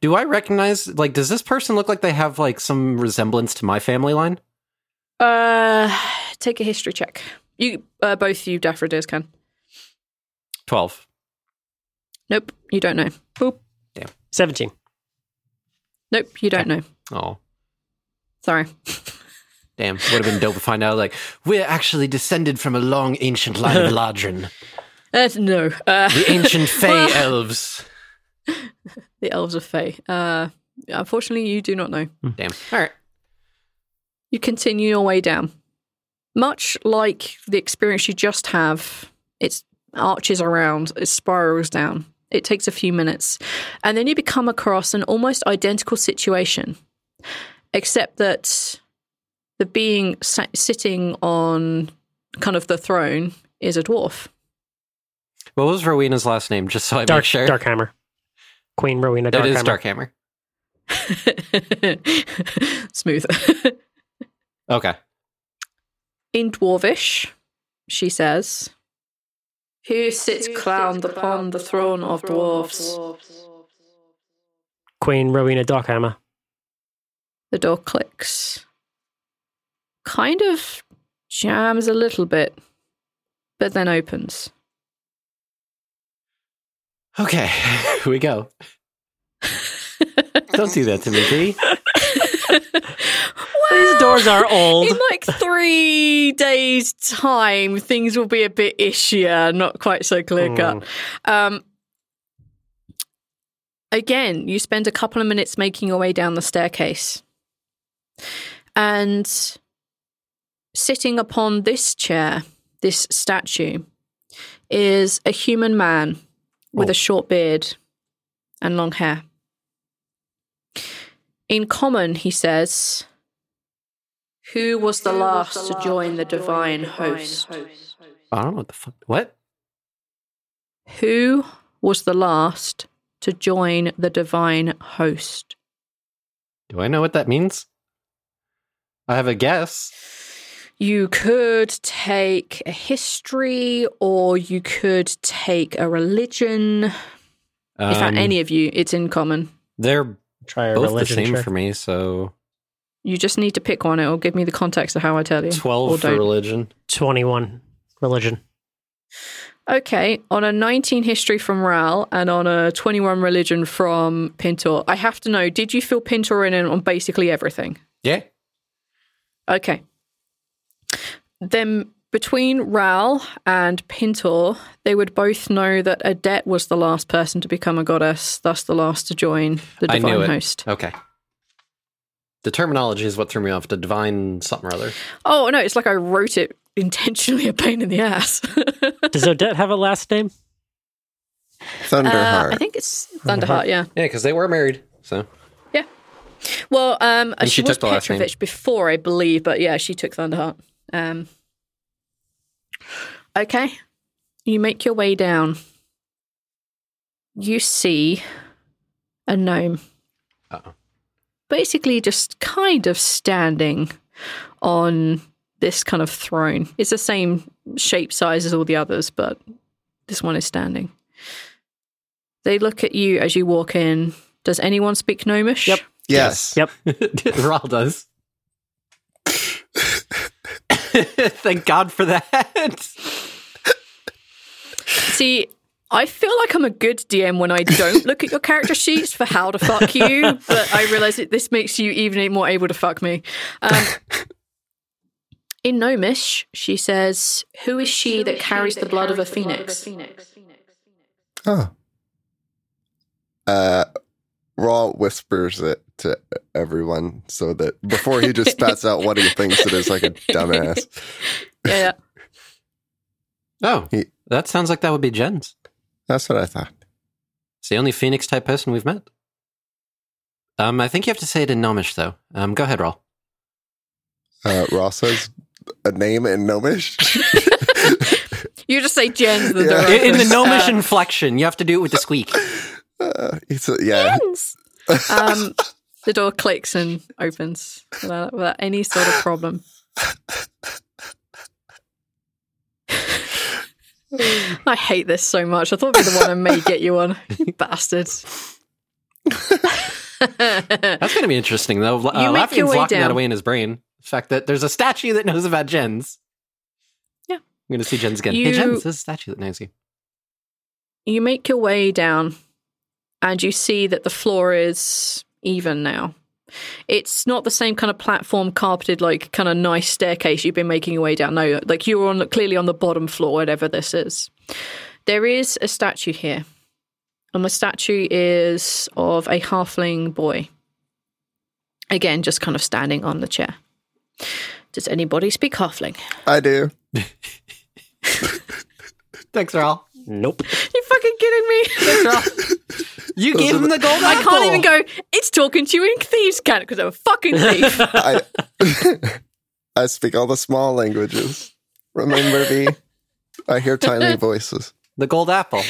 Speaker 4: Do I recognize, like, does this person look like they have, like, some resemblance to my family line?
Speaker 2: Uh, take a history check. You uh, both you daffodils can.
Speaker 4: 12.
Speaker 2: Nope, you don't know. Boop.
Speaker 5: 17.
Speaker 2: Nope, you don't know.
Speaker 4: Oh,
Speaker 2: Sorry.
Speaker 4: damn. Would have been dope to find out, like, we're actually descended from a long ancient line of Ladrin,
Speaker 2: Uh, no. Uh,
Speaker 4: the ancient Fey elves.
Speaker 2: the elves of Fae. Uh, unfortunately, you do not know.
Speaker 4: Damn. All right.
Speaker 2: You continue your way down. Much like the experience you just have, it arches around, it spirals down. It takes a few minutes. And then you become across an almost identical situation, except that the being sa- sitting on kind of the throne is a dwarf.
Speaker 4: What was Rowena's last name, just so I
Speaker 5: Dark,
Speaker 4: make sure?
Speaker 5: Dark Hammer. Queen Rowena Dark
Speaker 4: it is
Speaker 5: Hammer.
Speaker 4: Darkhammer.
Speaker 2: Smooth.
Speaker 4: Okay.
Speaker 2: In Dwarvish, she says, Who sits clowned upon the throne of dwarves?
Speaker 5: Queen Rowena Dark Hammer.
Speaker 2: The door clicks. Kind of jams a little bit, but then opens.
Speaker 4: Okay. Here we go. Don't do that to me, Dee.
Speaker 5: These doors are old.
Speaker 2: In like three days' time, things will be a bit ishier, not quite so clear cut. Um, again, you spend a couple of minutes making your way down the staircase. And sitting upon this chair, this statue, is a human man with
Speaker 4: Oh.
Speaker 2: a short beard and long hair. In common, he says, Who was the last to join the divine host?
Speaker 4: I don't know what the fuck. What?
Speaker 2: Who was the last to join the divine host?
Speaker 4: Do I know what that means? I have a guess.
Speaker 2: You could take a history or you could take a religion. if
Speaker 4: Um,
Speaker 2: at any of you, it's in common.
Speaker 4: They're
Speaker 5: Try a
Speaker 4: both the
Speaker 5: religion
Speaker 4: same
Speaker 5: check.
Speaker 4: for me, so
Speaker 2: You just need to pick one. It'll give me the context of how I tell you. or
Speaker 4: 12 for
Speaker 2: don't.
Speaker 4: religion.
Speaker 5: 21. Religion.
Speaker 2: Okay, on a 19 history from Ral and on a 21 religion from Pintor, I have to know did you fill Pintor in on basically everything?
Speaker 4: Yeah.
Speaker 2: Okay. Then between Ral and Pintor, they would both know that Adet was the last person to become a goddess, thus the last to join the
Speaker 4: I knew
Speaker 2: divine
Speaker 4: it.
Speaker 2: host.
Speaker 4: Okay. The terminology is what threw me off. The divine something or other.
Speaker 2: Oh no, it's like I wrote it intentionally a pain in the ass.
Speaker 5: Does Odette have a last name?
Speaker 3: Thunderheart.
Speaker 2: Uh, I think it's Thunderheart, yeah.
Speaker 4: Yeah, because they were married. So
Speaker 2: Yeah. Well, um,
Speaker 4: And
Speaker 2: she,
Speaker 4: she
Speaker 2: was
Speaker 4: took the last name.
Speaker 2: Petrovich before, I believe, but yeah, she took Thunderheart. Um, okay. You make your way down. You see a gnome. Basically, just kind of standing on this kind of throne. It's the same shape size as all the others, but this one is standing. They look at you as you walk in. Does anyone speak gnomish?
Speaker 5: Yep.
Speaker 3: yes.
Speaker 5: Yep.
Speaker 4: Rawl does. Thank God for that.
Speaker 2: See, I feel like I'm a good DM when I don't look at your character sheets for how to fuck you, but I realize that this makes you even more able to fuck me. Um, in Gnomish, she says, Who is she that carries the blood of a phoenix?
Speaker 3: Oh. Uh, Rawl whispers it to everyone so that before he just spats out what he thinks it is like a dumbass.
Speaker 2: Yeah, yeah.
Speaker 4: Oh,
Speaker 3: He-
Speaker 4: that sounds like that would be Jen's.
Speaker 3: That's what I thought.
Speaker 4: It's the only Phoenix type person we've met. Um, I think you have to say it in Gnomish though. Um, go ahead, Rawl.
Speaker 3: Uh, Rawl says a name in Gnomish.
Speaker 2: You just say Jen's the Uh,
Speaker 3: Yeah.
Speaker 2: director.
Speaker 4: In the Gnomish inflection, you have to do it with the squeak.
Speaker 3: uh, he said, yeah.
Speaker 2: um, the door clicks and opens without, without any sort of problem. I hate this so much. I thought it'd be the one I may get you on, you bastards.
Speaker 4: That's going to be interesting though. Uh,
Speaker 2: You make your
Speaker 4: Laffian's
Speaker 2: way
Speaker 4: locking
Speaker 2: down.
Speaker 4: that away in his brain. The fact that there's a statue that knows about Jen's.
Speaker 2: Yeah.
Speaker 4: I'm going to see Jen's again.
Speaker 2: You-
Speaker 4: Hey, Jen's, there's a statue that knows you.
Speaker 2: You make your way down and you see that the floor is even now. It's not the same kind of platform carpeted, like kind of nice staircase you've been making your way down. No, like you're on clearly on the bottom floor, whatever this is. There is a statue here, and the statue is of a halfling boy. Again, just kind of standing on the chair. Does anybody speak halfling?
Speaker 3: I do.
Speaker 4: Thanks, Rawl.
Speaker 5: Nope.
Speaker 2: you fucking kidding me?
Speaker 4: You gave him the gold
Speaker 2: I can't even go. It's talking to you in thieves' can because I'm a fucking thief.
Speaker 3: I, I speak all the small languages. Remember me. I hear tiny voices.
Speaker 4: The gold apple.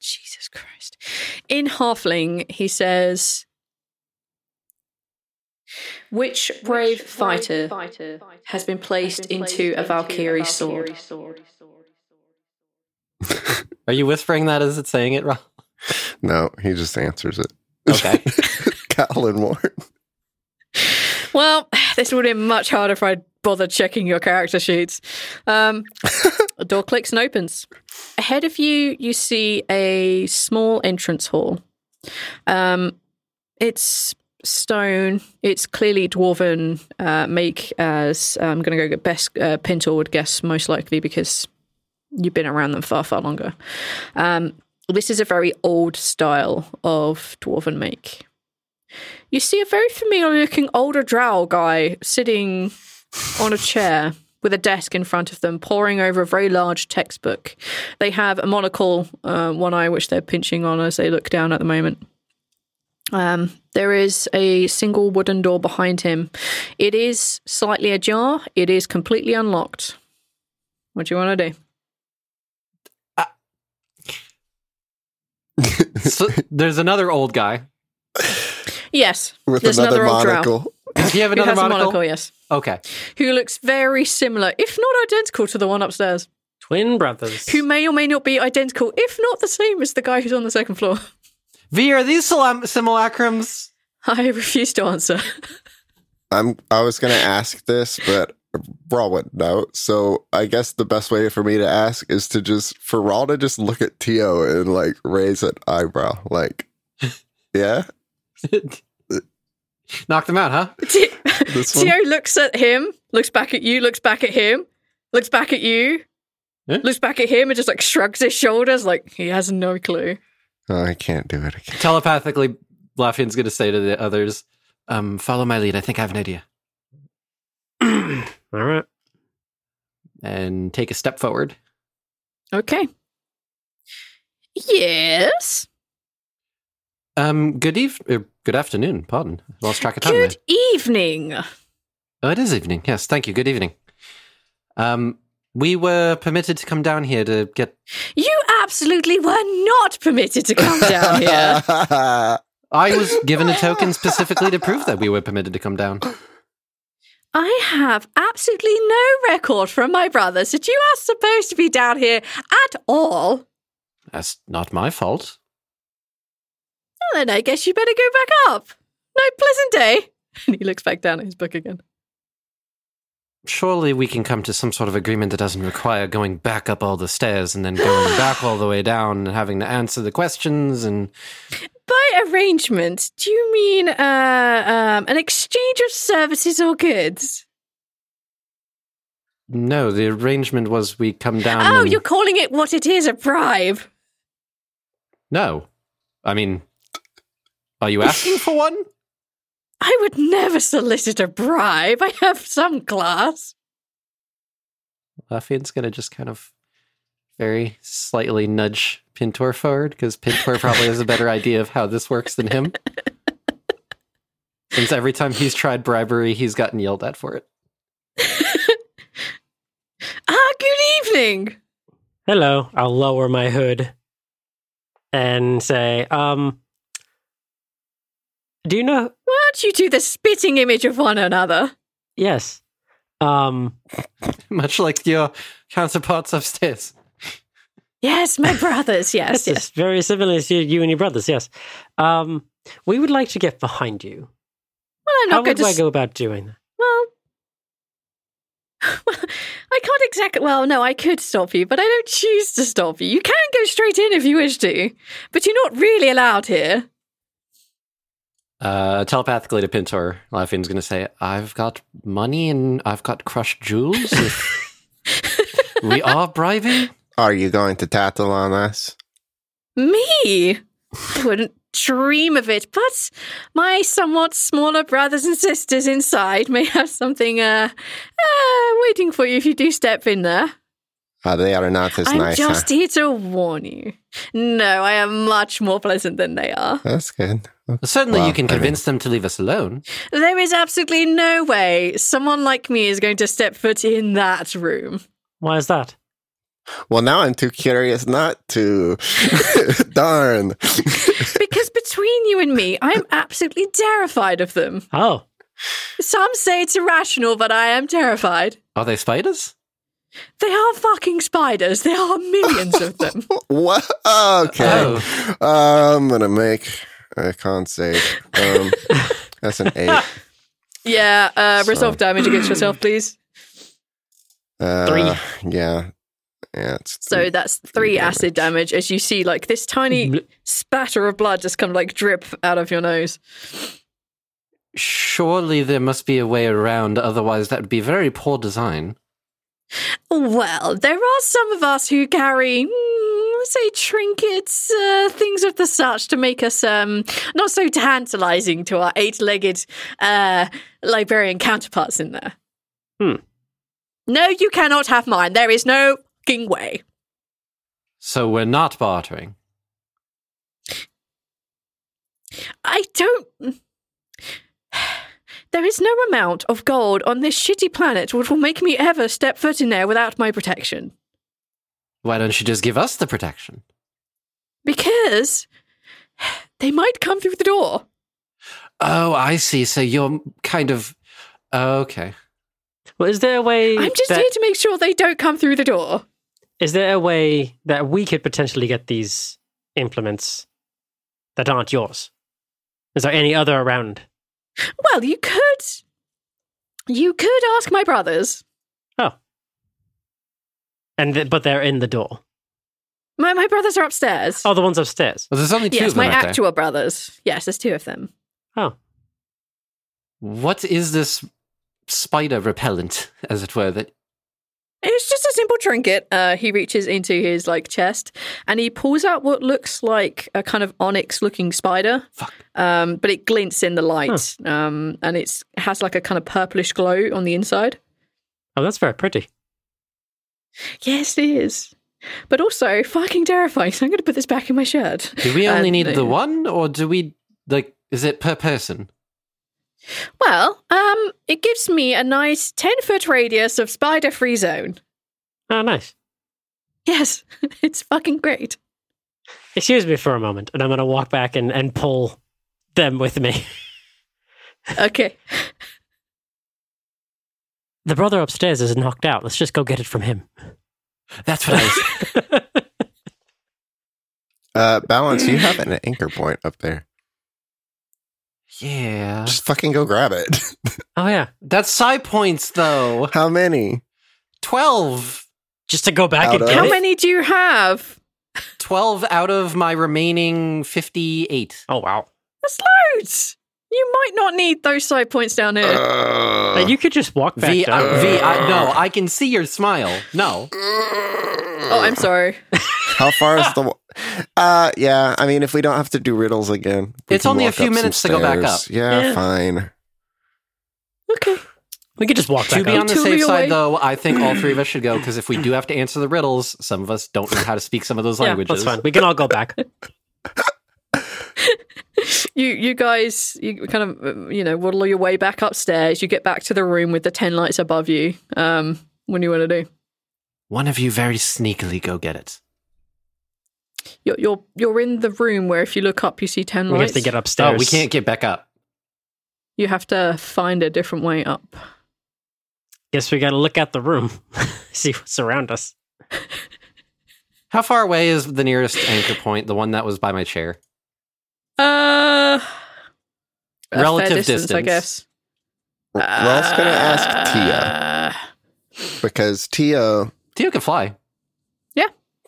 Speaker 2: Jesus Christ! In Halfling, he says, "Which brave fighter has been placed into a Valkyrie sword?"
Speaker 4: Are you whispering that as it's saying it, Rawl?
Speaker 3: No, he just answers it.
Speaker 4: Okay.
Speaker 3: Colin Ward.
Speaker 2: Well, this would have been much harder if I'd bothered checking your character sheets. Um, a door clicks and opens. Ahead of you, you see a small entrance hall. Um, it's stone. It's clearly dwarven uh, make, as I'm going to go get best uh, Pintor would guess most likely because you've been around them far, far longer. Um, this is a very old style of dwarven make you see a very familiar looking older drow guy sitting on a chair with a desk in front of them, poring over a very large textbook. They have a monocle, uh, one eye, which they're pinching on as they look down at the moment. Um, there is a single wooden door behind him. It is slightly ajar, it is completely unlocked. What do you want to do?
Speaker 4: so, there's another old guy.
Speaker 2: Yes.
Speaker 3: With
Speaker 2: there's
Speaker 3: another,
Speaker 2: old drow
Speaker 3: monocle.
Speaker 4: Does he have
Speaker 2: Who
Speaker 4: another
Speaker 2: has
Speaker 4: monocle?
Speaker 2: a monocle, yes.
Speaker 4: Okay.
Speaker 2: Who looks very similar, if not identical, to the one upstairs.
Speaker 5: Twin brothers.
Speaker 2: who may or may not be identical, if not the same as the guy who's on the second floor.
Speaker 4: V, are these simul- simulacrums?
Speaker 2: I refuse to answer.
Speaker 3: I'm I was gonna ask this, but Raw wouldn't know. So I guess the best way for me to ask is to just for Raw to just look at Tio and like raise an eyebrow. Like Yeah?
Speaker 4: Knock them out, huh?
Speaker 2: T-
Speaker 3: This one?
Speaker 2: Tio looks at him, looks back at you, looks back at him, looks back at you,
Speaker 4: Yeah.
Speaker 2: looks back at him, and just like shrugs his shoulders, like he has no clue.
Speaker 3: Oh, I can't do it again.
Speaker 4: Telepathically, Laffian's going to say to the others, um, follow my lead. I think I have an idea.
Speaker 5: All right.
Speaker 4: and take a step forward.
Speaker 2: Okay. Yes.
Speaker 4: Um, good eve- er, good afternoon. Pardon, lost track of time.
Speaker 2: Good
Speaker 4: there.
Speaker 2: evening.
Speaker 4: Oh, it is evening. Yes, thank you. Good evening. Um, we were permitted to come down here to get.
Speaker 2: You absolutely were not permitted to come down here.
Speaker 4: I was given a token specifically to prove that we were permitted to come down.
Speaker 2: I have absolutely no record from my brothers that you are supposed to be down here at all.
Speaker 4: That's not my fault.
Speaker 2: Well, then I guess you better go back up. No pleasant day. And he looks back down at his book again.
Speaker 4: Surely we can come to some sort of agreement that doesn't require going back up all the stairs and then going back all the way down and having to answer the questions and
Speaker 2: By arrangement, do you mean uh, um, an exchange of services or goods?
Speaker 4: no, the arrangement was we come down.
Speaker 2: oh,
Speaker 4: and-
Speaker 2: you're calling it what it is a bribe.
Speaker 4: no. I mean, are you asking for one?
Speaker 2: I would never solicit a bribe. I have some class.
Speaker 4: Luffian's gonna just kind of very slightly nudge Pintor forward because Pintor probably has a better idea of how this works than him. Since every time he's tried bribery, he's gotten yelled at for it.
Speaker 2: Ah, good evening.
Speaker 5: Hello. I'll lower my hood and say, um, do you know?
Speaker 2: Why don't you do the spitting image of one another?
Speaker 5: Yes. Um,
Speaker 4: Much like your counterparts upstairs.
Speaker 2: Yes, my brothers. Yes,
Speaker 5: Yes,
Speaker 2: yes.
Speaker 5: yes, very similar to you and your brothers. Yes, um, we would like to get behind you.
Speaker 2: Well, I'm
Speaker 5: How
Speaker 2: not going
Speaker 5: would
Speaker 2: to.
Speaker 5: I
Speaker 2: s-
Speaker 5: go about doing that?
Speaker 2: Well, well, I can't exactly. Well, no, I could stop you, but I don't choose to stop you. You can go straight in if you wish to, but you're not really allowed here.
Speaker 4: Uh, telepathically to Pintor, Luffian's gonna say, I've got money and I've got crushed jewels. If we are bribing.
Speaker 3: Are you going to tattle on us?
Speaker 2: Me? I wouldn't dream of it, but my somewhat smaller brothers and sisters inside may have something uh, uh waiting for you if you do step in there.
Speaker 3: Uh, they are not as
Speaker 2: I'm
Speaker 3: nice. huh?
Speaker 2: just here to warn you. No, I am much more pleasant than they are.
Speaker 3: That's good.
Speaker 4: Certainly,
Speaker 3: Well,
Speaker 4: you can
Speaker 3: I mean-
Speaker 4: convince them to leave us alone.
Speaker 2: There is absolutely no way someone like me is going to step foot in that room.
Speaker 5: Why is that?
Speaker 3: Well, now I'm too curious not to. Darn.
Speaker 2: Because between you and me, I'm absolutely terrified of them.
Speaker 5: Oh,
Speaker 2: Some say it's irrational, but I am terrified.
Speaker 4: Are they spiders?
Speaker 2: They are fucking spiders. There are millions of them.
Speaker 3: what? Okay. Uh, I'm going to make a con save. Um, that's an eight.
Speaker 2: Yeah, uh,
Speaker 3: So-
Speaker 2: resolve damage against yourself, please.
Speaker 3: Uh, Yeah. Yeah. It's
Speaker 2: So Oh, that's three
Speaker 3: damage.
Speaker 2: acid damage as you see like this tiny spatter of blood just come like drip out of your nose.
Speaker 4: Surely there must be a way around, otherwise, that would be very poor design.
Speaker 2: Well, there are some of us who carry, mm, say, trinkets, uh, things of the such to make us um, not so tantalizing to our eight legged uh, librarian counterparts in there.
Speaker 5: Hmm.
Speaker 2: No, you cannot have mine. There is no fucking way.
Speaker 4: So we're not bartering.
Speaker 2: I don't. There is no amount of gold on this shitty planet which will make me ever step foot in there without my protection.
Speaker 4: Why don't you just give us the protection?
Speaker 2: Because they might come through the door.
Speaker 4: Oh, I see. So you're kind of. oh, Okay.
Speaker 5: well, is there a way?
Speaker 2: I'm just
Speaker 5: that-
Speaker 2: here to make sure they don't come through the door.
Speaker 5: Is there a way that we could potentially get these implements that aren't yours? Is there any other around?
Speaker 2: Well, you could. You could ask my brothers.
Speaker 5: And th- but they're in the door.
Speaker 2: My, my brothers are upstairs.
Speaker 5: Oh, the ones upstairs.
Speaker 4: Well, there's only two
Speaker 2: yes,
Speaker 4: of them.
Speaker 2: my
Speaker 4: aren't there?
Speaker 2: actual brothers. Yes, there's two of them.
Speaker 5: Oh,
Speaker 4: What is this spider repellent, as it were, that
Speaker 2: It's just a simple trinket. Uh, he reaches into his like chest and he pulls out what looks like a kind of onyx-looking spider.
Speaker 4: Fuck.
Speaker 2: Um, but it glints in the light. Um, and it's has like a kind of purplish glow on the inside.
Speaker 5: oh, that's very pretty.
Speaker 2: Yes, it is. But also fucking terrifying. So I'm going to put this back in my shirt.
Speaker 4: Do we
Speaker 2: Uh,
Speaker 4: only need
Speaker 2: no.
Speaker 4: the one, or do we like? Is it per person?
Speaker 2: Well, um, it gives me a nice ten foot radius of spider free zone.
Speaker 5: Oh, nice.
Speaker 2: Yes, it's fucking great.
Speaker 5: Excuse me for a moment, and I'm going to walk back and, and pull them with me.
Speaker 2: Okay.
Speaker 5: The brother upstairs is knocked out. Let's just go get it from him.
Speaker 4: That's what I. Was,
Speaker 3: Uh, balance, you have an anchor point up there.
Speaker 4: yeah,
Speaker 3: Just fucking go grab it.
Speaker 5: Oh, yeah.
Speaker 4: that's side points though.
Speaker 3: How many?
Speaker 4: Twelve.
Speaker 5: Just to go back
Speaker 3: Out
Speaker 5: and
Speaker 3: of-
Speaker 5: get
Speaker 2: How
Speaker 5: it.
Speaker 2: many do you have?
Speaker 4: 12 out of my remaining 58.
Speaker 5: Oh, wow.
Speaker 2: That's loads. You might not need those side points down here.
Speaker 5: Hey, you could just walk back
Speaker 4: V,
Speaker 5: down.
Speaker 4: I, v I, no, I can see your smile. No.
Speaker 2: oh, I'm sorry.
Speaker 3: How far is the? wa- Uh, yeah. I mean, if we don't have to do riddles again, we
Speaker 4: It's
Speaker 3: can
Speaker 4: only a
Speaker 3: walk
Speaker 4: few
Speaker 3: up some
Speaker 4: minutes to go back
Speaker 3: stairs.
Speaker 4: up.
Speaker 3: Yeah,
Speaker 2: Yeah.
Speaker 3: fine.
Speaker 2: Okay.
Speaker 5: we could just walk
Speaker 4: To
Speaker 5: back
Speaker 4: be
Speaker 5: up.
Speaker 4: on the
Speaker 2: Two
Speaker 4: safe
Speaker 2: wheel
Speaker 4: side,
Speaker 2: way.
Speaker 4: though, I think all three of us should go because if we do have to answer the riddles, some of us don't know how to speak some of those
Speaker 5: yeah,
Speaker 4: languages.
Speaker 5: that's fine. We can all go back.
Speaker 2: You you guys you kind of um, you know waddle your way back upstairs. You get back to the room with the ten lights above you. Um, what do you want to do?
Speaker 4: One of you very sneakily go get it.
Speaker 2: You're you're you're in the room where if you look up you see ten
Speaker 5: we
Speaker 2: lights.
Speaker 5: have to get upstairs.
Speaker 4: Oh, we can't get back up.
Speaker 2: You have to find a different way up.
Speaker 5: Guess we got to look out the room, see what's around us.
Speaker 4: How far away is the nearest anchor point, the one that was by my chair?
Speaker 2: Uh, a fair
Speaker 4: Relative
Speaker 2: I
Speaker 4: distance.
Speaker 2: guess.
Speaker 3: R-
Speaker 4: Uh,
Speaker 3: Rolf's gonna ask Tia
Speaker 2: Uh,
Speaker 3: because Tio
Speaker 4: Tio can fly.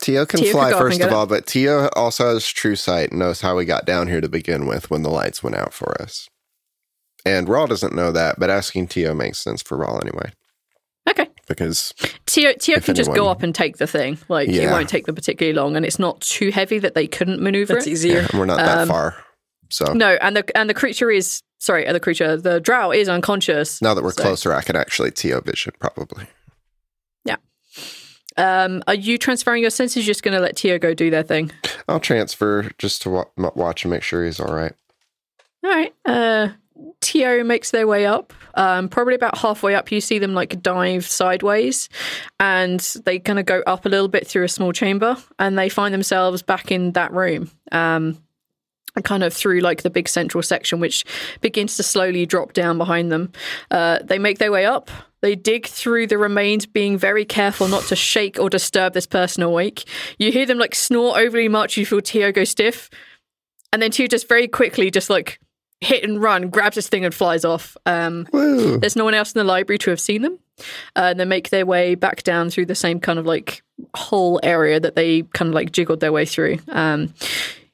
Speaker 3: Tio can
Speaker 2: Tio could
Speaker 3: fly
Speaker 2: go up and
Speaker 3: first
Speaker 2: get
Speaker 3: of
Speaker 2: it.
Speaker 3: all, but Tio also has true sight and knows how we got down here to begin with when the lights went out for us. And Rawl doesn't know that, but asking Tio makes sense for Rawl anyway
Speaker 2: okay.
Speaker 3: because
Speaker 2: Tio, Tio
Speaker 3: If
Speaker 2: can just go
Speaker 3: anyone-
Speaker 2: up and take the thing. Like it
Speaker 3: Yeah.
Speaker 2: won't take them particularly long, and it's not too heavy that they couldn't maneuver
Speaker 7: That's
Speaker 2: it.
Speaker 7: easier.
Speaker 3: yeah, we're not that
Speaker 2: Um,
Speaker 3: far. So
Speaker 2: No, and the and the creature is sorry, uh, the creature, the drow is unconscious.
Speaker 3: now that we're
Speaker 2: so-
Speaker 3: closer, I can actually Tio vision probably.
Speaker 2: Um, are you transferring your senses? You're just going to let Tio go do their thing.
Speaker 3: I'll transfer just to wa- m- watch and make sure he's all right.
Speaker 2: All right. Uh, Tio makes their way up. Um, probably about halfway up, you see them like dive sideways, and they kind of go up a little bit through a small chamber, and they find themselves back in that room. Um, and kind of through like the big central section, which begins to slowly drop down behind them. Uh, they make their way up. They dig through the remains, being very careful not to shake or disturb this person awake. You hear them like snore overly much. You feel Tio go stiff, and then Tio just very quickly just like hit and run, grabs his thing and flies off. Um,
Speaker 3: Woo!
Speaker 2: there's no one else in the library to have seen them. Uh, and they make their way back down through the same kind of like whole area that they kind of like jiggled their way through. Um,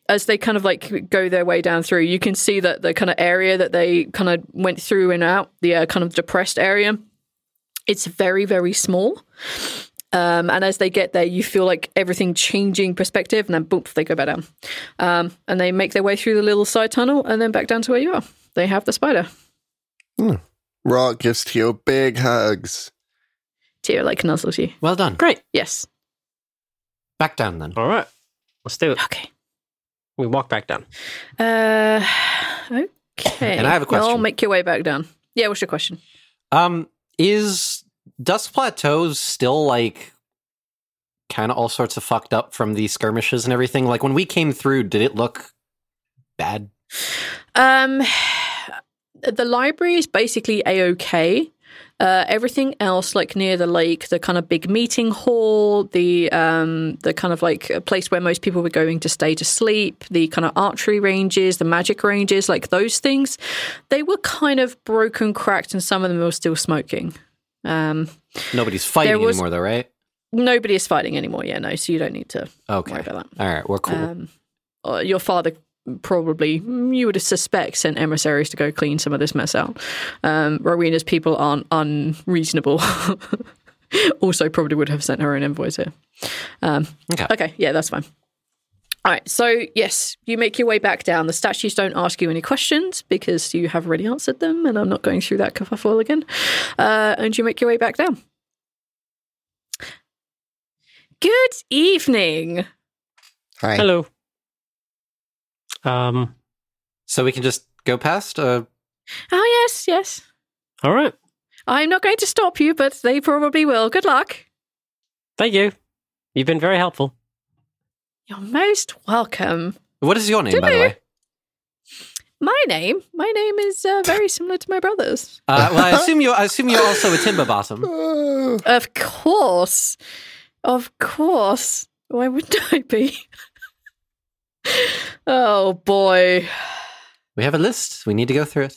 Speaker 2: as they kind of like go their way down through, you can see that the kind of area that they kind of went through and out, the uh, kind of depressed area, it's very, very small. Um, and as they get there, you feel like everything changing perspective, and then boom, they go back down. Um, and they make their way through the little side tunnel and then back down to where you are. They have the spider.
Speaker 3: Rawl gives Tio big hugs.
Speaker 2: Tio like nuzzles you.
Speaker 4: Well done.
Speaker 5: Great.
Speaker 2: Yes.
Speaker 4: Back down then.
Speaker 5: All right. Let's do it.
Speaker 2: Okay.
Speaker 5: We walk back down.
Speaker 2: Uh, okay.
Speaker 4: And I have a question.
Speaker 2: I'll make your way back down. Yeah, what's your question?
Speaker 4: Um, is Dust Plateaus still like kind of all sorts of fucked up from the skirmishes and everything? Like when we came through, did it look bad?
Speaker 2: Um, the library is basically a okay. Uh, everything else, like near the lake, the kind of big meeting hall, the um, the kind of like a place where most people were going to stay to sleep, the kind of archery ranges, the magic ranges, like those things, they were kind of broken, cracked, and some of them were still smoking. Um,
Speaker 4: Nobody's fighting
Speaker 2: was-
Speaker 4: anymore, though, right?
Speaker 2: nobody is fighting anymore, yeah, no, so you don't need to worry
Speaker 4: Okay.
Speaker 2: about that.
Speaker 4: All right, we're cool.
Speaker 2: Um, uh, your father probably, mm, you would suspect, sent emissaries to go clean some of this mess out. Um, Rowena's people aren't unreasonable. also, probably would have sent her own envoys here. Um,
Speaker 4: Okay.
Speaker 2: Okay, yeah, that's fine. All right, so yes, you make your way back down. The statues don't ask you any questions because you have already answered them, and I'm not going through that kerfuffle again. Uh, and you make your way back down. Good evening.
Speaker 3: Hi.
Speaker 5: Hello. Um.
Speaker 4: So we can just go past. Uh,
Speaker 2: Oh, yes, yes.
Speaker 5: All right.
Speaker 2: I'm not going to stop you, but they probably will. Good luck.
Speaker 5: Thank you. You've been very helpful.
Speaker 2: You're most welcome.
Speaker 4: what is your name, by the way?
Speaker 2: My name, my name is uh, very similar to my brother's.
Speaker 4: Uh, well, I assume you're. I assume you're also a timber bottom.
Speaker 3: Oh,
Speaker 2: Of course, of course. Why wouldn't I be? oh boy,
Speaker 4: We have a list. We need to go through it.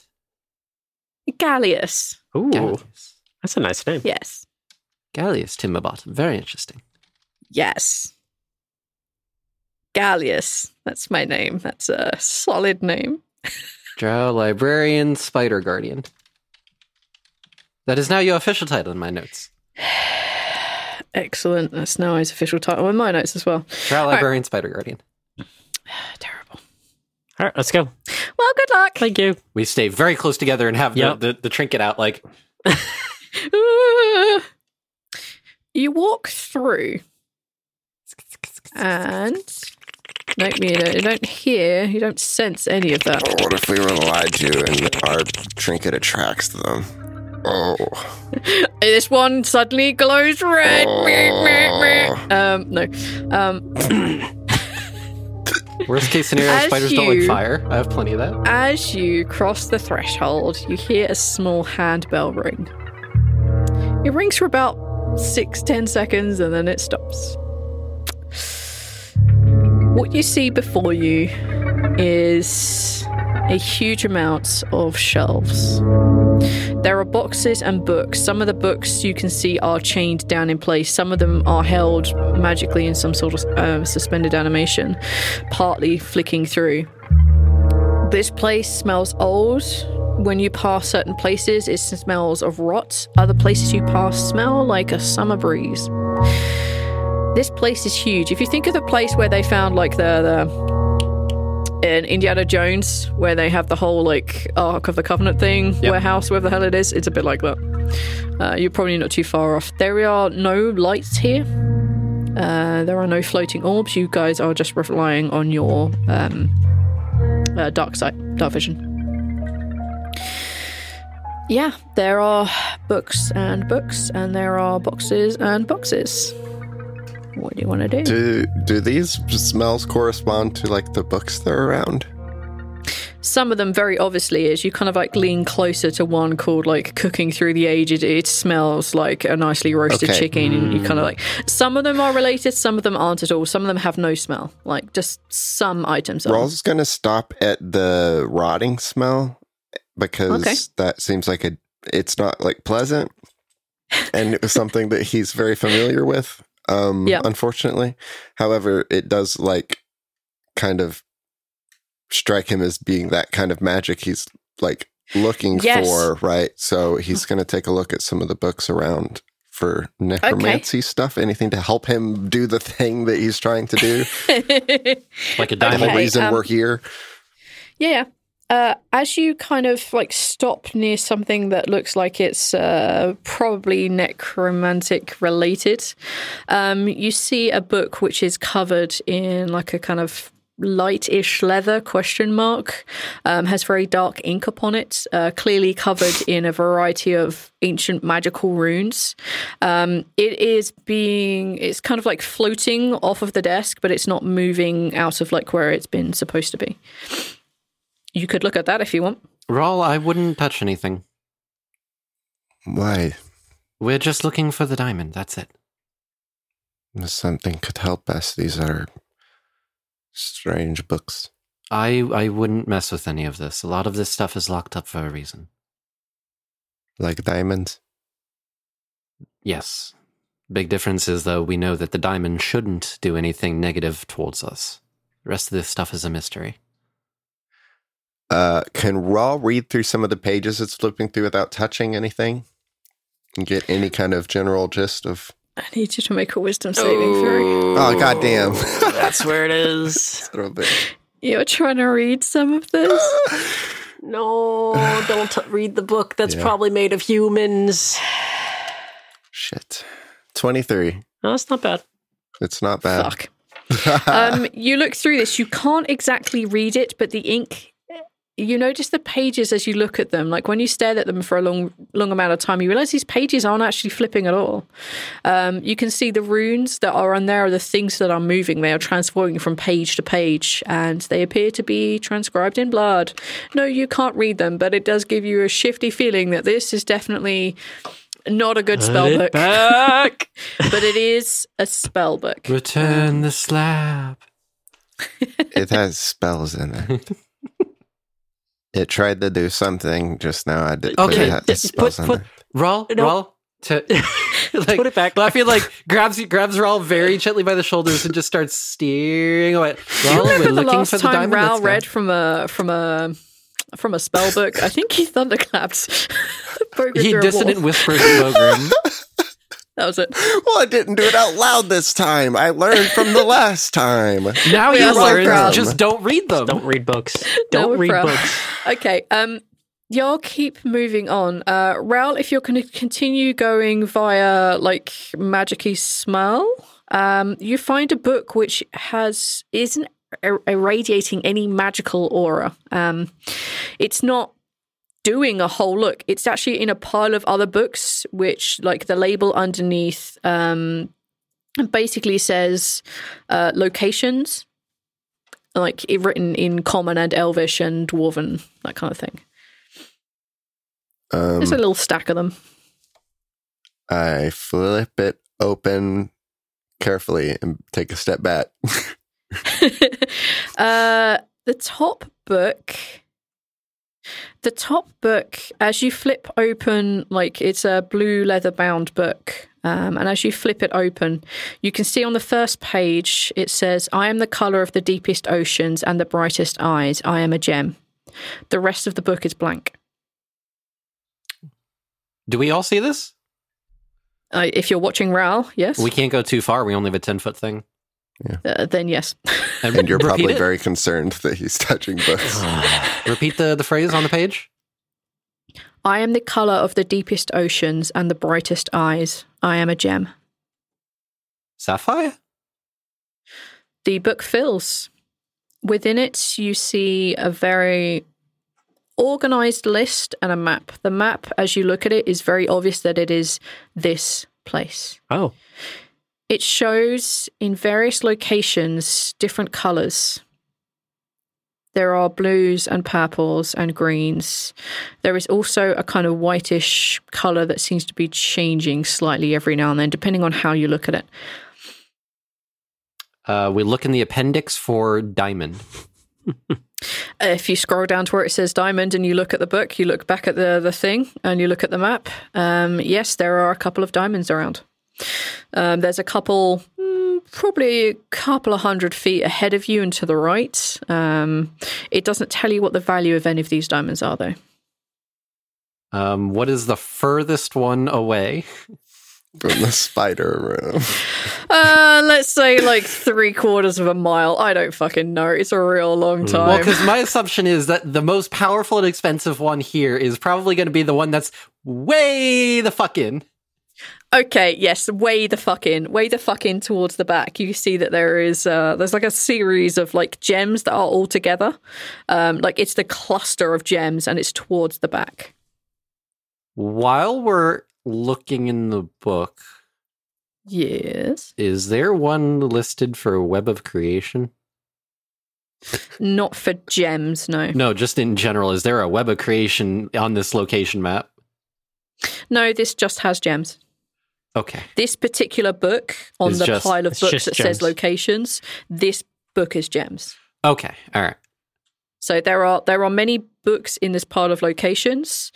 Speaker 2: Gallius.
Speaker 5: Ooh,
Speaker 4: Gallius,
Speaker 5: that's a nice name.
Speaker 2: Yes,
Speaker 4: Gallius timber bottom. Very interesting.
Speaker 2: yes. Gallius. That's my name. That's a solid name.
Speaker 4: Drow librarian, spider guardian. That is now your official title in my notes.
Speaker 2: Excellent. That's now his official title in my notes as well.
Speaker 4: Drow librarian, spider guardian.
Speaker 2: Terrible.
Speaker 5: All right, let's go.
Speaker 2: Well, good luck.
Speaker 5: Thank you.
Speaker 4: We stay very close together and have
Speaker 5: Yep.
Speaker 4: the, the, the trinket out. Like
Speaker 2: Ah. you walk through and nope, you don't, you don't hear, you don't sense any of that.
Speaker 3: what if we were lied to and our trinket attracts them? Oh,
Speaker 2: This one suddenly glows red. um, no. Um,
Speaker 4: worst case scenario,
Speaker 2: As
Speaker 4: spiders don't like
Speaker 2: you-
Speaker 4: fire. I have plenty of that.
Speaker 2: as you cross the threshold, you hear a small handbell ring. It rings for about six, ten seconds and then it stops. What you see before you is a huge amount of shelves. There are boxes and books. Some of the books you can see are chained down in place. Some of them are held magically in some sort of um, suspended animation, partly flicking through. This place smells old. When you pass certain places, it smells of rot. Other places you pass smell like a summer breeze. This place is huge. If you think of the place where they found like the the in Indiana Jones, where they have the whole like Ark of the Covenant thing, warehouse, wherever the hell it is, it's a bit like that. Uh, you're probably not too far off. There are no lights here. Uh, there are no floating orbs. You guys are just relying on your um, uh, dark sight, dark vision. Yeah, there are books and books, and there are boxes and boxes. What do you want to do?
Speaker 3: do do these smells correspond to like the books they're around?
Speaker 2: Some of them, very obviously, is you kind of like lean closer to one called like "Cooking Through the Ages." It smells like a nicely roasted
Speaker 3: Okay.
Speaker 2: chicken, and you kind of like. Some of them are related, some of them aren't at all. Some of them have no smell. Like just some items. Are.
Speaker 3: Rawls is gonna stop at the rotting smell because
Speaker 2: Okay.
Speaker 3: that seems like a it's not like pleasant, and it was something that he's very familiar with. Um,
Speaker 2: Yeah.
Speaker 3: Unfortunately, however, it does like kind of strike him as being that kind of magic he's like looking
Speaker 2: Yes. Hmm.
Speaker 3: for, right? So he's gonna take a look at some of the books around for necromancy stuff, anything to help him do the thing that he's trying to do.
Speaker 5: Like
Speaker 3: the
Speaker 5: a diamond.
Speaker 3: whole
Speaker 2: Okay,
Speaker 3: reason
Speaker 2: um,
Speaker 3: we're here.
Speaker 2: Yeah. yeah. Uh, as you kind of like stop near something that looks like it's uh, probably necromantic related, um, you see a book which is covered in like a kind of lightish leather question mark um, has very dark ink upon it uh, clearly covered in a variety of ancient magical runes um, it is being it's kind of like floating off of the desk but it's not moving out of like where it's been supposed to be you could look at that if you want.
Speaker 4: Rawl, I wouldn't touch anything.
Speaker 3: Why?
Speaker 4: We're just looking for the diamond. That's it.
Speaker 3: Something could help us. These are strange books.
Speaker 4: I I wouldn't mess with any of this. A lot of this stuff is locked up for a reason.
Speaker 3: Like diamonds.
Speaker 4: Yes. Big difference is though we know that the diamond shouldn't do anything negative towards us. The rest of this stuff is a mystery.
Speaker 3: Uh, can Raw read through some of the pages it's flipping through without touching anything? And get any kind of general gist of.
Speaker 2: I need you to make a wisdom saving throw.
Speaker 3: Oh, goddamn.
Speaker 5: That's where it is.
Speaker 3: Little bit.
Speaker 2: You're trying to read some of this.
Speaker 5: No, don't t- read the book. That's
Speaker 3: Yeah.
Speaker 5: probably made of humans.
Speaker 3: Shit. 23.
Speaker 5: No, that's not bad.
Speaker 3: It's not bad.
Speaker 2: Fuck. um, you look through this. You can't exactly read it, but the ink. You notice the pages as you look at them. Like when you stared at them for a long, long amount of time, you realize these pages aren't actually flipping at all. Um, you can see the runes that are on there are the things that are moving. They are transforming from page to page, and they appear to be transcribed in blood. No, you can't read them, but it does give you a shifty feeling that this is definitely not a good spell book,
Speaker 5: Back.
Speaker 2: but it is a spell book.
Speaker 4: Return the slab.
Speaker 3: it has spells in it. it tried to do something just now. I did. but
Speaker 4: Okay,
Speaker 3: it had
Speaker 4: just
Speaker 3: spells
Speaker 4: put-
Speaker 3: in
Speaker 4: put-
Speaker 3: it.
Speaker 4: Rawl,
Speaker 5: No.
Speaker 4: Rawl, to like,
Speaker 5: Put it back.
Speaker 4: Lafayette like grabs grabs Rawl very gently by the shoulders and just starts steering away. Rawl, Oh, we're
Speaker 2: remember the
Speaker 4: looking
Speaker 2: last
Speaker 4: for the
Speaker 2: time
Speaker 4: diamond.
Speaker 2: Rao
Speaker 4: that's gone.
Speaker 2: read from a from a from a spell book? I think he thunderclapped. Broke
Speaker 4: He
Speaker 2: through a
Speaker 4: dissonant
Speaker 2: wall.
Speaker 4: whispers in Bogrim.
Speaker 2: That was it.
Speaker 3: Well, I didn't do it out loud this time. I learned from the last time.
Speaker 4: Now
Speaker 2: We
Speaker 4: you
Speaker 2: are so
Speaker 4: learn,
Speaker 2: proud.
Speaker 4: just don't read them.
Speaker 5: Don't read books.
Speaker 2: No,
Speaker 5: Don't
Speaker 2: we're
Speaker 5: read
Speaker 2: proud.
Speaker 5: books.
Speaker 2: Okay. Um, y'all keep moving on. Uh, Raoul, if you're going to continue going via like magicy smell, um, you find a book which has isn't ir- irradiating any magical aura. Um, it's not doing a whole look. It's actually in a pile of other books, which like the label underneath um, basically says uh, locations like it written in common and elvish and dwarven that kind of thing
Speaker 3: Um,
Speaker 2: there's a little stack of them
Speaker 3: I flip it open carefully and take a step back.
Speaker 2: uh the top book the top book as you flip open like it's a blue leather bound book um, and as you flip it open you can see on the first page it says i am the color of the deepest oceans and the brightest eyes i am a gem the rest of the book is blank
Speaker 4: Do we all see this?
Speaker 2: uh, if you're watching Ral, yes
Speaker 4: We can't go too far. We only have a ten foot thing.
Speaker 2: uh, then yes
Speaker 3: And
Speaker 4: repeat
Speaker 3: you're probably
Speaker 4: it.
Speaker 3: very concerned that he's touching books.
Speaker 4: repeat the the phrase on the page.
Speaker 2: I am the colour of the deepest oceans and the brightest eyes. I am a gem.
Speaker 4: Sapphire.
Speaker 2: The book fills. Within it, you see a very organised list and a map. The map, as you look at it, is very obvious that it is this place.
Speaker 5: Oh,
Speaker 2: It shows in various locations different colours. There are blues and purples and greens. There is also a kind of whitish colour that seems to be changing slightly every now and then, depending on how you look at it.
Speaker 4: Uh, we look in the appendix for diamond.
Speaker 2: If you scroll down to where it says diamond and you look at the book, you look back at the, the thing and you look at the map, um, yes, there are a couple of diamonds around. Um, there's a couple, mm, probably a couple of hundred feet ahead of you and to the right. Um, it doesn't tell you what the value of any of these diamonds are, though.
Speaker 4: Um, what is the furthest one away?
Speaker 3: From the spider room.
Speaker 2: Uh, let's say like three quarters of a mile. I don't fucking know. It's a real long time.
Speaker 4: Well, because my assumption is that the most powerful and expensive one here is probably going to be the one that's way the fuck in.
Speaker 2: Okay, yes, way the fuck in, way the fuck in towards the back. You see that there is uh there's like a series of like gems that are all together. Um like it's the cluster of gems and it's towards the back.
Speaker 4: While we're looking in the book,
Speaker 2: Yes.
Speaker 4: is there one listed for Web of Creation?
Speaker 2: Not for gems, no.
Speaker 4: No, just in general, is there a Web of Creation on this location map?
Speaker 2: No, this just has gems.
Speaker 4: Okay.
Speaker 2: This particular book on
Speaker 4: It's
Speaker 2: the
Speaker 4: just-
Speaker 2: pile of
Speaker 5: it's
Speaker 2: books
Speaker 5: just
Speaker 2: that
Speaker 5: gems.
Speaker 2: says locations, this book is gems.
Speaker 4: Okay. All right.
Speaker 2: So there are there are many books in this pile of locations.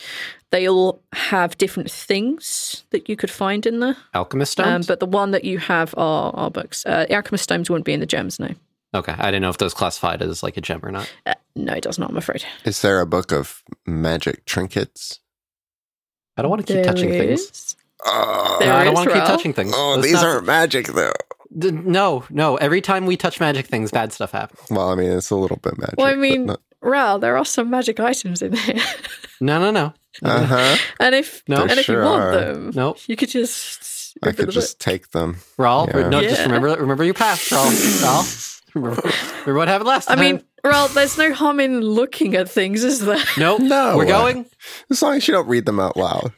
Speaker 2: They all have different things that you could find in there.
Speaker 4: Alchemist
Speaker 2: Um,
Speaker 4: stones?
Speaker 2: but the one that you have are, are books. Uh, the Alchemist Stones wouldn't be in the gems, no.
Speaker 4: okay. I didn't know if those classified as like a gem or not.
Speaker 2: Uh, no, it does not, I'm afraid.
Speaker 3: Is there a book of magic trinkets?
Speaker 4: I don't want to keep touching things.
Speaker 3: Oh,
Speaker 2: There
Speaker 4: No, I don't
Speaker 2: is,
Speaker 4: want to keep
Speaker 2: Raoul.
Speaker 4: touching things.
Speaker 3: oh,
Speaker 4: Let's
Speaker 3: these
Speaker 4: not-
Speaker 3: aren't magic though.
Speaker 4: D- No, no. Every time we touch magic things, bad stuff happens.
Speaker 3: Well, I mean, it's a little bit magic.
Speaker 2: Well, I
Speaker 3: but
Speaker 2: mean,
Speaker 3: not-
Speaker 2: Ral, there are some magic items in there.
Speaker 4: No, no, no.
Speaker 3: uh-huh.
Speaker 2: and if
Speaker 4: uh, No.
Speaker 2: and if
Speaker 3: There
Speaker 2: you want
Speaker 3: sure are.
Speaker 2: them,
Speaker 4: Nope.
Speaker 2: you could just
Speaker 3: I could just take them.
Speaker 4: Raul,
Speaker 3: Yeah.
Speaker 4: no, just
Speaker 2: Yeah.
Speaker 4: remember remember your past, Raul. Raul, remember, remember what happened last
Speaker 2: I
Speaker 4: time.
Speaker 2: mean, well, there's no harm in looking at things, is there?
Speaker 4: nope.
Speaker 3: No.
Speaker 4: we're going.
Speaker 3: As long as you don't read them out loud.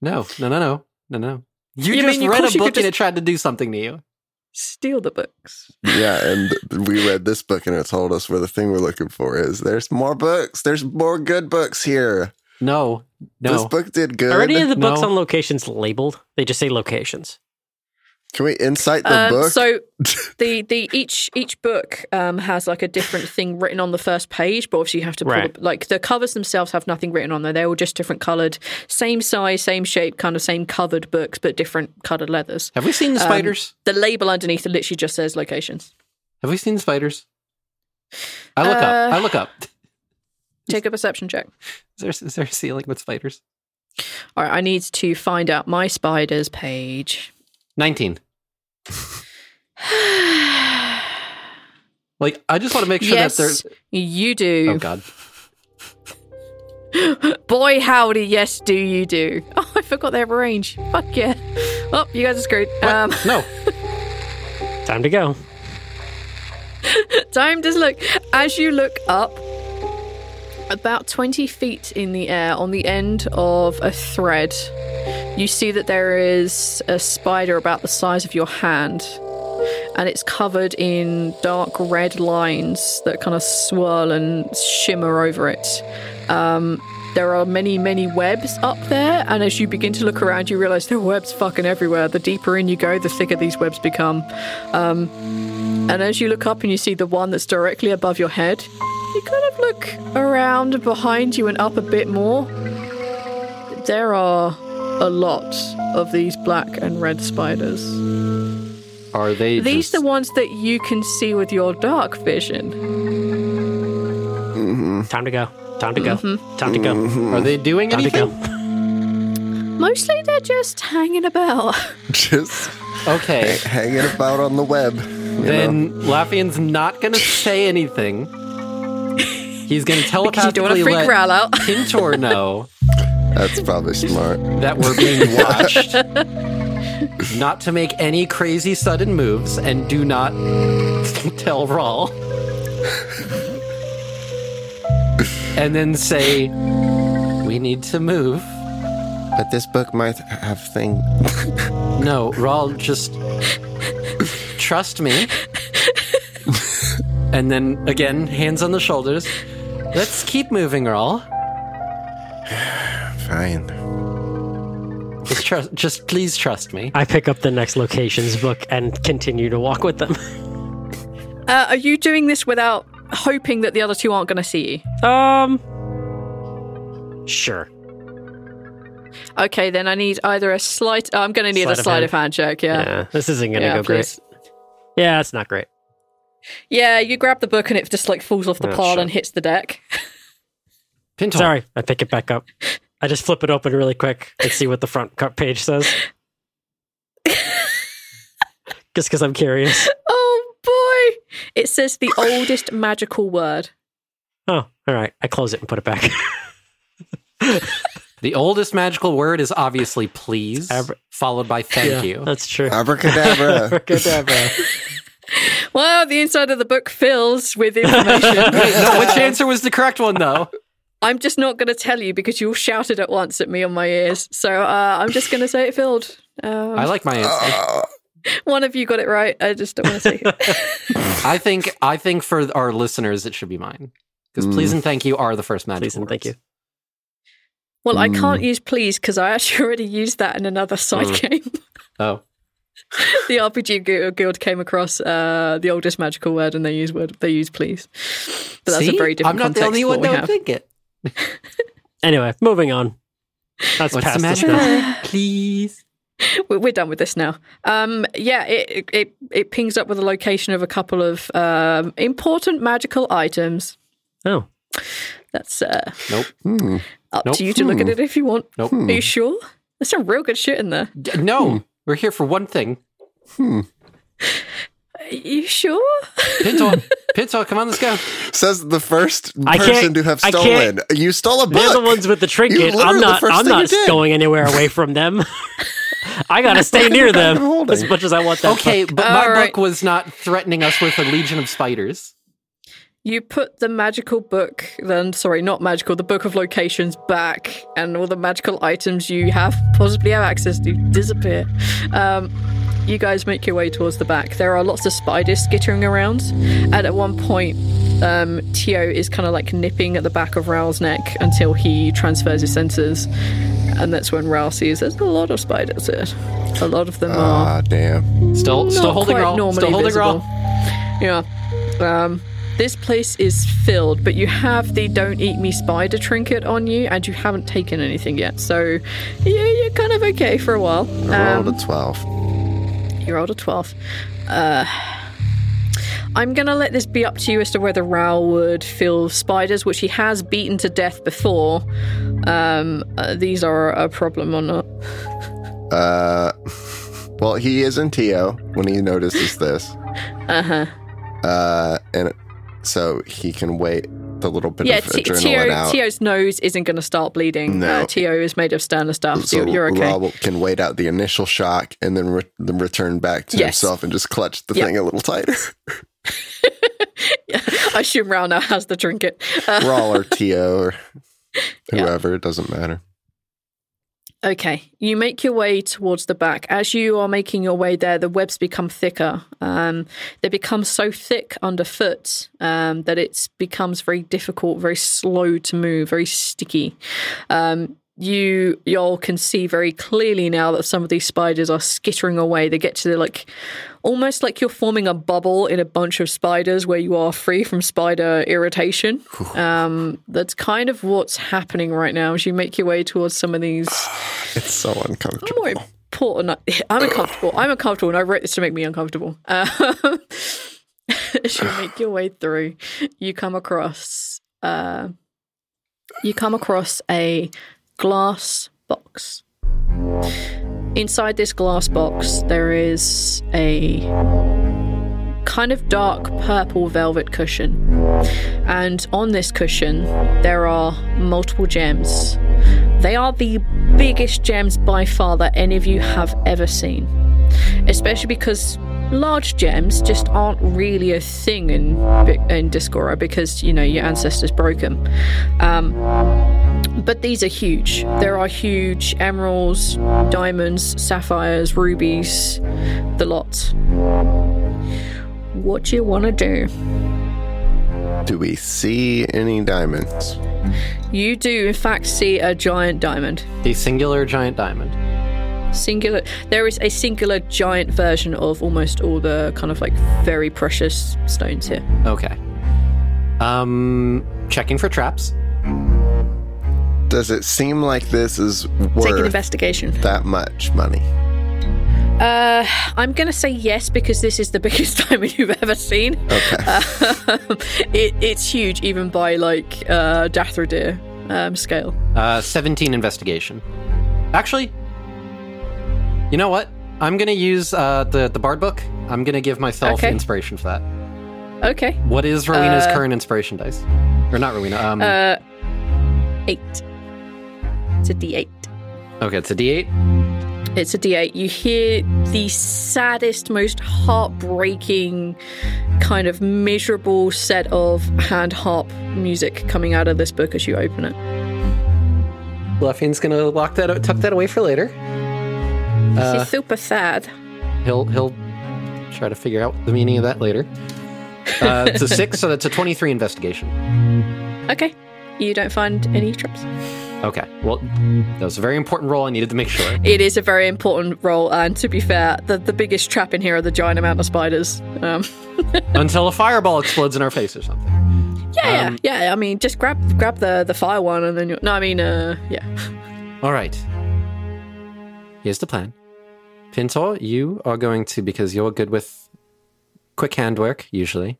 Speaker 4: No, no, no, no, no, no. You,
Speaker 2: You
Speaker 4: just
Speaker 2: mean, of
Speaker 4: read
Speaker 2: course
Speaker 4: a
Speaker 2: you could
Speaker 4: book and
Speaker 2: just-
Speaker 4: it tried to do something to you.
Speaker 2: Steal the books.
Speaker 3: Yeah, and we read this book and it told us where the thing we're looking for is. There's more books. There's more good books here.
Speaker 4: No,
Speaker 3: This
Speaker 4: no.
Speaker 3: book did good.
Speaker 5: Are any of the books
Speaker 4: No.
Speaker 5: on locations labeled? They just say locations.
Speaker 3: Can we incite the
Speaker 2: Um,
Speaker 3: book?
Speaker 2: so the the each each book um, has like a different thing written on the first page, but obviously you have to pull
Speaker 5: Right.
Speaker 2: the, like the covers themselves have nothing written on them. They're all just different coloured, same size, same shape, kind of same covered books, but different coloured leathers.
Speaker 4: Have we seen the
Speaker 2: Um,
Speaker 4: spiders?
Speaker 2: The label underneath it literally just says locations.
Speaker 4: Have we seen the spiders? I look up.
Speaker 2: Uh,
Speaker 4: I look up.
Speaker 2: Take a perception check.
Speaker 4: Is there is there a ceiling with spiders?
Speaker 2: All right, I need to find out my spiders page.
Speaker 4: Nineteen. like I just want to make sure
Speaker 2: yes,
Speaker 4: that they're.
Speaker 2: you do.
Speaker 4: Oh God.
Speaker 2: Boy, howdy, yes, do you do? Oh, I forgot they have a range. Fuck yeah. Oh, you guys are screwed. Um,
Speaker 4: No.
Speaker 5: Time to go.
Speaker 2: time to look. As you look up, about 20 feet in the air, on the end of a thread, you see that there is a spider about the size of your hand. And it's covered in dark red lines that kind of swirl and shimmer over it. Um, There are many, many webs up there, and as you begin to look around, you realize there are webs fucking everywhere. The deeper in you go, the thicker these webs become. Um, and as you look up and you see the one that's directly above your head, you kind of look around behind you and up a bit more. There are a lot of these black and red spiders.
Speaker 4: Are they?
Speaker 2: These
Speaker 4: just-
Speaker 2: are the ones that you can see with your dark vision.
Speaker 5: Time to go. Time to go.
Speaker 2: Mm-hmm.
Speaker 5: Time to go.
Speaker 4: Are they doing
Speaker 5: Time to
Speaker 4: anything?
Speaker 5: go.
Speaker 2: Mostly they're just hanging about.
Speaker 3: Just
Speaker 4: Okay.
Speaker 3: hanging about on the web. you know?
Speaker 4: Then Laffian's not gonna say anything. He's gonna
Speaker 2: Because you don't want
Speaker 4: telepathically
Speaker 2: to freak
Speaker 4: let
Speaker 2: Ral out.
Speaker 4: Pintor know
Speaker 3: that's probably smart.
Speaker 4: that we're being watched. not to make any crazy sudden moves, and do not tell Rawl. and then say, "We need to move."
Speaker 3: But this book might have thing.
Speaker 4: No, Rawl, just trust me. and then again, hands on the shoulders. Let's keep moving, Rawl.
Speaker 3: Fine.
Speaker 4: Just, trust, just please trust me.
Speaker 5: I pick up the next locations book and continue to walk with them.
Speaker 2: Uh, are you doing this without hoping that the other two aren't going to see you?
Speaker 5: Um. Sure.
Speaker 2: Okay, then I need either a slight. I'm going to need
Speaker 5: Sleight
Speaker 2: a
Speaker 5: of
Speaker 2: sleight
Speaker 5: hand.
Speaker 2: of hand check. Yeah.
Speaker 5: Yeah. This isn't gonna
Speaker 2: Uh, Yeah,
Speaker 5: go
Speaker 2: please.
Speaker 5: great. Yeah, it's not great.
Speaker 2: Yeah, you grab the book and it just like falls off the
Speaker 5: Oh,
Speaker 2: pile
Speaker 5: shit.
Speaker 2: and hits the deck.
Speaker 4: Pintor.
Speaker 5: Sorry. I pick it back up. I just flip it open really quick and see what the front co- page says. just because I'm curious.
Speaker 2: Oh boy! It says the oldest magical word.
Speaker 5: Oh, all right. I close it and put it back.
Speaker 4: The oldest magical word is obviously please,
Speaker 5: Abra-
Speaker 4: followed by thank you.
Speaker 5: That's true.
Speaker 3: Abracadabra.
Speaker 5: Abracadabra.
Speaker 2: Wow, the inside of the book fills with information.
Speaker 4: Wait, no, which answer was the correct one, though?
Speaker 2: I'm just not going to tell you because you all shouted at once at me on my ears. So uh, I'm just going to say it filled. Um,
Speaker 4: I like my answer.
Speaker 3: Uh.
Speaker 2: one of you got it right. I just don't want to say it.
Speaker 4: I think I think for our listeners, it should be mine. Because
Speaker 3: Mm.
Speaker 4: please and thank you are the first magical
Speaker 5: Please and thank you.
Speaker 4: words.
Speaker 2: Well,
Speaker 4: Hmm.
Speaker 2: I can't use please because I actually already used that in another side game.
Speaker 4: Oh,
Speaker 2: the RPG Gu- Guild came across uh, the oldest magical word, and they use word they use please. But that's
Speaker 4: See?
Speaker 2: a very different.
Speaker 4: I'm not the
Speaker 2: context
Speaker 4: only
Speaker 2: to
Speaker 4: one
Speaker 2: what
Speaker 4: that
Speaker 2: we
Speaker 4: would
Speaker 2: have.
Speaker 4: think it.
Speaker 5: Anyway, moving on. That's
Speaker 4: What's
Speaker 5: past
Speaker 4: the
Speaker 5: us
Speaker 4: magic
Speaker 5: now.
Speaker 4: word? Please.
Speaker 2: We're, we're done with this now. Um, yeah, it, it- it it pings up with the location of a couple of um, important magical items.
Speaker 5: Oh,
Speaker 2: That's uh,
Speaker 4: Nope.
Speaker 3: Hmm.
Speaker 2: up
Speaker 4: Nope. Hmm.
Speaker 2: to you to look at it if you want.
Speaker 4: Nope. Hmm.
Speaker 2: Are you sure? There's Hmm. some real good shit in there.
Speaker 4: D- No, we're here for one thing.
Speaker 2: you sure?
Speaker 4: Pintor, Pintor, come on, let's go.
Speaker 3: Says the first
Speaker 5: I can't-
Speaker 3: person to have
Speaker 5: I
Speaker 3: stolen. You stole a book.
Speaker 5: They're the ones with the trinket.
Speaker 3: literally
Speaker 5: I'm
Speaker 3: the
Speaker 5: not.
Speaker 3: first
Speaker 5: I'm
Speaker 3: thing you
Speaker 5: not
Speaker 3: did.
Speaker 5: going anywhere away from them. I gotta stay near them
Speaker 3: holding.
Speaker 5: as much as I want that.
Speaker 4: Okay,
Speaker 5: book.
Speaker 4: but my
Speaker 2: All right.
Speaker 4: book was not threatening us with a legion of spiders.
Speaker 2: You put the magical book, then sorry, not magical, the book of locations back, and all the magical items you have possibly have access to disappear. Um, you guys make your way towards the back. There are lots of spiders skittering around, and at one point, um, Tio is kind of like nipping at the back of Raoul's neck until he transfers his senses, and that's when Raoul sees there's a lot of spiders here. A lot of them are
Speaker 3: Ah, damn.
Speaker 4: Still, still
Speaker 2: not
Speaker 4: holding
Speaker 2: quite
Speaker 4: roll.
Speaker 2: normally
Speaker 4: Still holding roll.
Speaker 2: visible. Yeah. Um, this place is filled, but you have the "Don't Eat Me Spider" trinket on you, and you haven't taken anything yet, so you, you're kind of okay for a while.
Speaker 3: I
Speaker 2: Um,
Speaker 3: rolled a 12.
Speaker 2: you rolled a twelve. Uh, I'm gonna let this be up to you as to whether Rao would feel spiders, which he has beaten to death before. Um, uh, these are a problem or not.
Speaker 3: Uh, well, he is in TO when he notices this.
Speaker 2: Uh huh.
Speaker 3: Uh, and so he can wait the little bit
Speaker 2: Yeah,
Speaker 3: of
Speaker 2: T-
Speaker 3: adrenaline
Speaker 2: Tio,
Speaker 3: out.
Speaker 2: Tio's nose isn't going to start bleeding.
Speaker 3: No.
Speaker 2: Uh, Tio is made of sterner stuff, so,
Speaker 3: so
Speaker 2: you're- you're okay.
Speaker 3: Rob can wait out the initial shock and then, re- then return back to
Speaker 2: Yes.
Speaker 3: himself and just clutch the
Speaker 2: Yeah.
Speaker 3: thing a little tighter.
Speaker 2: I assume Rao now has the trinket. Uh,
Speaker 3: Rawl or Tio or
Speaker 2: Yeah.
Speaker 3: whoever, it doesn't matter.
Speaker 2: okay, you make your way towards the back. As you are making your way there, the webs become thicker. Um, they become so thick underfoot um, that it becomes very difficult, very slow to move, very sticky. Um, you y'all can see very clearly now that some of these spiders are skittering away. They get to the like almost like you're forming a bubble in a bunch of spiders where you are free from spider irritation. Um, that's kind of what's happening right now as you make your way towards some of these
Speaker 3: It's so uncomfortable.
Speaker 2: more important. I'm uncomfortable. I'm uncomfortable, and I wrote this to make me uncomfortable. Um, as you make your way through, you come across uh, you come across a glass box. Inside this glass box, there is a kind of dark purple velvet cushion. And on this cushion, there are multiple gems. They are the biggest gems by far that any of you have ever seen. Especially because large gems just aren't really a thing in in Discora because you know your ancestors broke them. Um, but these are huge. There are huge emeralds, diamonds, sapphires, rubies, the lot. What you want to do?
Speaker 3: Do we see any diamonds?
Speaker 2: You do, in fact, see a giant diamond.
Speaker 4: The singular giant diamond.
Speaker 2: Singular. There is a singular giant version of almost all the kind of like very precious stones here.
Speaker 4: Okay. Um, checking for traps.
Speaker 3: Does it seem like this is
Speaker 2: Take an
Speaker 3: worth
Speaker 2: investigation.
Speaker 3: that much money?
Speaker 2: Uh, I'm gonna say yes because this is the biggest diamond you've ever seen.
Speaker 3: Okay.
Speaker 2: Um, it, it's huge, even by like uh, Dathradir um, scale.
Speaker 4: Uh, 17 investigation. Actually, you know what? I'm gonna use uh, the the bard book. I'm gonna give myself
Speaker 2: Okay.
Speaker 4: inspiration for that.
Speaker 2: Okay,
Speaker 4: What is Rowena's
Speaker 2: Uh,
Speaker 4: current inspiration dice? Or not Rowena? Um,
Speaker 2: uh, eight. It's a D8.
Speaker 4: okay, it's a D8.
Speaker 2: It's a D8. You hear the saddest, most heartbreaking, kind of miserable set of hand harp music coming out of this book as you open it.
Speaker 4: Luffin's gonna lock that, tuck that away for later. Uh,
Speaker 2: it's super sad.
Speaker 4: He'll he'll try to figure out the meaning of that later. Uh, it's a six, so that's a twenty-three investigation.
Speaker 2: Okay, you don't find any traps.
Speaker 4: Okay, well, that was a very important role. I needed to make sure.
Speaker 2: It is a very important role, and to be fair, the, the biggest trap in here are the giant amount of spiders. Um,
Speaker 4: Until a fireball explodes in our face or something.
Speaker 2: yeah,
Speaker 4: Um,
Speaker 2: yeah, yeah. I mean, just grab grab the the fire one, and then you no, I mean, uh, yeah.
Speaker 4: All right. Here's the plan. Pintor, you are going to because you're good with quick handwork usually.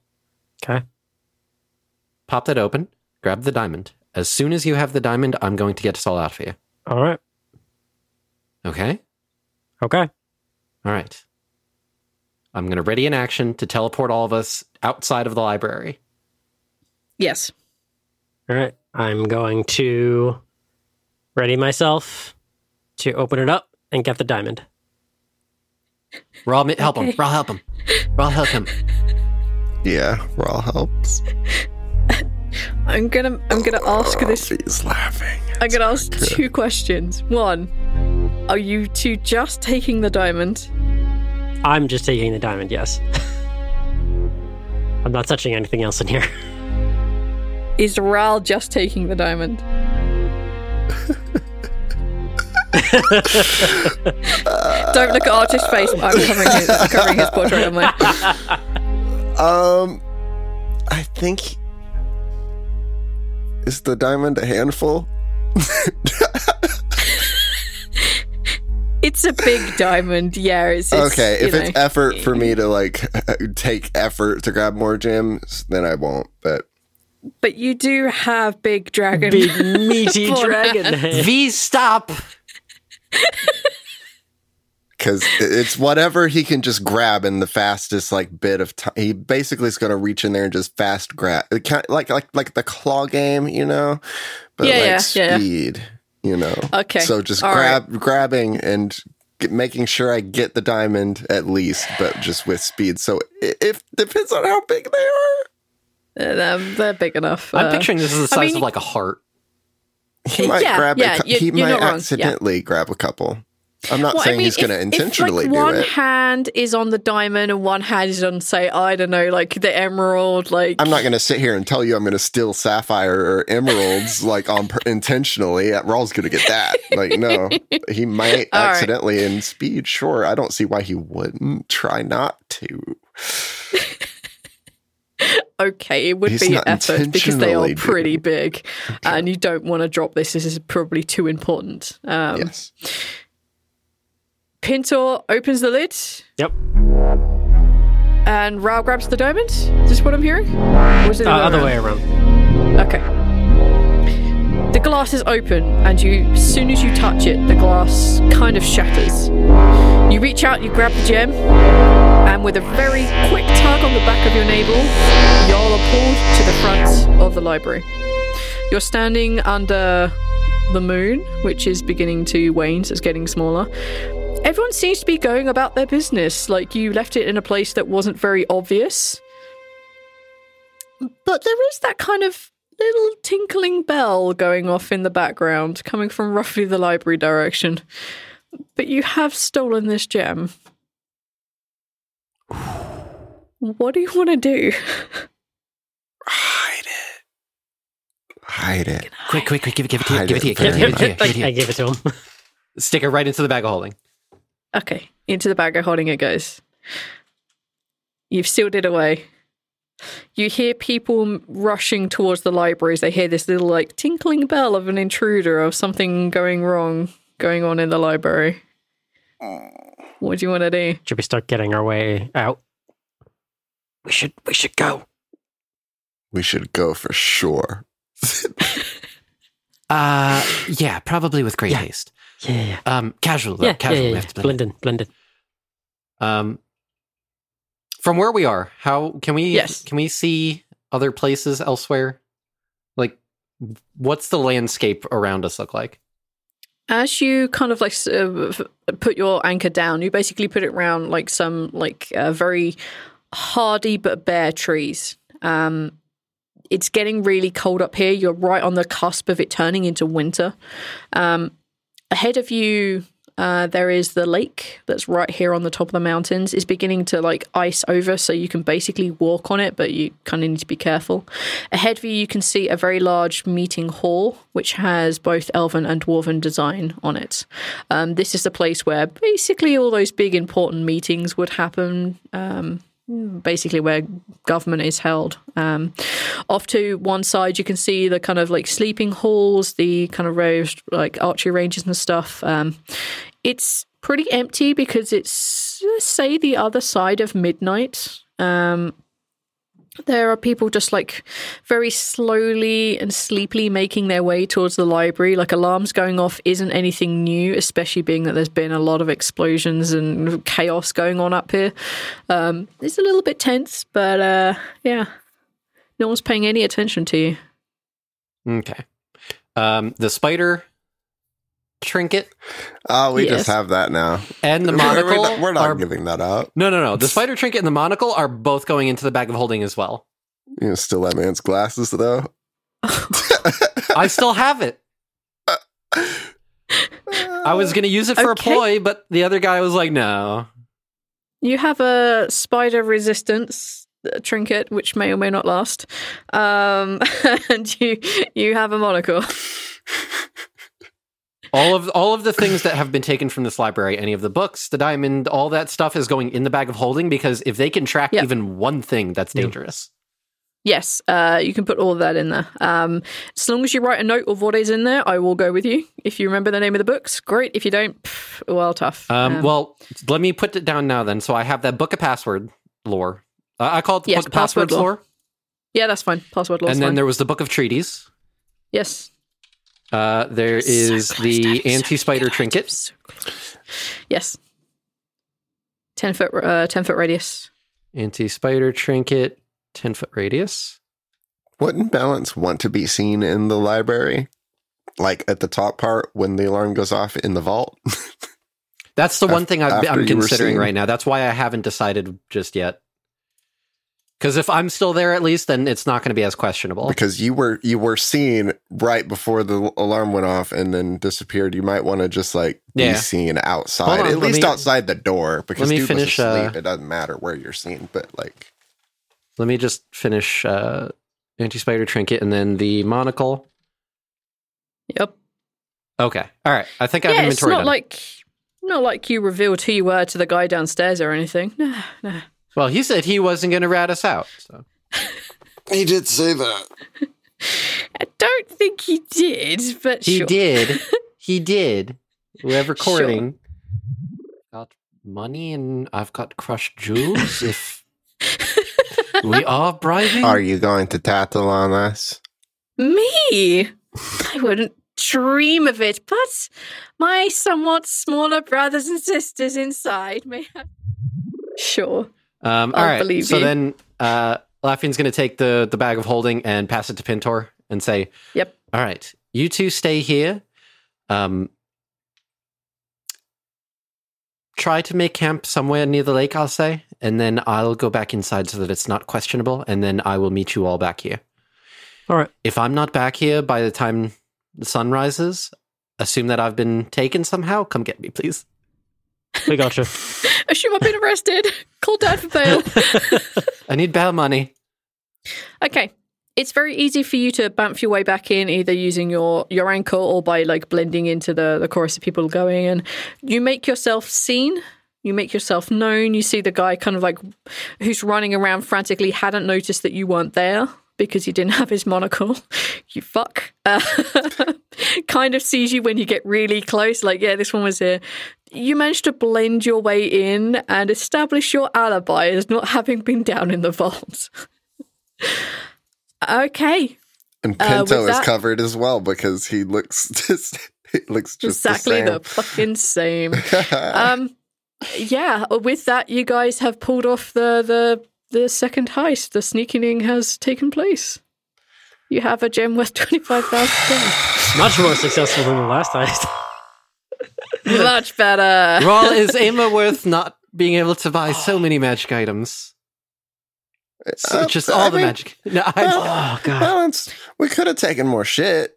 Speaker 5: Okay.
Speaker 4: Pop that open, grab the diamond. As soon as you have the diamond, I'm going to get us all out for you.
Speaker 5: All right.
Speaker 4: Okay?
Speaker 5: Okay.
Speaker 4: All right. I'm going to ready an action to teleport all of us outside of the library.
Speaker 2: Yes.
Speaker 5: All right. I'm going to ready myself to open it up and get the diamond.
Speaker 4: Raw, mi- help him. Raw, help him. Raw, help him.
Speaker 3: Yeah, Rawl helps.
Speaker 2: I'm gonna I'm gonna ask this
Speaker 3: He's laughing.
Speaker 2: I'm gonna ask two questions. One, are you two just taking the diamond?
Speaker 5: I'm just taking the diamond, yes. I'm not touching anything else in here.
Speaker 2: Is Ral just taking the diamond? Don't look at Artist's face. but I'm covering his, covering his portrait. Uh, I'm like,
Speaker 3: Um, I think is the diamond a handful?
Speaker 2: it's a big diamond. Yeah, it's, it's
Speaker 3: okay,
Speaker 2: you
Speaker 3: if it's
Speaker 2: know.
Speaker 3: effort for me to like take effort to grab more gems, then I won't. But
Speaker 2: but you do have big dragon.
Speaker 5: Big meaty
Speaker 2: Poor
Speaker 5: dragon. head.
Speaker 4: V, stop.
Speaker 3: because it's whatever he can just grab in the fastest like bit of time. He basically is going to reach in there and just fast grab, it kind- like like like the claw game, you know, but
Speaker 2: Yeah,
Speaker 3: like
Speaker 2: yeah, yeah, yeah.
Speaker 3: speed, you know.
Speaker 2: Okay,
Speaker 3: So just
Speaker 2: all right.
Speaker 3: grab grabbing and get, making sure I get the diamond at least, but just with speed. So i- if depends on how big they are.
Speaker 2: they're, they're big enough.
Speaker 4: I'm
Speaker 2: uh,
Speaker 4: picturing this as the
Speaker 2: I
Speaker 4: size
Speaker 2: mean-
Speaker 4: of like a heart.
Speaker 3: He might
Speaker 2: Eh, Yeah,
Speaker 3: grab.
Speaker 2: yeah,
Speaker 3: a, cou-
Speaker 2: you-
Speaker 3: he
Speaker 2: you're
Speaker 3: might
Speaker 2: not wrong. Yeah.
Speaker 3: accidentally grab a couple. I'm not
Speaker 2: Well,
Speaker 3: saying
Speaker 2: I mean,
Speaker 3: he's going
Speaker 2: if-
Speaker 3: to
Speaker 2: if,
Speaker 3: intentionally
Speaker 2: like, one
Speaker 3: do it.
Speaker 2: hand is on the diamond and one hand is on, say, I don't know, like the emerald. Like
Speaker 3: I'm not going to sit here and tell you I'm going to steal sapphire or emeralds like on pur- intentionally. Uh, Rawls going to get that. Like no, he might
Speaker 2: All right.
Speaker 3: accidentally in speed. Sure, I don't see why he wouldn't try not to.
Speaker 2: okay, it would
Speaker 3: He's
Speaker 2: be an
Speaker 3: not
Speaker 2: effort because they are
Speaker 3: intentionally
Speaker 2: pretty big, and you don't want to drop this. This is probably too important. Um,
Speaker 3: yes.
Speaker 2: Pintor opens the lid
Speaker 5: Yep.
Speaker 2: and Rao grabs the diamond. Is this what I'm hearing? Or is it
Speaker 5: Uh,
Speaker 2: the
Speaker 5: other
Speaker 2: around?
Speaker 5: way around.
Speaker 2: Okay. The glass is open, and you, as soon as you touch it, the glass kind of shatters. You reach out, you grab the gem, and with a very quick tug on the back of your navel, y'all are pulled to the front of the library. You're standing under the moon, which is beginning to wane, so it's getting smaller. Everyone seems to be going about their business, like you left it in a place that wasn't very obvious but there is that kind of little tinkling bell going off in the background, coming from roughly the library direction. But you have stolen this gem. What do you want to do?
Speaker 3: Hide it. Hide it.
Speaker 4: Quick, quick, quick. Give it, give it, give it,
Speaker 3: Hide
Speaker 4: give it,
Speaker 3: it
Speaker 4: here, give
Speaker 3: very
Speaker 4: it, here, give it,
Speaker 3: much.
Speaker 4: here, give it,
Speaker 5: I
Speaker 4: here.
Speaker 5: gave it to him.
Speaker 4: Stick it right into the bag of holding.
Speaker 2: Okay, into the bag of holding it goes. You've sealed it away. You hear people rushing towards the library as they hear this little like tinkling bell of an intruder or something going wrong going on in the library. What do you want to do?
Speaker 5: Should we start getting our way out? We should. We should go.
Speaker 3: We should go for sure.
Speaker 4: Uh, yeah, probably with great
Speaker 5: Yeah.
Speaker 4: haste.
Speaker 5: Yeah, yeah,
Speaker 4: Um, casual, though.
Speaker 5: yeah. yeah,
Speaker 4: casual.
Speaker 5: yeah,
Speaker 4: we
Speaker 5: yeah.
Speaker 4: have to blend
Speaker 5: Blend in, blend in.
Speaker 4: Um, from where we are, how can we?
Speaker 2: Yes.
Speaker 4: Can we see other places elsewhere? Like, what's the landscape around us look like?
Speaker 2: as you kind of like s- uh, f- put your anchor down you basically put it around like some like uh, very hardy but bare trees um it's getting really cold up here you're right on the cusp of it turning into winter um ahead of you uh, there is the lake that's right here on the top of the mountains. It's beginning to like ice over, so you can basically walk on it, but you kind of need to be careful. Ahead of you, you can see a very large meeting hall, which has both elven and dwarven design on it. Um, this is the place where basically all those big important meetings would happen. Um, basically where government is held. Um, off to one side, you can see the kind of like sleeping halls, the kind of rows like archery ranges and stuff. Um, it's pretty empty because it's let's say the other side of midnight. Um, There are people just like very slowly and sleepily making their way towards the library. Like alarms going off isn't anything new, especially being that there's been a lot of explosions and chaos going on up here. Um, it's a little bit tense, but uh, yeah, no one's paying any attention to you.
Speaker 4: Okay. Um, the spider trinket
Speaker 3: Oh, we
Speaker 2: Yes.
Speaker 3: just have that now.
Speaker 4: and the
Speaker 3: We're- we're
Speaker 4: monocle.
Speaker 3: not- we're not
Speaker 4: are-
Speaker 3: giving that up.
Speaker 4: no, no, no. The spider trinket and the monocle are both going into the bag of holding as well.
Speaker 3: You know, still that man's glasses though.
Speaker 4: I still have it. I
Speaker 3: Oh,
Speaker 4: was going to use it for
Speaker 2: Okay.
Speaker 4: a ploy, but the other guy was like, no.
Speaker 2: You have a spider resistance uh, trinket, which may or may not last, um, and you you have a monocle.
Speaker 4: All of all of the things that have been taken from this library, any of the books, the diamond, all that stuff is going in the bag of holding because if they can track
Speaker 2: Yep.
Speaker 4: even one thing, that's dangerous.
Speaker 2: Yes, uh, you can put all of that in there. Um, as long as you write a note of what is in there, I will go with you. If you remember the name of the books, great. If you don't, pff, well, tough.
Speaker 4: Um, well, let me put it down now then. So I have that book of password lore. Uh, I call it the
Speaker 2: Yes,
Speaker 4: book of password,
Speaker 2: password
Speaker 4: lore.
Speaker 2: lore. yeah, that's fine. Password loss.
Speaker 4: And then
Speaker 2: fine.
Speaker 4: there was the book of treaties.
Speaker 2: yes,
Speaker 4: Uh, there is the anti spider trinket.
Speaker 2: yes. Ten foot, uh, ten foot radius.
Speaker 4: Anti spider trinket, 10 foot radius.
Speaker 3: Wouldn't balance want to be seen in the library? Like at the top part when the alarm goes off in the vault?
Speaker 4: That's the one
Speaker 3: Af-
Speaker 4: thing I've,
Speaker 3: after
Speaker 4: I'm
Speaker 3: you were
Speaker 4: considering
Speaker 3: seen.
Speaker 4: right now. That's why I haven't decided just yet. Because if I'm still there at least, then it's not going to be as questionable.
Speaker 3: because you were you were seen right before the alarm went off and then disappeared. You might want to just like
Speaker 4: Yeah.
Speaker 3: be seen
Speaker 4: Hold
Speaker 3: outside,
Speaker 4: on,
Speaker 3: at
Speaker 4: let
Speaker 3: least
Speaker 4: me-
Speaker 3: outside the door. Because
Speaker 4: me
Speaker 3: dude was
Speaker 4: finish,
Speaker 3: asleep.
Speaker 4: uh,
Speaker 3: it doesn't matter where you're seen, but like
Speaker 4: Let me just finish uh, anti spider trinket and then the monocle.
Speaker 2: Yep.
Speaker 4: Okay. All right. I think I've
Speaker 2: yeah,
Speaker 4: inventoried
Speaker 2: it's not
Speaker 4: them.
Speaker 2: like not like you revealed who you were to the guy downstairs or anything. No, no.
Speaker 4: well, he said he wasn't going to rat us out. So.
Speaker 8: He did say that.
Speaker 2: I don't think he did, but
Speaker 4: He
Speaker 2: sure.
Speaker 4: did. He did. Whoever
Speaker 2: Sure.
Speaker 4: courting got money and I've got crushed jewels if we are bribing.
Speaker 3: Are you going to tattle on us?
Speaker 2: Me? I wouldn't dream of it, but my somewhat smaller brothers and sisters inside may have. Sure.
Speaker 4: Um, all
Speaker 2: I'll
Speaker 4: right.
Speaker 2: believe
Speaker 4: so
Speaker 2: you.
Speaker 4: then uh, Laughing's going to take the, the bag of holding and pass it to Pintor and say,
Speaker 2: Yep.
Speaker 4: All right, you two stay here. Um, try to make camp somewhere near the lake, I'll say, and then I'll go back inside so that it's not questionable, and then I will meet you all back here.
Speaker 5: All right.
Speaker 4: If I'm not back here by the time the sun rises, assume that I've been taken somehow. Come get me, please.
Speaker 5: We gotcha.
Speaker 2: Assume I've been arrested. Call dad for bail.
Speaker 4: I need bail money.
Speaker 2: Okay. It's very easy for you to bamf your way back in, either using your, your ankle or by like blending into the, the chorus of people going in. You make yourself seen, you make yourself known. You see the guy kind of like who's running around frantically hadn't noticed that you weren't there because he didn't have his monocle. You fuck. Uh, kind of sees you when you get really close, like, yeah, this one was here. You manage to blend your way in and establish your alibi as not having been down in the vault. Okay.
Speaker 3: And
Speaker 2: Uh, with
Speaker 3: Pinto is
Speaker 2: that-
Speaker 3: covered as well because he looks just he looks just
Speaker 2: exactly the,
Speaker 3: the
Speaker 2: fucking same.
Speaker 3: same.
Speaker 2: um yeah, uh, with that you guys have pulled off the the the second heist. The sneaking has taken place. You have a gem worth twenty five thousand
Speaker 5: Much more successful than the last heist.
Speaker 2: dollars. Much better.
Speaker 4: Rawl, is Emma worth not being able to buy so many magic items? So
Speaker 3: Uh,
Speaker 4: just
Speaker 3: I
Speaker 4: all the
Speaker 3: mean, uh,
Speaker 4: magic. No, I,
Speaker 5: oh god.
Speaker 3: Balance. We could have taken more shit.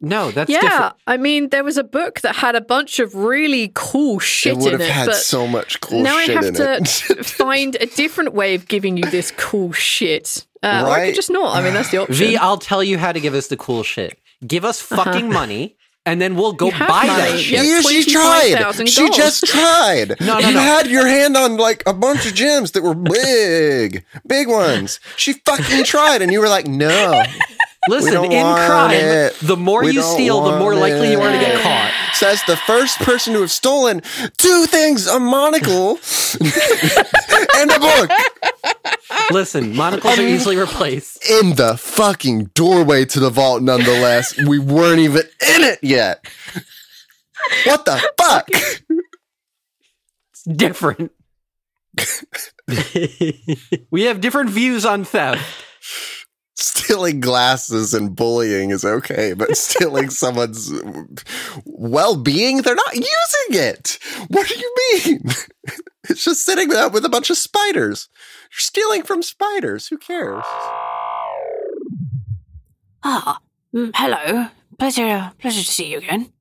Speaker 4: no that's
Speaker 2: yeah,
Speaker 4: different.
Speaker 2: I mean there was a book that had a bunch of really cool shit
Speaker 3: it would
Speaker 2: in
Speaker 3: have
Speaker 2: it,
Speaker 3: had
Speaker 2: but
Speaker 3: so much cool
Speaker 2: now I
Speaker 3: shit
Speaker 2: have
Speaker 3: in
Speaker 2: to
Speaker 3: it.
Speaker 2: find a different way of giving you this cool shit. Uh, Or I could
Speaker 3: Right.
Speaker 2: just not. I mean that's the option.
Speaker 4: V, I'll tell you how to give us the cool shit. Give us fucking money, and then we'll go
Speaker 2: Uh-huh. You have
Speaker 4: buy that
Speaker 2: money.
Speaker 4: shit.
Speaker 2: Yeah.
Speaker 3: Yeah, she tried.
Speaker 2: $25,000.
Speaker 3: She just tried.
Speaker 4: No, no,
Speaker 3: you
Speaker 4: no.
Speaker 3: had your hand on like a bunch of gems that were big, big ones. She fucking tried, and you were like, "No."
Speaker 4: Listen,
Speaker 3: don't
Speaker 4: in
Speaker 3: want
Speaker 4: crime,
Speaker 3: it.
Speaker 4: the more
Speaker 3: We
Speaker 4: you
Speaker 3: don't
Speaker 4: steal, the more
Speaker 3: want
Speaker 4: likely you are to get
Speaker 3: it.
Speaker 4: caught.
Speaker 3: Says the first person to have stolen two things: a monocle and a book.
Speaker 4: Listen, monocles are easily replaced.
Speaker 3: in the fucking doorway to the vault nonetheless. we weren't even in it yet. What the fuck?
Speaker 4: It's different. we have different views on theft.
Speaker 3: stealing glasses and bullying is okay, but stealing someone's well-being, they're not using it. What do you mean? it's just sitting there with a bunch of spiders. You're stealing from spiders. Who cares?
Speaker 6: Ah, mm, hello. Pleasure, pleasure to see you again.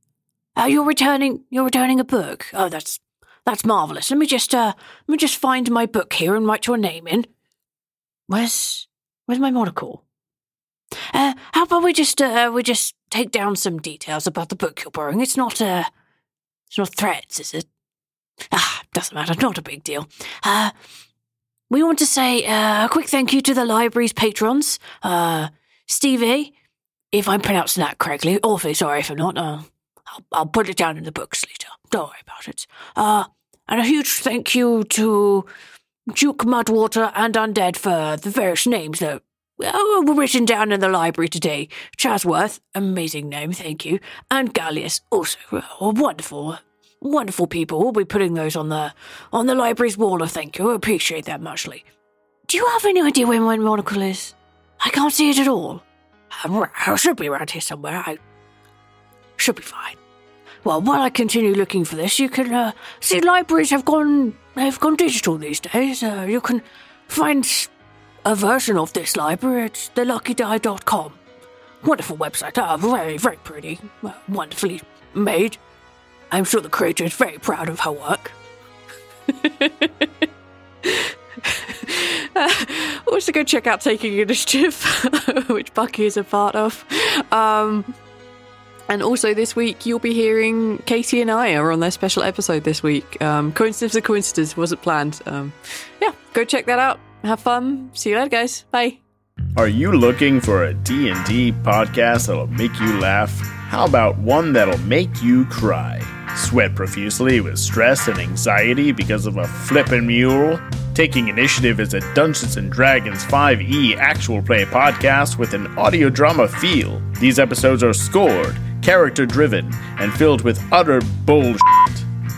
Speaker 6: Uh, you're returning. You're returning a book. Oh, that's that's marvelous. Let me just uh, let me just find my book here and write your name in. Where's where's my monocle? Uh, how about we just uh, we just take down some details about the book you're borrowing? It's not uh, it's not threats, is it? Ah, doesn't matter. Not a big deal. Uh, we want to say uh, a quick thank you to the library's patrons. Uh, Stevie, if I'm pronouncing that correctly, awfully sorry if I'm not. Uh, I'll, I'll put it down in the books later. Don't worry about it. Uh, and a huge thank you to Duke Mudwater and Undead for the various names that uh, were written down in the library today. Chasworth, amazing name, thank you. And Gallius, also uh, wonderful. Wonderful people. We'll be putting those on the on the library's wall of thank you. I appreciate that muchly. Do you have any idea where my monocle is? I can't see it at all. Um, r- I should be around here somewhere. I should be fine. Well, while I continue looking for this, you can uh, see libraries have gone they've gone digital these days. Uh, you can find a version of this library at theluckydie.com. Wonderful website. Uh, very very pretty. Uh, wonderfully made. I'm sure the creator is very proud of her work. Uh,
Speaker 2: Also, go check out Taking Initiative, which Bucky is a part of. Um, and also, this week, you'll be hearing Katie and I are on their special episode this week. Um, coincidence of coincidence wasn't planned. Um, yeah, go check that out. Have fun. See you later, guys. Bye.
Speaker 7: Are you looking for a D&D podcast that'll make you laugh? How about one that'll make you cry? Sweat profusely with stress and anxiety because of a flippin' mule? Taking Initiative is a Dungeons & Dragons 5e actual play podcast with an audio drama feel. These episodes are scored, character-driven, and filled with utter bullshit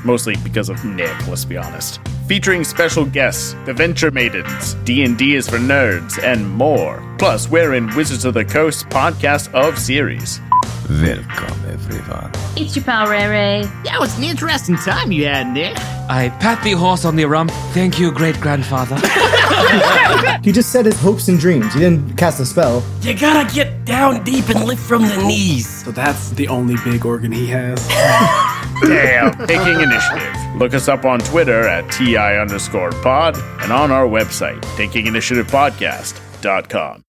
Speaker 7: mostly because of Nick, let's be honest. Featuring special guests, The Venture Maidens, D&D is for Nerds, and more. Plus, we're in Wizards of the Coast podcast of series.
Speaker 9: Welcome, everyone.
Speaker 10: It's your pal Ray Ray.
Speaker 11: That was an interesting time you had, Nick.
Speaker 9: I pat the horse on the rump. Thank you, great grandfather.
Speaker 12: He just said his hopes and dreams. He didn't cast a spell.
Speaker 11: You gotta get down deep and lift from the knees.
Speaker 13: So that's the only big organ he has.
Speaker 7: Damn, taking initiative. Look us up on Twitter at TI underscore pod and on our website, takinginitiativepodcast.com.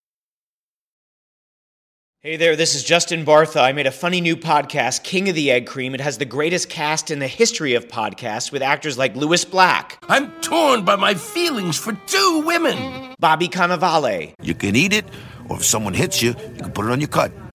Speaker 14: Hey there, this is Justin Bartha. I made a funny new podcast, King of the Egg Cream. It has the greatest cast in the history of podcasts with actors like Louis Black,
Speaker 11: I'm torn by my feelings for two women.
Speaker 14: Bobby Cannavale,
Speaker 9: you can eat it, or if someone hits you, you can put it on your cut.